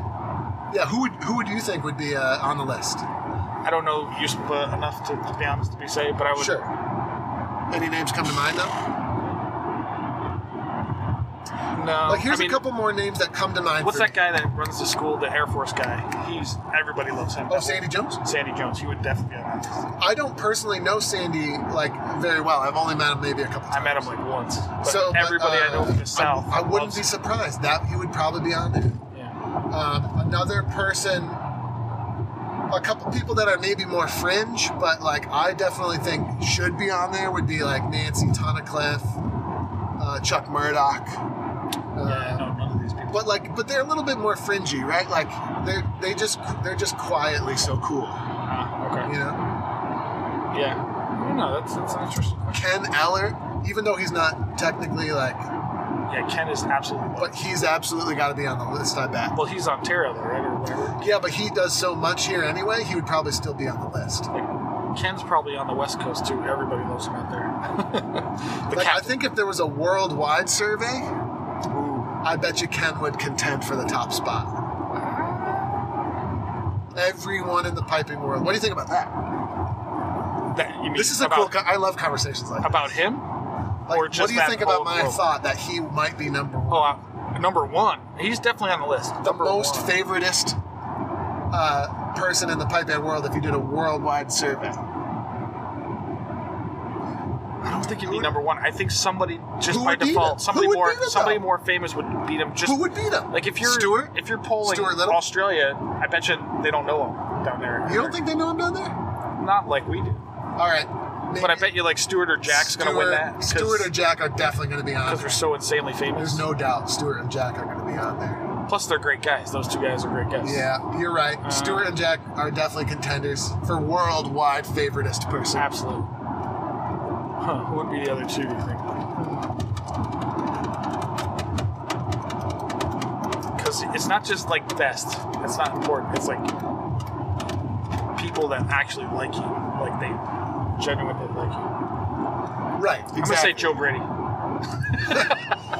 Speaker 3: yeah who would who would you think would be uh, on the list?
Speaker 2: I don't know Yuspaba enough to, to be honest to be safe, but I would. Um,
Speaker 3: Sure. Any names come to mind though?
Speaker 2: No.
Speaker 3: Like, here's
Speaker 2: I mean,
Speaker 3: a couple more names that come to mind.
Speaker 2: What's
Speaker 3: for-
Speaker 2: that guy that runs the school, the Air Force guy? He's everybody loves him.
Speaker 3: Oh, Sandy Jones.
Speaker 2: Sandy Jones. He would definitely be on that. list.
Speaker 3: I don't personally know Sandy like very well. I've only met him maybe a couple times.
Speaker 2: I met him like once. But
Speaker 3: so but,
Speaker 2: everybody I know
Speaker 3: uh,
Speaker 2: from the south.
Speaker 3: I, I wouldn't
Speaker 2: loves
Speaker 3: be
Speaker 2: him.
Speaker 3: surprised that he would probably be on there.
Speaker 2: Yeah.
Speaker 3: Um, another person, a couple people that are maybe more fringe, but like I definitely think should be on there would be like Nancy Tunnicliffe, uh, Chuck Murdoch.
Speaker 2: yeah.
Speaker 3: Uh,
Speaker 2: No, none of these people.
Speaker 3: but like, but they're a little bit more fringy, right? Like they they just they're just quietly so cool,
Speaker 2: Ah, okay.
Speaker 3: you know.
Speaker 2: Yeah. I don't know. That's, that's an interesting question.
Speaker 3: Ken Eller, even though he's not technically like,
Speaker 2: Yeah, Ken is absolutely. loved.
Speaker 3: but he's absolutely got to be on the list. I bet.
Speaker 2: well, he's Ontario though, right? Or whatever.
Speaker 3: Yeah, but he does so much here anyway. He would probably still be on the list.
Speaker 2: Ken's probably on the West Coast too. Everybody loves him out there. the
Speaker 3: Like, I
Speaker 2: captain.
Speaker 3: think if there was a worldwide survey,
Speaker 2: Ooh.
Speaker 3: I bet you Ken would contend for the top spot. Everyone in the piping world. What do you think about that?
Speaker 2: That, you mean
Speaker 3: This is a
Speaker 2: about,
Speaker 3: cool. Co- I love conversations like that.
Speaker 2: about him.
Speaker 3: Like,
Speaker 2: or
Speaker 3: what
Speaker 2: just
Speaker 3: do you
Speaker 2: that
Speaker 3: think about
Speaker 2: whole
Speaker 3: my
Speaker 2: world?
Speaker 3: thought that he might be number one?
Speaker 2: Oh, uh, number one. He's definitely on the list.
Speaker 3: the
Speaker 2: number
Speaker 3: most
Speaker 2: one.
Speaker 3: favoritist uh, person in the pipe band world if you did a worldwide survey.
Speaker 2: I don't think he'd be number one. I think somebody just
Speaker 3: Who
Speaker 2: by
Speaker 3: would beat him?
Speaker 2: default,
Speaker 3: Who
Speaker 2: somebody
Speaker 3: would
Speaker 2: more,
Speaker 3: beat him,
Speaker 2: somebody
Speaker 3: though?
Speaker 2: more famous would beat him. Just
Speaker 3: Who would beat him?
Speaker 2: like if you're
Speaker 3: Stewart?
Speaker 2: if you're polling
Speaker 3: Stuart Little?
Speaker 2: Australia, I bet you they don't know him down there.
Speaker 3: You don't think they know him down there?
Speaker 2: Not like we do.
Speaker 3: All right.
Speaker 2: But I bet you like Stewart or Jack's gonna win that
Speaker 3: Stewart or Jack are definitely going to be on.
Speaker 2: because we're so insanely famous.
Speaker 3: There's no doubt Stewart and Jack are going to be on there.
Speaker 2: Plus, they're great guys. Those two guys are great guys.
Speaker 3: Yeah, you're right.
Speaker 2: Uh,
Speaker 3: Stewart and Jack are definitely contenders for worldwide favoritist person.
Speaker 2: absolute. Huh, who would be the other two? Do you think? Because it's not just like best. It's not important. It's like people that actually like you, like they genuinely like you.
Speaker 3: Right. Exactly.
Speaker 2: I'm gonna say Joe Brady.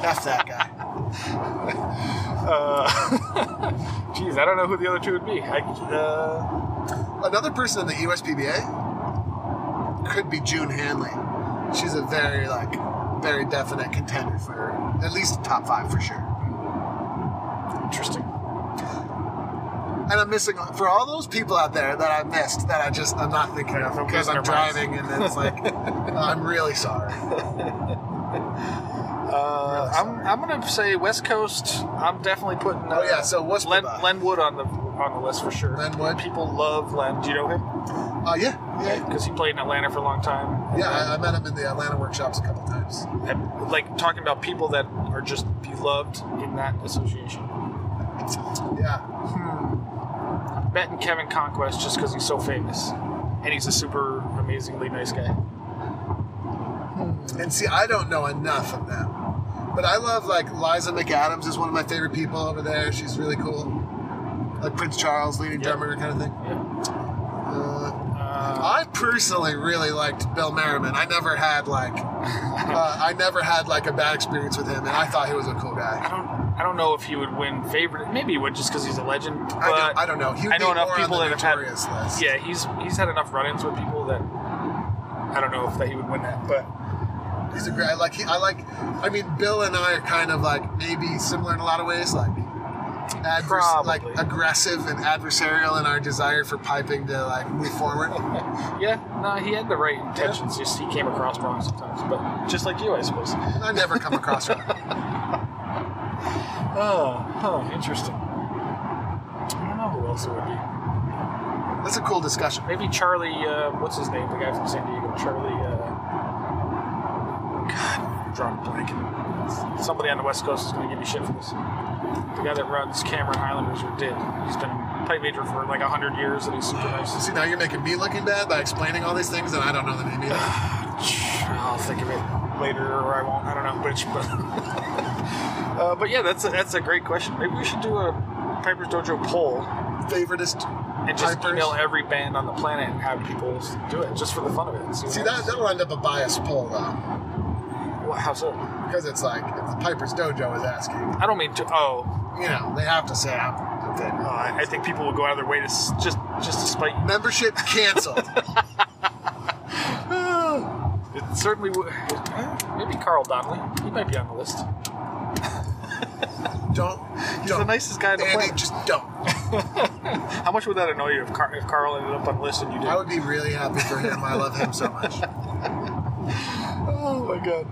Speaker 3: F that guy.
Speaker 2: Uh, Jeez, I don't know who the other two would be. I, uh,
Speaker 3: Another person in the USPBA could be June Hanley. She's a very like very definite contender for at least top five for sure.
Speaker 2: interesting.
Speaker 3: And I'm missing for all those people out there that I missed that I just I'm not thinking of
Speaker 2: I'm
Speaker 3: because
Speaker 2: losing
Speaker 3: I'm
Speaker 2: their minds.
Speaker 3: driving and it's like I'm really sorry.
Speaker 2: Uh, I'm, I'm gonna say West Coast. I'm definitely putting. Uh,
Speaker 3: Oh, yeah, so what's
Speaker 2: Len,
Speaker 3: Bye-bye?
Speaker 2: Len Wood on the on the list for sure.
Speaker 3: Len Wood?
Speaker 2: People love Len. Do you know him?
Speaker 3: Uh, yeah, yeah,
Speaker 2: Because he played in Atlanta for a long time.
Speaker 3: yeah. I, I met him in the Atlanta workshops a couple times.
Speaker 2: And, like talking about people that are just beloved in that association.
Speaker 3: Yeah,
Speaker 2: Betting Kevin Conquest just because he's so famous, and he's a super amazingly nice guy.
Speaker 3: and see, I don't know enough of them, but I love like Liza McAdams is one of my favorite people over there. She's really cool, like Prince Charles, leading
Speaker 2: Yeah.
Speaker 3: drummer kind of thing.
Speaker 2: Yeah.
Speaker 3: Uh,
Speaker 2: Uh,
Speaker 3: I personally really liked Bill Merriman. I never had like uh, I never had like a bad experience with him, and I thought he was a cool
Speaker 2: I
Speaker 3: guy.
Speaker 2: don't I don't know if he would win favorite. Maybe he would just because he's a legend. But
Speaker 3: I don't, I don't know. He would
Speaker 2: I know
Speaker 3: be
Speaker 2: enough
Speaker 3: more
Speaker 2: people
Speaker 3: on the
Speaker 2: that have had-
Speaker 3: notorious list.
Speaker 2: yeah, he's he's had enough run-ins with people that I don't know if that he would win that, but.
Speaker 3: He's a great. I like. He, I like. I mean, Bill and I are kind of like maybe similar in a lot of ways, like advers-
Speaker 2: Probably.
Speaker 3: like aggressive and adversarial in our desire for piping to like move forward.
Speaker 2: Yeah, no, he had the right intentions. Just he came across wrong sometimes, but just like you, I suppose.
Speaker 3: I never come across her.
Speaker 2: Oh, huh, interesting. I don't know who else it would be.
Speaker 3: That's a cool discussion.
Speaker 2: Maybe Charlie. Uh, what's his name? The guy from San Diego. Charlie. Uh, God, drawing a blank. Somebody on the West Coast is going to give me shit for this. The guy that runs Cameron Highlanders or did. He's been pipe major for like hundred years, and he's super nice.
Speaker 3: See, now you're making me looking bad by explaining all these things, and I don't know the name either.
Speaker 2: I'll think of it later, or I won't. I don't know which, but uh, but yeah, that's a, that's a great question. Maybe we should do a Piper's Dojo poll
Speaker 3: Favoritist.
Speaker 2: and just
Speaker 3: Pipers.
Speaker 2: email every band on the planet and have people do it just for the fun of it. and what
Speaker 3: See, that
Speaker 2: happens.
Speaker 3: that'll end up a biased poll though,
Speaker 2: Well, how so?
Speaker 3: because it's like if the Piper's Dojo is asking,
Speaker 2: I don't mean to. Oh,
Speaker 3: you know, they have to say I'm a
Speaker 2: uh,
Speaker 3: favorite.
Speaker 2: I I think people will go out of their way to s- just just to spite you.
Speaker 3: Membership canceled.
Speaker 2: uh, It certainly would. Maybe Carl Donnelly. He might be on the list.
Speaker 3: Don't.
Speaker 2: He's
Speaker 3: don't.
Speaker 2: the nicest guy on the
Speaker 3: Andy,
Speaker 2: planet.
Speaker 3: just don't.
Speaker 2: How much would that annoy you if, Car- if Carl ended up on the list and you did?
Speaker 3: I would be really happy for him. I love him so much.
Speaker 2: Oh my god.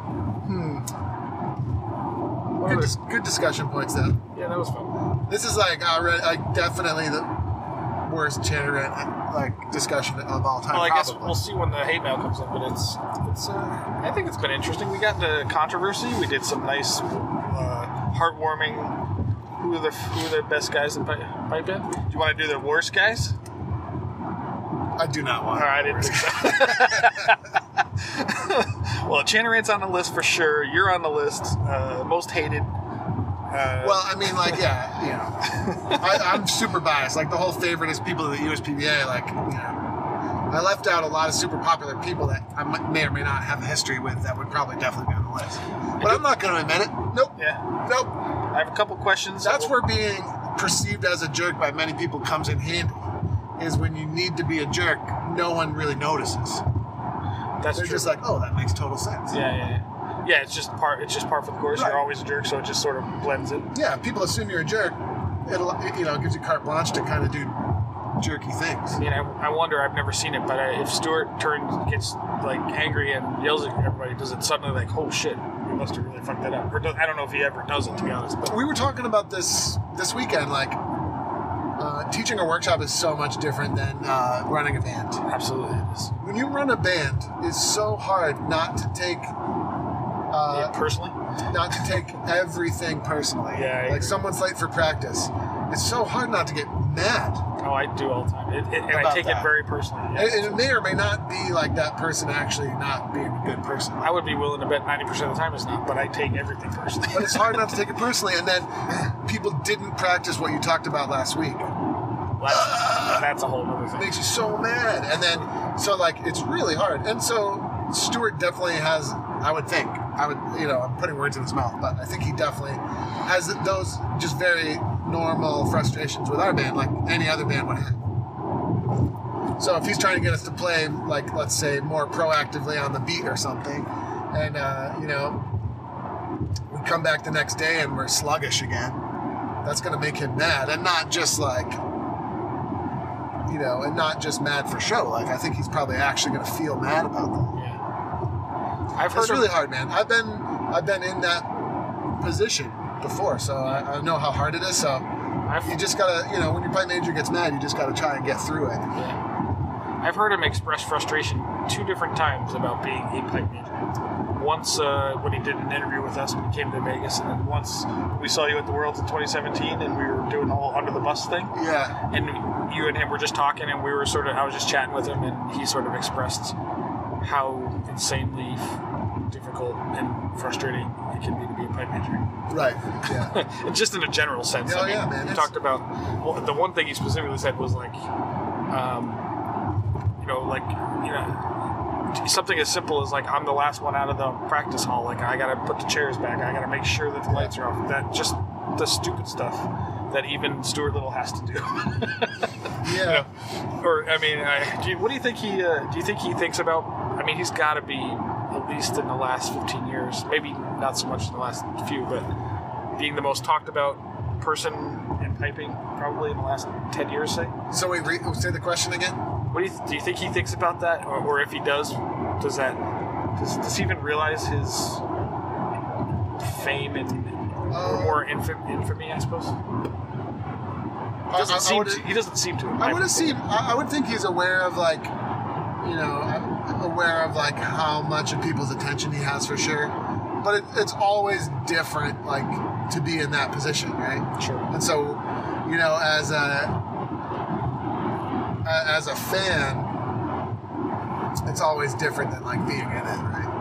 Speaker 3: Good, dis- good discussion points, though.
Speaker 2: Yeah, that was fun.
Speaker 3: This is like already, like definitely the worst generate like discussion of all time.
Speaker 2: Well, I guess
Speaker 3: probably.
Speaker 2: we'll see when the hate mail comes in, but it's it's. Uh, I think it's been interesting. We got into controversy. We did some nice, uh, heartwarming. Who are the who are the best guys in Pi- pipe in? Do you want to do the worst guys?
Speaker 3: I do not
Speaker 2: All
Speaker 3: want.
Speaker 2: right, I didn't think so. well, Channerant's on the list for sure. You're on the list. Uh, most hated. Uh,
Speaker 3: Well, I mean, like, yeah, you know, I, I'm super biased. Like, the whole favorite is people in the USPBA. Like, you know, I left out a lot of super popular people that I mi- may or may not have a history with that would probably definitely be on the list. But I'm not going to admit it. Nope.
Speaker 2: yeah.
Speaker 3: Nope.
Speaker 2: I have a couple questions.
Speaker 3: That's where being perceived as a jerk by many people comes in handy. Is when you need to be a jerk, no one really notices.
Speaker 2: That's
Speaker 3: They're
Speaker 2: true.
Speaker 3: just like, oh, that makes total sense.
Speaker 2: yeah, yeah, yeah. Yeah, it's just part. It's just part for the course.
Speaker 3: Right.
Speaker 2: You're always a jerk, so it just sort of blends in.
Speaker 3: Yeah, people assume you're a jerk. It'll, it, you know, gives you carte blanche to kind of do jerky things.
Speaker 2: I mean, I, I wonder. I've never seen it, but I, if Stuart turns gets like angry and yells at everybody, does it suddenly like, oh shit, we must have really fucked that up? Or do, I don't know if he ever does it, to be honest. But
Speaker 3: we were talking about this this weekend. Like, uh, teaching a workshop is so much different than uh, running a band.
Speaker 2: absolutely, it is.
Speaker 3: When you run a band, it's so hard not to take
Speaker 2: Yeah,
Speaker 3: uh,
Speaker 2: personally,
Speaker 3: not to take everything personally.
Speaker 2: Yeah, I
Speaker 3: like
Speaker 2: agree.
Speaker 3: someone's late for practice. It's so hard not to get mad,
Speaker 2: oh, I do all the time, it, it, and I
Speaker 3: About
Speaker 2: take
Speaker 3: that.
Speaker 2: it very personally. yeah.
Speaker 3: and, and it may or may not be like that person actually not being a good person.
Speaker 2: I would be willing to bet 90% of the time it's not, but I take everything personally.
Speaker 3: But it's hard not to take it personally, and then people didn't practice what you talked about last week.
Speaker 2: that's, that's a whole other thing.
Speaker 3: makes you so mad. And then, so like, it's really hard. And so, Stewart definitely has, I would think, I would, you know, I'm putting words in his mouth, but I think he definitely has those just very normal frustrations with our band, like any other band would have. So, if he's trying to get us to play, like, let's say, more proactively on the beat or something, and, uh, you know, we come back the next day and we're sluggish again. That's going to make him mad, and not just like you know, and not just mad for show. Like I think he's probably actually going to feel mad about that.
Speaker 2: Yeah. I've heard
Speaker 3: It's
Speaker 2: of-
Speaker 3: really hard, man. I've been I've been in that position before, so I, I know how hard it is. So
Speaker 2: I've,
Speaker 3: you just gotta, you know, when your play manager gets mad, you just gotta try and get through it.
Speaker 2: I've heard him express frustration two different times about being a pipe major. Once uh, when he did an interview with us when he came to Vegas, and then once we saw you at the Worlds in 2017, and we were doing the whole under the bus thing,
Speaker 3: Yeah,
Speaker 2: and you and him were just talking, and we were sort of I was just chatting with him, and he sort of expressed how insanely f- difficult and frustrating it can be to be a pipe major.
Speaker 3: right. Yeah,
Speaker 2: just in a general sense.
Speaker 3: Oh,
Speaker 2: I mean,
Speaker 3: yeah, man,
Speaker 2: You
Speaker 3: it's-
Speaker 2: talked about well, the one thing he specifically said was like, um, you know, like you know, something as simple as like I'm the last one out of the practice hall. Like I gotta put the chairs back. I gotta make sure that the lights are off. That just the stupid stuff that even Stuart Little has to do.
Speaker 3: yeah.
Speaker 2: or I mean, I, do you, what do you think he? Uh, do you think he thinks about? I mean, he's got to be at least in the last fifteen years, maybe not so much in the last few, but being the most talked about person in piping probably in the last ten years. Say,
Speaker 3: So we re- say the question again.
Speaker 2: what do you do? You think he thinks about that, or, or if he does, does that does, does he even realize his fame and
Speaker 3: Uh,
Speaker 2: or infam, infamy? I suppose he
Speaker 3: I-
Speaker 2: doesn't
Speaker 3: I- I
Speaker 2: seem
Speaker 3: would-
Speaker 2: to, he doesn't seem to.
Speaker 3: I would assume. I I would think he's aware of like, you know, I'm aware of like how much of people's attention he has for sure. But it, it's always different, like to be in that position, right?
Speaker 2: Sure.
Speaker 3: And so, you know, as a a- as a fan, it's always different than like being in it, right?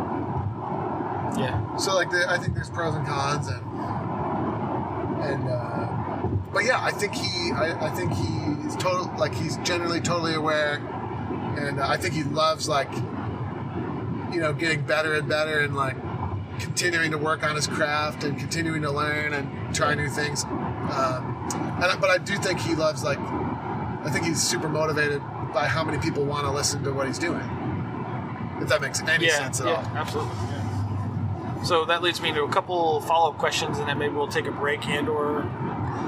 Speaker 2: Yeah.
Speaker 3: So like, the, I think there's pros and cons, and and uh, but yeah, I think he, I, I think he is total, like he's generally totally aware, and uh, I think he loves like, you know, getting better and better and like continuing to work on his craft and continuing to learn and try new things. Um, and I- but I do think he loves like, I think he's super motivated by how many people want to listen to what he's doing. If that makes any sense at all.
Speaker 2: Absolutely. Yeah. So that leads me to a couple follow-up questions, and then maybe we'll take a break and/or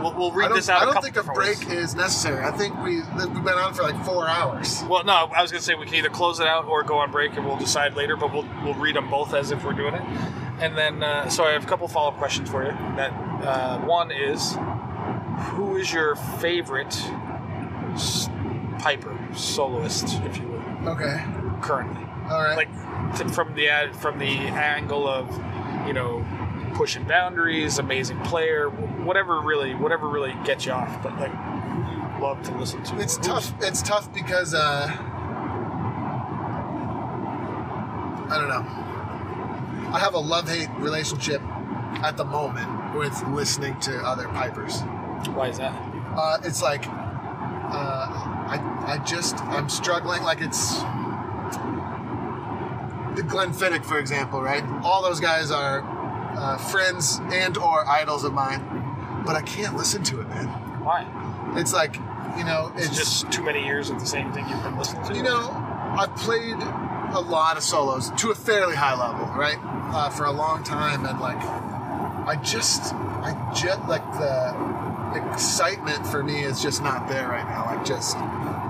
Speaker 2: we'll, we'll
Speaker 3: I
Speaker 2: read
Speaker 3: don't,
Speaker 2: this out.
Speaker 3: I
Speaker 2: a
Speaker 3: don't
Speaker 2: couple
Speaker 3: think a
Speaker 2: different
Speaker 3: break
Speaker 2: ways.
Speaker 3: is necessary. I think we that we've been on for like four hours.
Speaker 2: Well, no, I was going to say we can either close it out or go on break, and we'll decide later. But we'll we'll read them both as if we're doing it. And then, uh, so I have a couple follow-up questions for you. That uh, one is, who is your favorite s- piper soloist, if you will,
Speaker 3: Okay.
Speaker 2: currently?
Speaker 3: All right.
Speaker 2: like t- from the ad- from the angle of you know pushing boundaries, amazing player, wh- whatever really whatever really gets you off. But like who you love to listen to.
Speaker 3: it's
Speaker 2: Who's-
Speaker 3: tough. It's tough because uh, I don't know. I have a love-hate relationship at the moment with listening to other pipers.
Speaker 2: Why is that?
Speaker 3: uh, it's like uh, I, I just I'm struggling like it's the Glenfiddich for example right all those guys are uh, friends and or idols of mine but I can't listen to it man
Speaker 2: Why?
Speaker 3: it's like you know
Speaker 2: It's,
Speaker 3: it's,
Speaker 2: just too many years of the same thing you've been listening to.
Speaker 3: you know I've played a lot of solos to a fairly high level right uh, for a long time and like I just I just like the excitement for me is just not there right now like just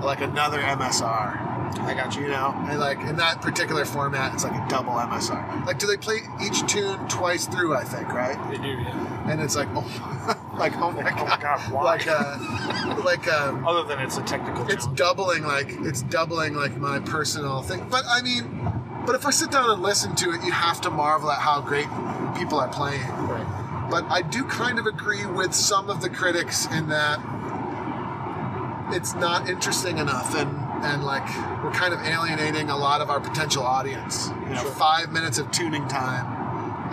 Speaker 3: like another MSR
Speaker 2: I got you.
Speaker 3: you know and like in that particular format it's like a double MSR like do they play each tune twice through I think right
Speaker 2: They do, yeah.
Speaker 3: and it's like oh like oh my
Speaker 2: Oh
Speaker 3: god,
Speaker 2: my God, why?
Speaker 3: like uh like um
Speaker 2: Other than it's a technical
Speaker 3: it's
Speaker 2: challenge.
Speaker 3: doubling like it's doubling like my personal thing but i mean but if i sit down and listen to it you have to marvel at how great people are playing but i do kind of agree with some of the critics in that it's not interesting enough and and like we're kind of alienating a lot of our potential audience you know five minutes of tuning time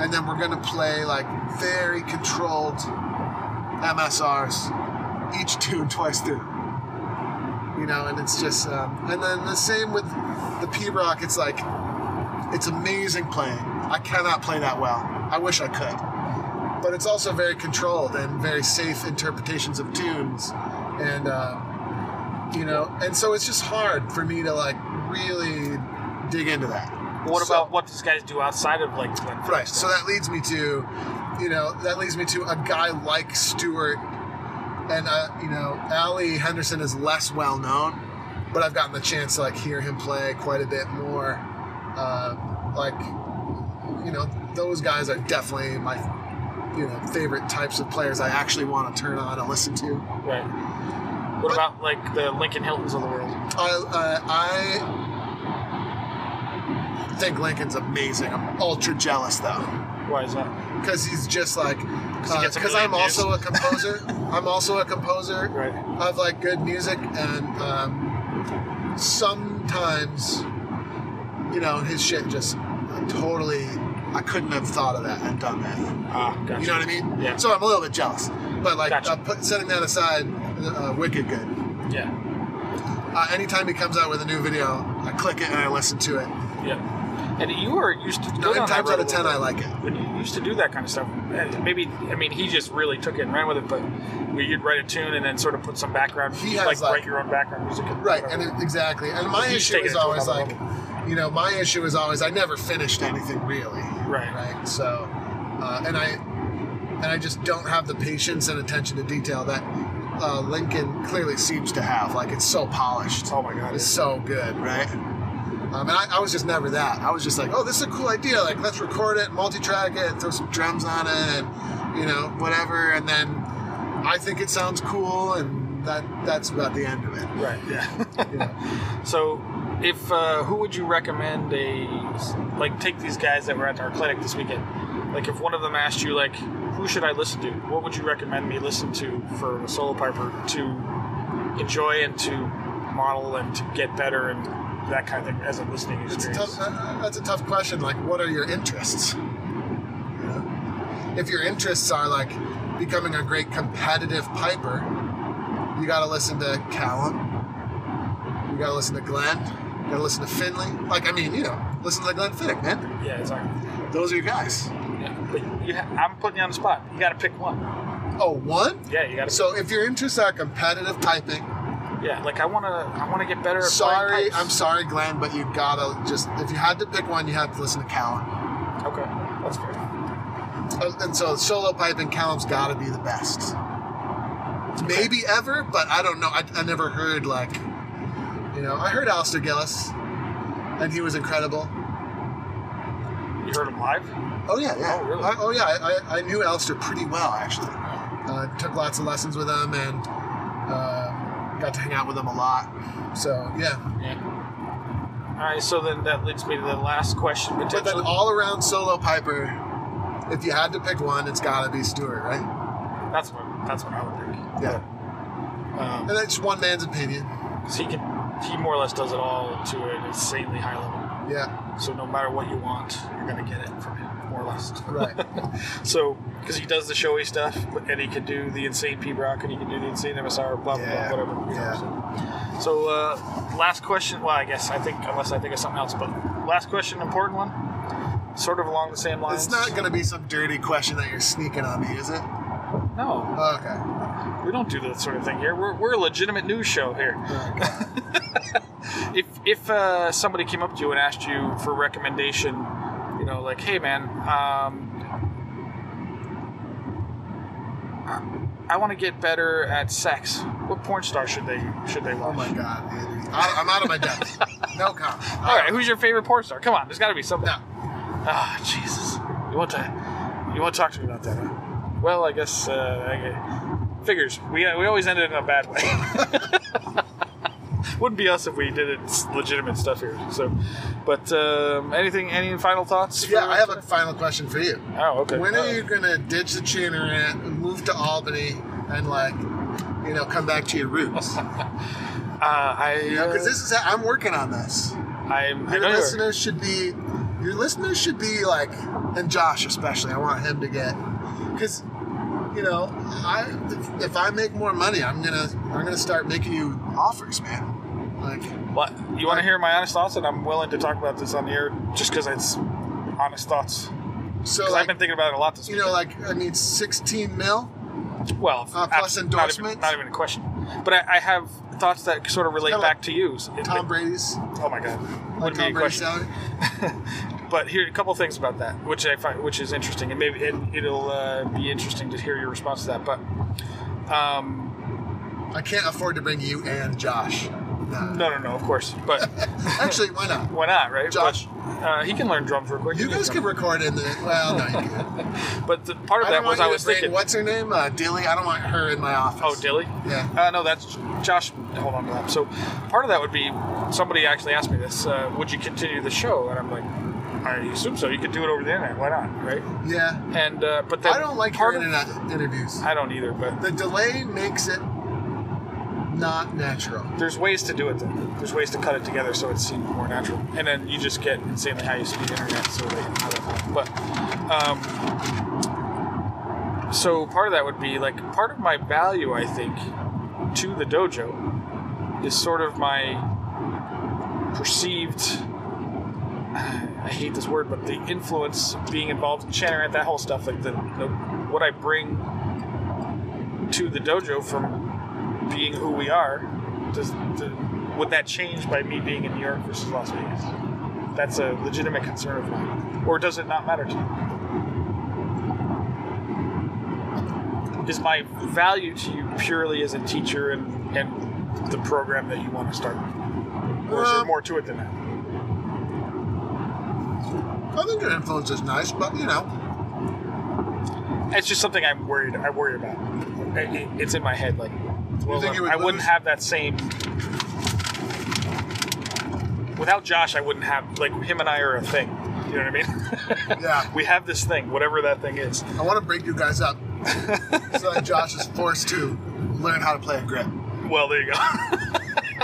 Speaker 3: and then we're going to play like very controlled msrs each tune twice through you know and it's just um, and then the same with the p-rock it's like it's amazing playing i cannot play that well i wish i could but it's also very controlled and very safe interpretations of tunes and uh, you know and so it's just hard for me to like really dig into that
Speaker 2: what
Speaker 3: So-
Speaker 2: about what these guys do outside of like Glenn?
Speaker 3: Right. So that leads me to, you know, that leads me to a guy like Stewart, and uh, you know, Ali Henderson is less well known, but I've gotten the chance to like hear him play quite a bit more. Uh, like, you know, those guys are definitely my, you know, favorite types of players I actually want to turn on and listen to.
Speaker 2: Right. What about like the Lincoln Hiltons of the world?
Speaker 3: I, uh, I think Lincoln's amazing. I'm ultra jealous though.
Speaker 2: Why is that?
Speaker 3: because he's just like
Speaker 2: he
Speaker 3: because
Speaker 2: gets a
Speaker 3: I'm
Speaker 2: million views.
Speaker 3: also a composer. I'm also a composer
Speaker 2: Right.
Speaker 3: of like good music, and um, sometimes you know his shit just totally. I couldn't have thought of that and done that.
Speaker 2: Ah, gotcha.
Speaker 3: You know what I mean?
Speaker 2: Yeah.
Speaker 3: So I'm a little bit jealous, but like
Speaker 2: Gotcha.
Speaker 3: uh, put, setting that aside, uh, wicked good.
Speaker 2: Yeah.
Speaker 3: Uh, anytime he comes out with a new video, I click it and I listen to it.
Speaker 2: Yeah. And you were used to. go
Speaker 3: Nine
Speaker 2: down that
Speaker 3: times
Speaker 2: road
Speaker 3: out
Speaker 2: a
Speaker 3: of ten,
Speaker 2: little
Speaker 3: I
Speaker 2: bit.
Speaker 3: like it.
Speaker 2: when you used to do that kind of stuff, and maybe I mean he just really took it and ran with it. But we you'd write a tune and then sort of put some background,
Speaker 3: He
Speaker 2: like,
Speaker 3: has, like-
Speaker 2: write your own background music. and
Speaker 3: Right,
Speaker 2: whatever.
Speaker 3: and it, exactly. And my
Speaker 2: He's
Speaker 3: issue
Speaker 2: taking
Speaker 3: is
Speaker 2: it to
Speaker 3: always
Speaker 2: another
Speaker 3: like, you know, my issue is always I never finished anything really.
Speaker 2: Right.
Speaker 3: Right. So, uh, and I, and I just don't have the patience and attention to detail that uh, Lincoln clearly seems to have. Like it's so polished.
Speaker 2: oh my god,
Speaker 3: It's
Speaker 2: it's,
Speaker 3: so good, right? Um, and I, I was just never that. I was just like, oh, this is a cool idea. Like, let's record it, multi-track it, throw some drums on it, and you know, whatever. And then I think it sounds cool, and that that's about the end of it.
Speaker 2: right? Yeah.
Speaker 3: You know?
Speaker 2: so, if uh, who would you recommend a like take these guys that were at our clinic this weekend? Like, if one of them asked you, like, who should I listen to? What would you recommend me listen to for a solo piper to enjoy and to model and to get better and that kind of thing as a listening
Speaker 3: It's a
Speaker 2: experience?
Speaker 3: tough, uh, that's a tough question. Like, what are your interests? You know? If your interests are like becoming a great competitive piper, you got to listen to Callum. You got to listen to Glenn. You got to listen to Finley. Like, I mean, you know, listen to Glenn Finnick, man.
Speaker 2: Yeah, exactly.
Speaker 3: Those are your guys.
Speaker 2: Yeah, but you ha- I'm putting you on the spot. You got to pick one.
Speaker 3: Oh, one.
Speaker 2: Yeah, you got to.
Speaker 3: So if your interests are competitive piping,
Speaker 2: yeah, like I want to. I want to get better. At
Speaker 3: sorry,
Speaker 2: playing
Speaker 3: I'm
Speaker 2: pipes.
Speaker 3: sorry, Glenn, but you gotta just if you had to pick one, you have to listen to Callum.
Speaker 2: Okay. That's fair.
Speaker 3: Uh, and so solo pipe and Callum's got to be the best. Maybe ever, but I don't know. I, I never heard like, you know, I heard Alistair Gillis, and he was incredible.
Speaker 2: You heard him live?
Speaker 3: Oh yeah, yeah.
Speaker 2: Oh, really?
Speaker 3: I, oh yeah, I, I, I knew Alistair pretty well actually. Uh, took lots of lessons with him and uh, got to hang out with him a lot. So yeah,
Speaker 2: Yeah. All right, so then that leads me to the last question
Speaker 3: but then
Speaker 2: potentially.
Speaker 3: all around solo piper. If you had to pick one, it's got to be Stewart, right?
Speaker 2: that's what that's what I would think.
Speaker 3: Yeah,
Speaker 2: Um,
Speaker 3: and that's one man's opinion.
Speaker 2: Because he can, he more or less does it all to an insanely high level.
Speaker 3: Yeah,
Speaker 2: So no matter what you want, you're gonna get it from him, more or less.
Speaker 3: right.
Speaker 2: So because he does the showy stuff, and he can do the insane P Rock, and he can do the insane MSR, blah blah
Speaker 3: Yeah,
Speaker 2: blah, whatever. you know, So, So, uh, last question. Well, I guess I think unless I think of something else, but last question, important one, sort of along the same lines.
Speaker 3: It's not going to be some dirty question that you're sneaking on me, is it?
Speaker 2: No,
Speaker 3: Oh, okay.
Speaker 2: we don't do that sort of thing here. We're, we're a legitimate news show here. if if uh, somebody came up to you and asked you for a recommendation, you know, like, hey man, um, I want to get better at sex. What porn star should they should they
Speaker 3: Oh
Speaker 2: watch?
Speaker 3: my god, Andy. I, I'm out of my depth. No comment.
Speaker 2: All right, who's your favorite porn star? Come on, there's got to be somebody.
Speaker 3: No.
Speaker 2: Ah, Jesus. You want to you want to talk to me about that? huh? Well, I guess uh, I, figures. We uh, we always ended in a bad way. Wouldn't be us if we did it s- legitimate stuff here. So, but um, anything? Any final thoughts?
Speaker 3: Yeah,
Speaker 2: for-
Speaker 3: I have a final question for you.
Speaker 2: Oh, okay.
Speaker 3: When are you going to ditch the Chanarant and move to Albany and, like, you know, come back to your roots?
Speaker 2: Uh, I
Speaker 3: You know, because this is, I'm working on this.
Speaker 2: I'm. I
Speaker 3: Your
Speaker 2: know you're-
Speaker 3: listeners should be, your listeners should be, like, and Josh especially, I want him to get, because, you know, I, if, if I make more money, I'm going to, I'm going to start making you offers, man. Like,
Speaker 2: What? You want to hear my honest thoughts, and I'm willing to talk about this on the air just because it's honest thoughts. 'Cause
Speaker 3: so,
Speaker 2: I've
Speaker 3: like,
Speaker 2: been thinking about it a lot this
Speaker 3: you know, like, I mean, 16 mil?
Speaker 2: Well,
Speaker 3: Uh,
Speaker 2: abs-
Speaker 3: plus endorsements?
Speaker 2: Not even, not even a question. But I, I have thoughts that sort of relate
Speaker 3: Kinda
Speaker 2: back
Speaker 3: like
Speaker 2: to you. It-
Speaker 3: Tom
Speaker 2: it-
Speaker 3: Brady's,
Speaker 2: Oh my God. Wouldn't be
Speaker 3: like
Speaker 2: a
Speaker 3: Tom Brady's
Speaker 2: question.
Speaker 3: salary.
Speaker 2: But here, a couple things about that, which I find, which is interesting, and maybe it, it'll uh, be interesting to hear your response to that. But um,
Speaker 3: I can't afford to bring you and Josh. Nah.
Speaker 2: no, no, no, of course. But
Speaker 3: Actually, why not?
Speaker 2: why not, right?
Speaker 3: Josh.
Speaker 2: But, uh, he can learn drums real quick.
Speaker 3: You
Speaker 2: He
Speaker 3: guys
Speaker 2: can
Speaker 3: could
Speaker 2: drum.
Speaker 3: record in the. Well, no, you can't.
Speaker 2: But the, part of
Speaker 3: I
Speaker 2: that
Speaker 3: don't
Speaker 2: was
Speaker 3: want
Speaker 2: I
Speaker 3: you
Speaker 2: was
Speaker 3: to bring,
Speaker 2: thinking.
Speaker 3: what's her name? Uh, Dilly. I don't want her in my office.
Speaker 2: Oh, Dilly?
Speaker 3: Yeah.
Speaker 2: Uh, no, that's Josh. Hold on to that. So, part of that would be somebody actually asked me this uh, Would you continue the show? And I'm like, I assume so. You could do it over the internet. Why not? Right?
Speaker 3: Yeah.
Speaker 2: And, uh, but then.
Speaker 3: I don't like her
Speaker 2: part of,
Speaker 3: internet interviews.
Speaker 2: I don't either, but
Speaker 3: The delay makes it not natural.
Speaker 2: there's ways to do it then. There's ways to cut it together so it seems more natural. And then you just get insanely how you speed internet so they I don't know. But, um, so part of that would be like part of my value, I think, to the dojo is sort of my perceived I hate this word, but the influence being involved in Chanarant, that whole stuff, like the, the what I bring to the dojo from being who we are, does the, would that change by me being in New York versus Las Vegas? That's a legitimate concern of mine. Or does it not matter to you? Is my value to you purely as a teacher and, and the program that you want to start? Or is there
Speaker 3: Um,
Speaker 2: more to it than that?
Speaker 3: I think her influence is nice, but you know,
Speaker 2: It's just something I'm worried. I worry about. I- I- It's in my head. Like, well,
Speaker 3: think you would
Speaker 2: I wouldn't
Speaker 3: lose?
Speaker 2: have that same. Without Josh, I wouldn't have like him and I are a thing. You know what I mean?
Speaker 3: Yeah.
Speaker 2: We have this thing, whatever that thing is.
Speaker 3: I want to break you guys up so that Josh is forced to learn how to play a grip.
Speaker 2: Well, there you go.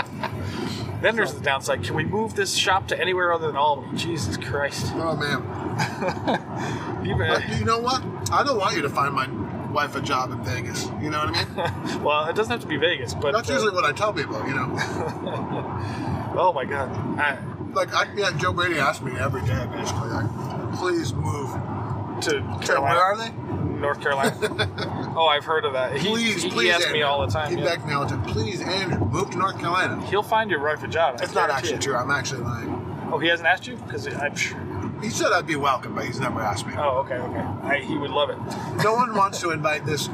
Speaker 2: then there's the downside. Can we move this shop to anywhere other than Albany? Jesus Christ!
Speaker 3: Oh man! But
Speaker 2: Even,
Speaker 3: you know what? I don't want you to find my wife a job in Vegas. You know what I mean?
Speaker 2: well, it doesn't have to be Vegas, but
Speaker 3: That's
Speaker 2: uh,
Speaker 3: usually what I tell people, you know.
Speaker 2: oh my god, I,
Speaker 3: Like, I, yeah, Joe Brady asked me every day, basically, like, please move.
Speaker 2: to
Speaker 3: So where
Speaker 2: Carolina.
Speaker 3: are they?
Speaker 2: North Carolina. oh, I've heard of that. He,
Speaker 3: Please,
Speaker 2: he,
Speaker 3: please.
Speaker 2: asks me
Speaker 3: Andrew.
Speaker 2: all the time.
Speaker 3: He
Speaker 2: yeah.
Speaker 3: begged me all the time. Please, Andrew, move to North Carolina.
Speaker 2: He'll find you a right for job. I
Speaker 3: It's not
Speaker 2: guarantee
Speaker 3: actually
Speaker 2: it.
Speaker 3: true. I'm actually lying.
Speaker 2: Oh, he hasn't asked you because I'm sure.
Speaker 3: He said I'd be welcome, but he's never asked me.
Speaker 2: Oh, okay, okay. I, he would love it.
Speaker 3: No one wants to invite this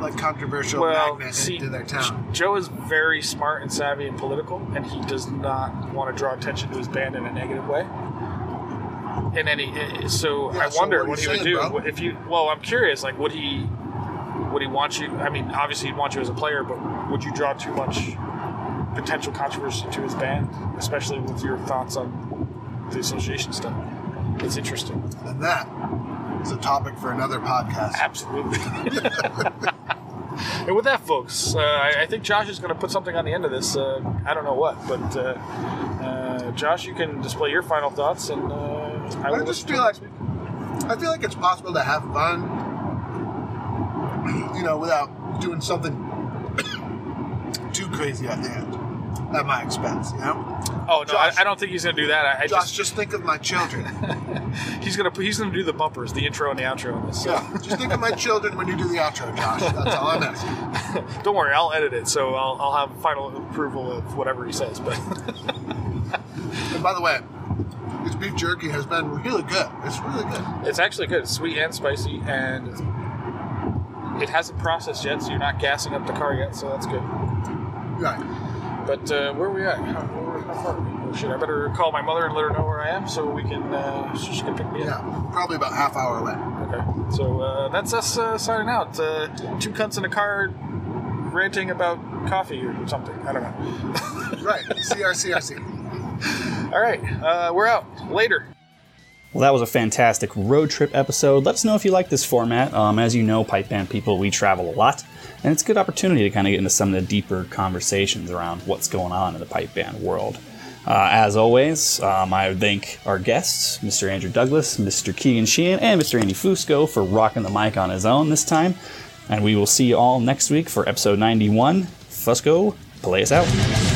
Speaker 3: like controversial
Speaker 2: Well,
Speaker 3: magnet
Speaker 2: see,
Speaker 3: into their town.
Speaker 2: Joe is very smart and savvy and political, and he does not want to draw attention to his band in a negative way. In any, eh, so
Speaker 3: Yeah,
Speaker 2: I
Speaker 3: so
Speaker 2: wonder
Speaker 3: what
Speaker 2: what
Speaker 3: he
Speaker 2: he would
Speaker 3: said,
Speaker 2: do
Speaker 3: bro.
Speaker 2: if you. Well, I'm curious. Like, would he? Would he want you? I mean, obviously, he'd want you as a player, but would you draw too much potential controversy to his band, especially with your thoughts on the association stuff? It's interesting.
Speaker 3: And that is a topic for another podcast.
Speaker 2: Absolutely. and with that, folks, uh, I, I think Josh is going to put something on the end of this. Uh, I don't know what, but uh, uh, Josh, you can display your final thoughts, and uh, I will listen
Speaker 3: just
Speaker 2: to
Speaker 3: feel
Speaker 2: it next
Speaker 3: like-
Speaker 2: week.
Speaker 3: I feel like it's possible to have fun, you know, without doing something too crazy at the end, at my expense. You know,
Speaker 2: Oh no,
Speaker 3: Josh-
Speaker 2: I, I don't think he's going to do that. I, I
Speaker 3: Josh, just, think of my children.
Speaker 2: just he's going to he's going to do the bumpers, the intro and the outro on this. So
Speaker 3: yeah, just think of my children when you do the outro, Josh. That's all I'm asking.
Speaker 2: don't worry, I'll edit it, so I'll, I'll have final approval of whatever he says. But
Speaker 3: And by the way, this beef jerky has been really good. It's really good.
Speaker 2: it's actually good, it's sweet and spicy, and it hasn't processed yet, so you're not gassing up the car yet, so that's good.
Speaker 3: Right.
Speaker 2: But uh, where are we at? How, where, how far are we? Oh, shit, I better call my mother and let her know where I am so we can, uh, so she can pick me
Speaker 3: Yeah.
Speaker 2: up.
Speaker 3: Probably about half hour away.
Speaker 2: Okay. So uh, that's us uh, signing out. Uh, two cunts in a car ranting about coffee or something. I don't know.
Speaker 3: Right. CRCRC.
Speaker 2: All right. Uh, we're out. Later.
Speaker 1: Well, that was a fantastic road trip episode. Let us know if you like this format. Um, as you know, Pipe Band people, we travel a lot, and it's a good opportunity to kind of get into some of the deeper conversations around what's going on in the Pipe Band world. Uh, as always, um, I would thank our guests, Mr. Andrew Douglas, Mr. Keegan Sheehan, and Mr. Andy Fusco for rocking the mic on his own this time. And we will see you all next week for episode 91. Fusco, play us out.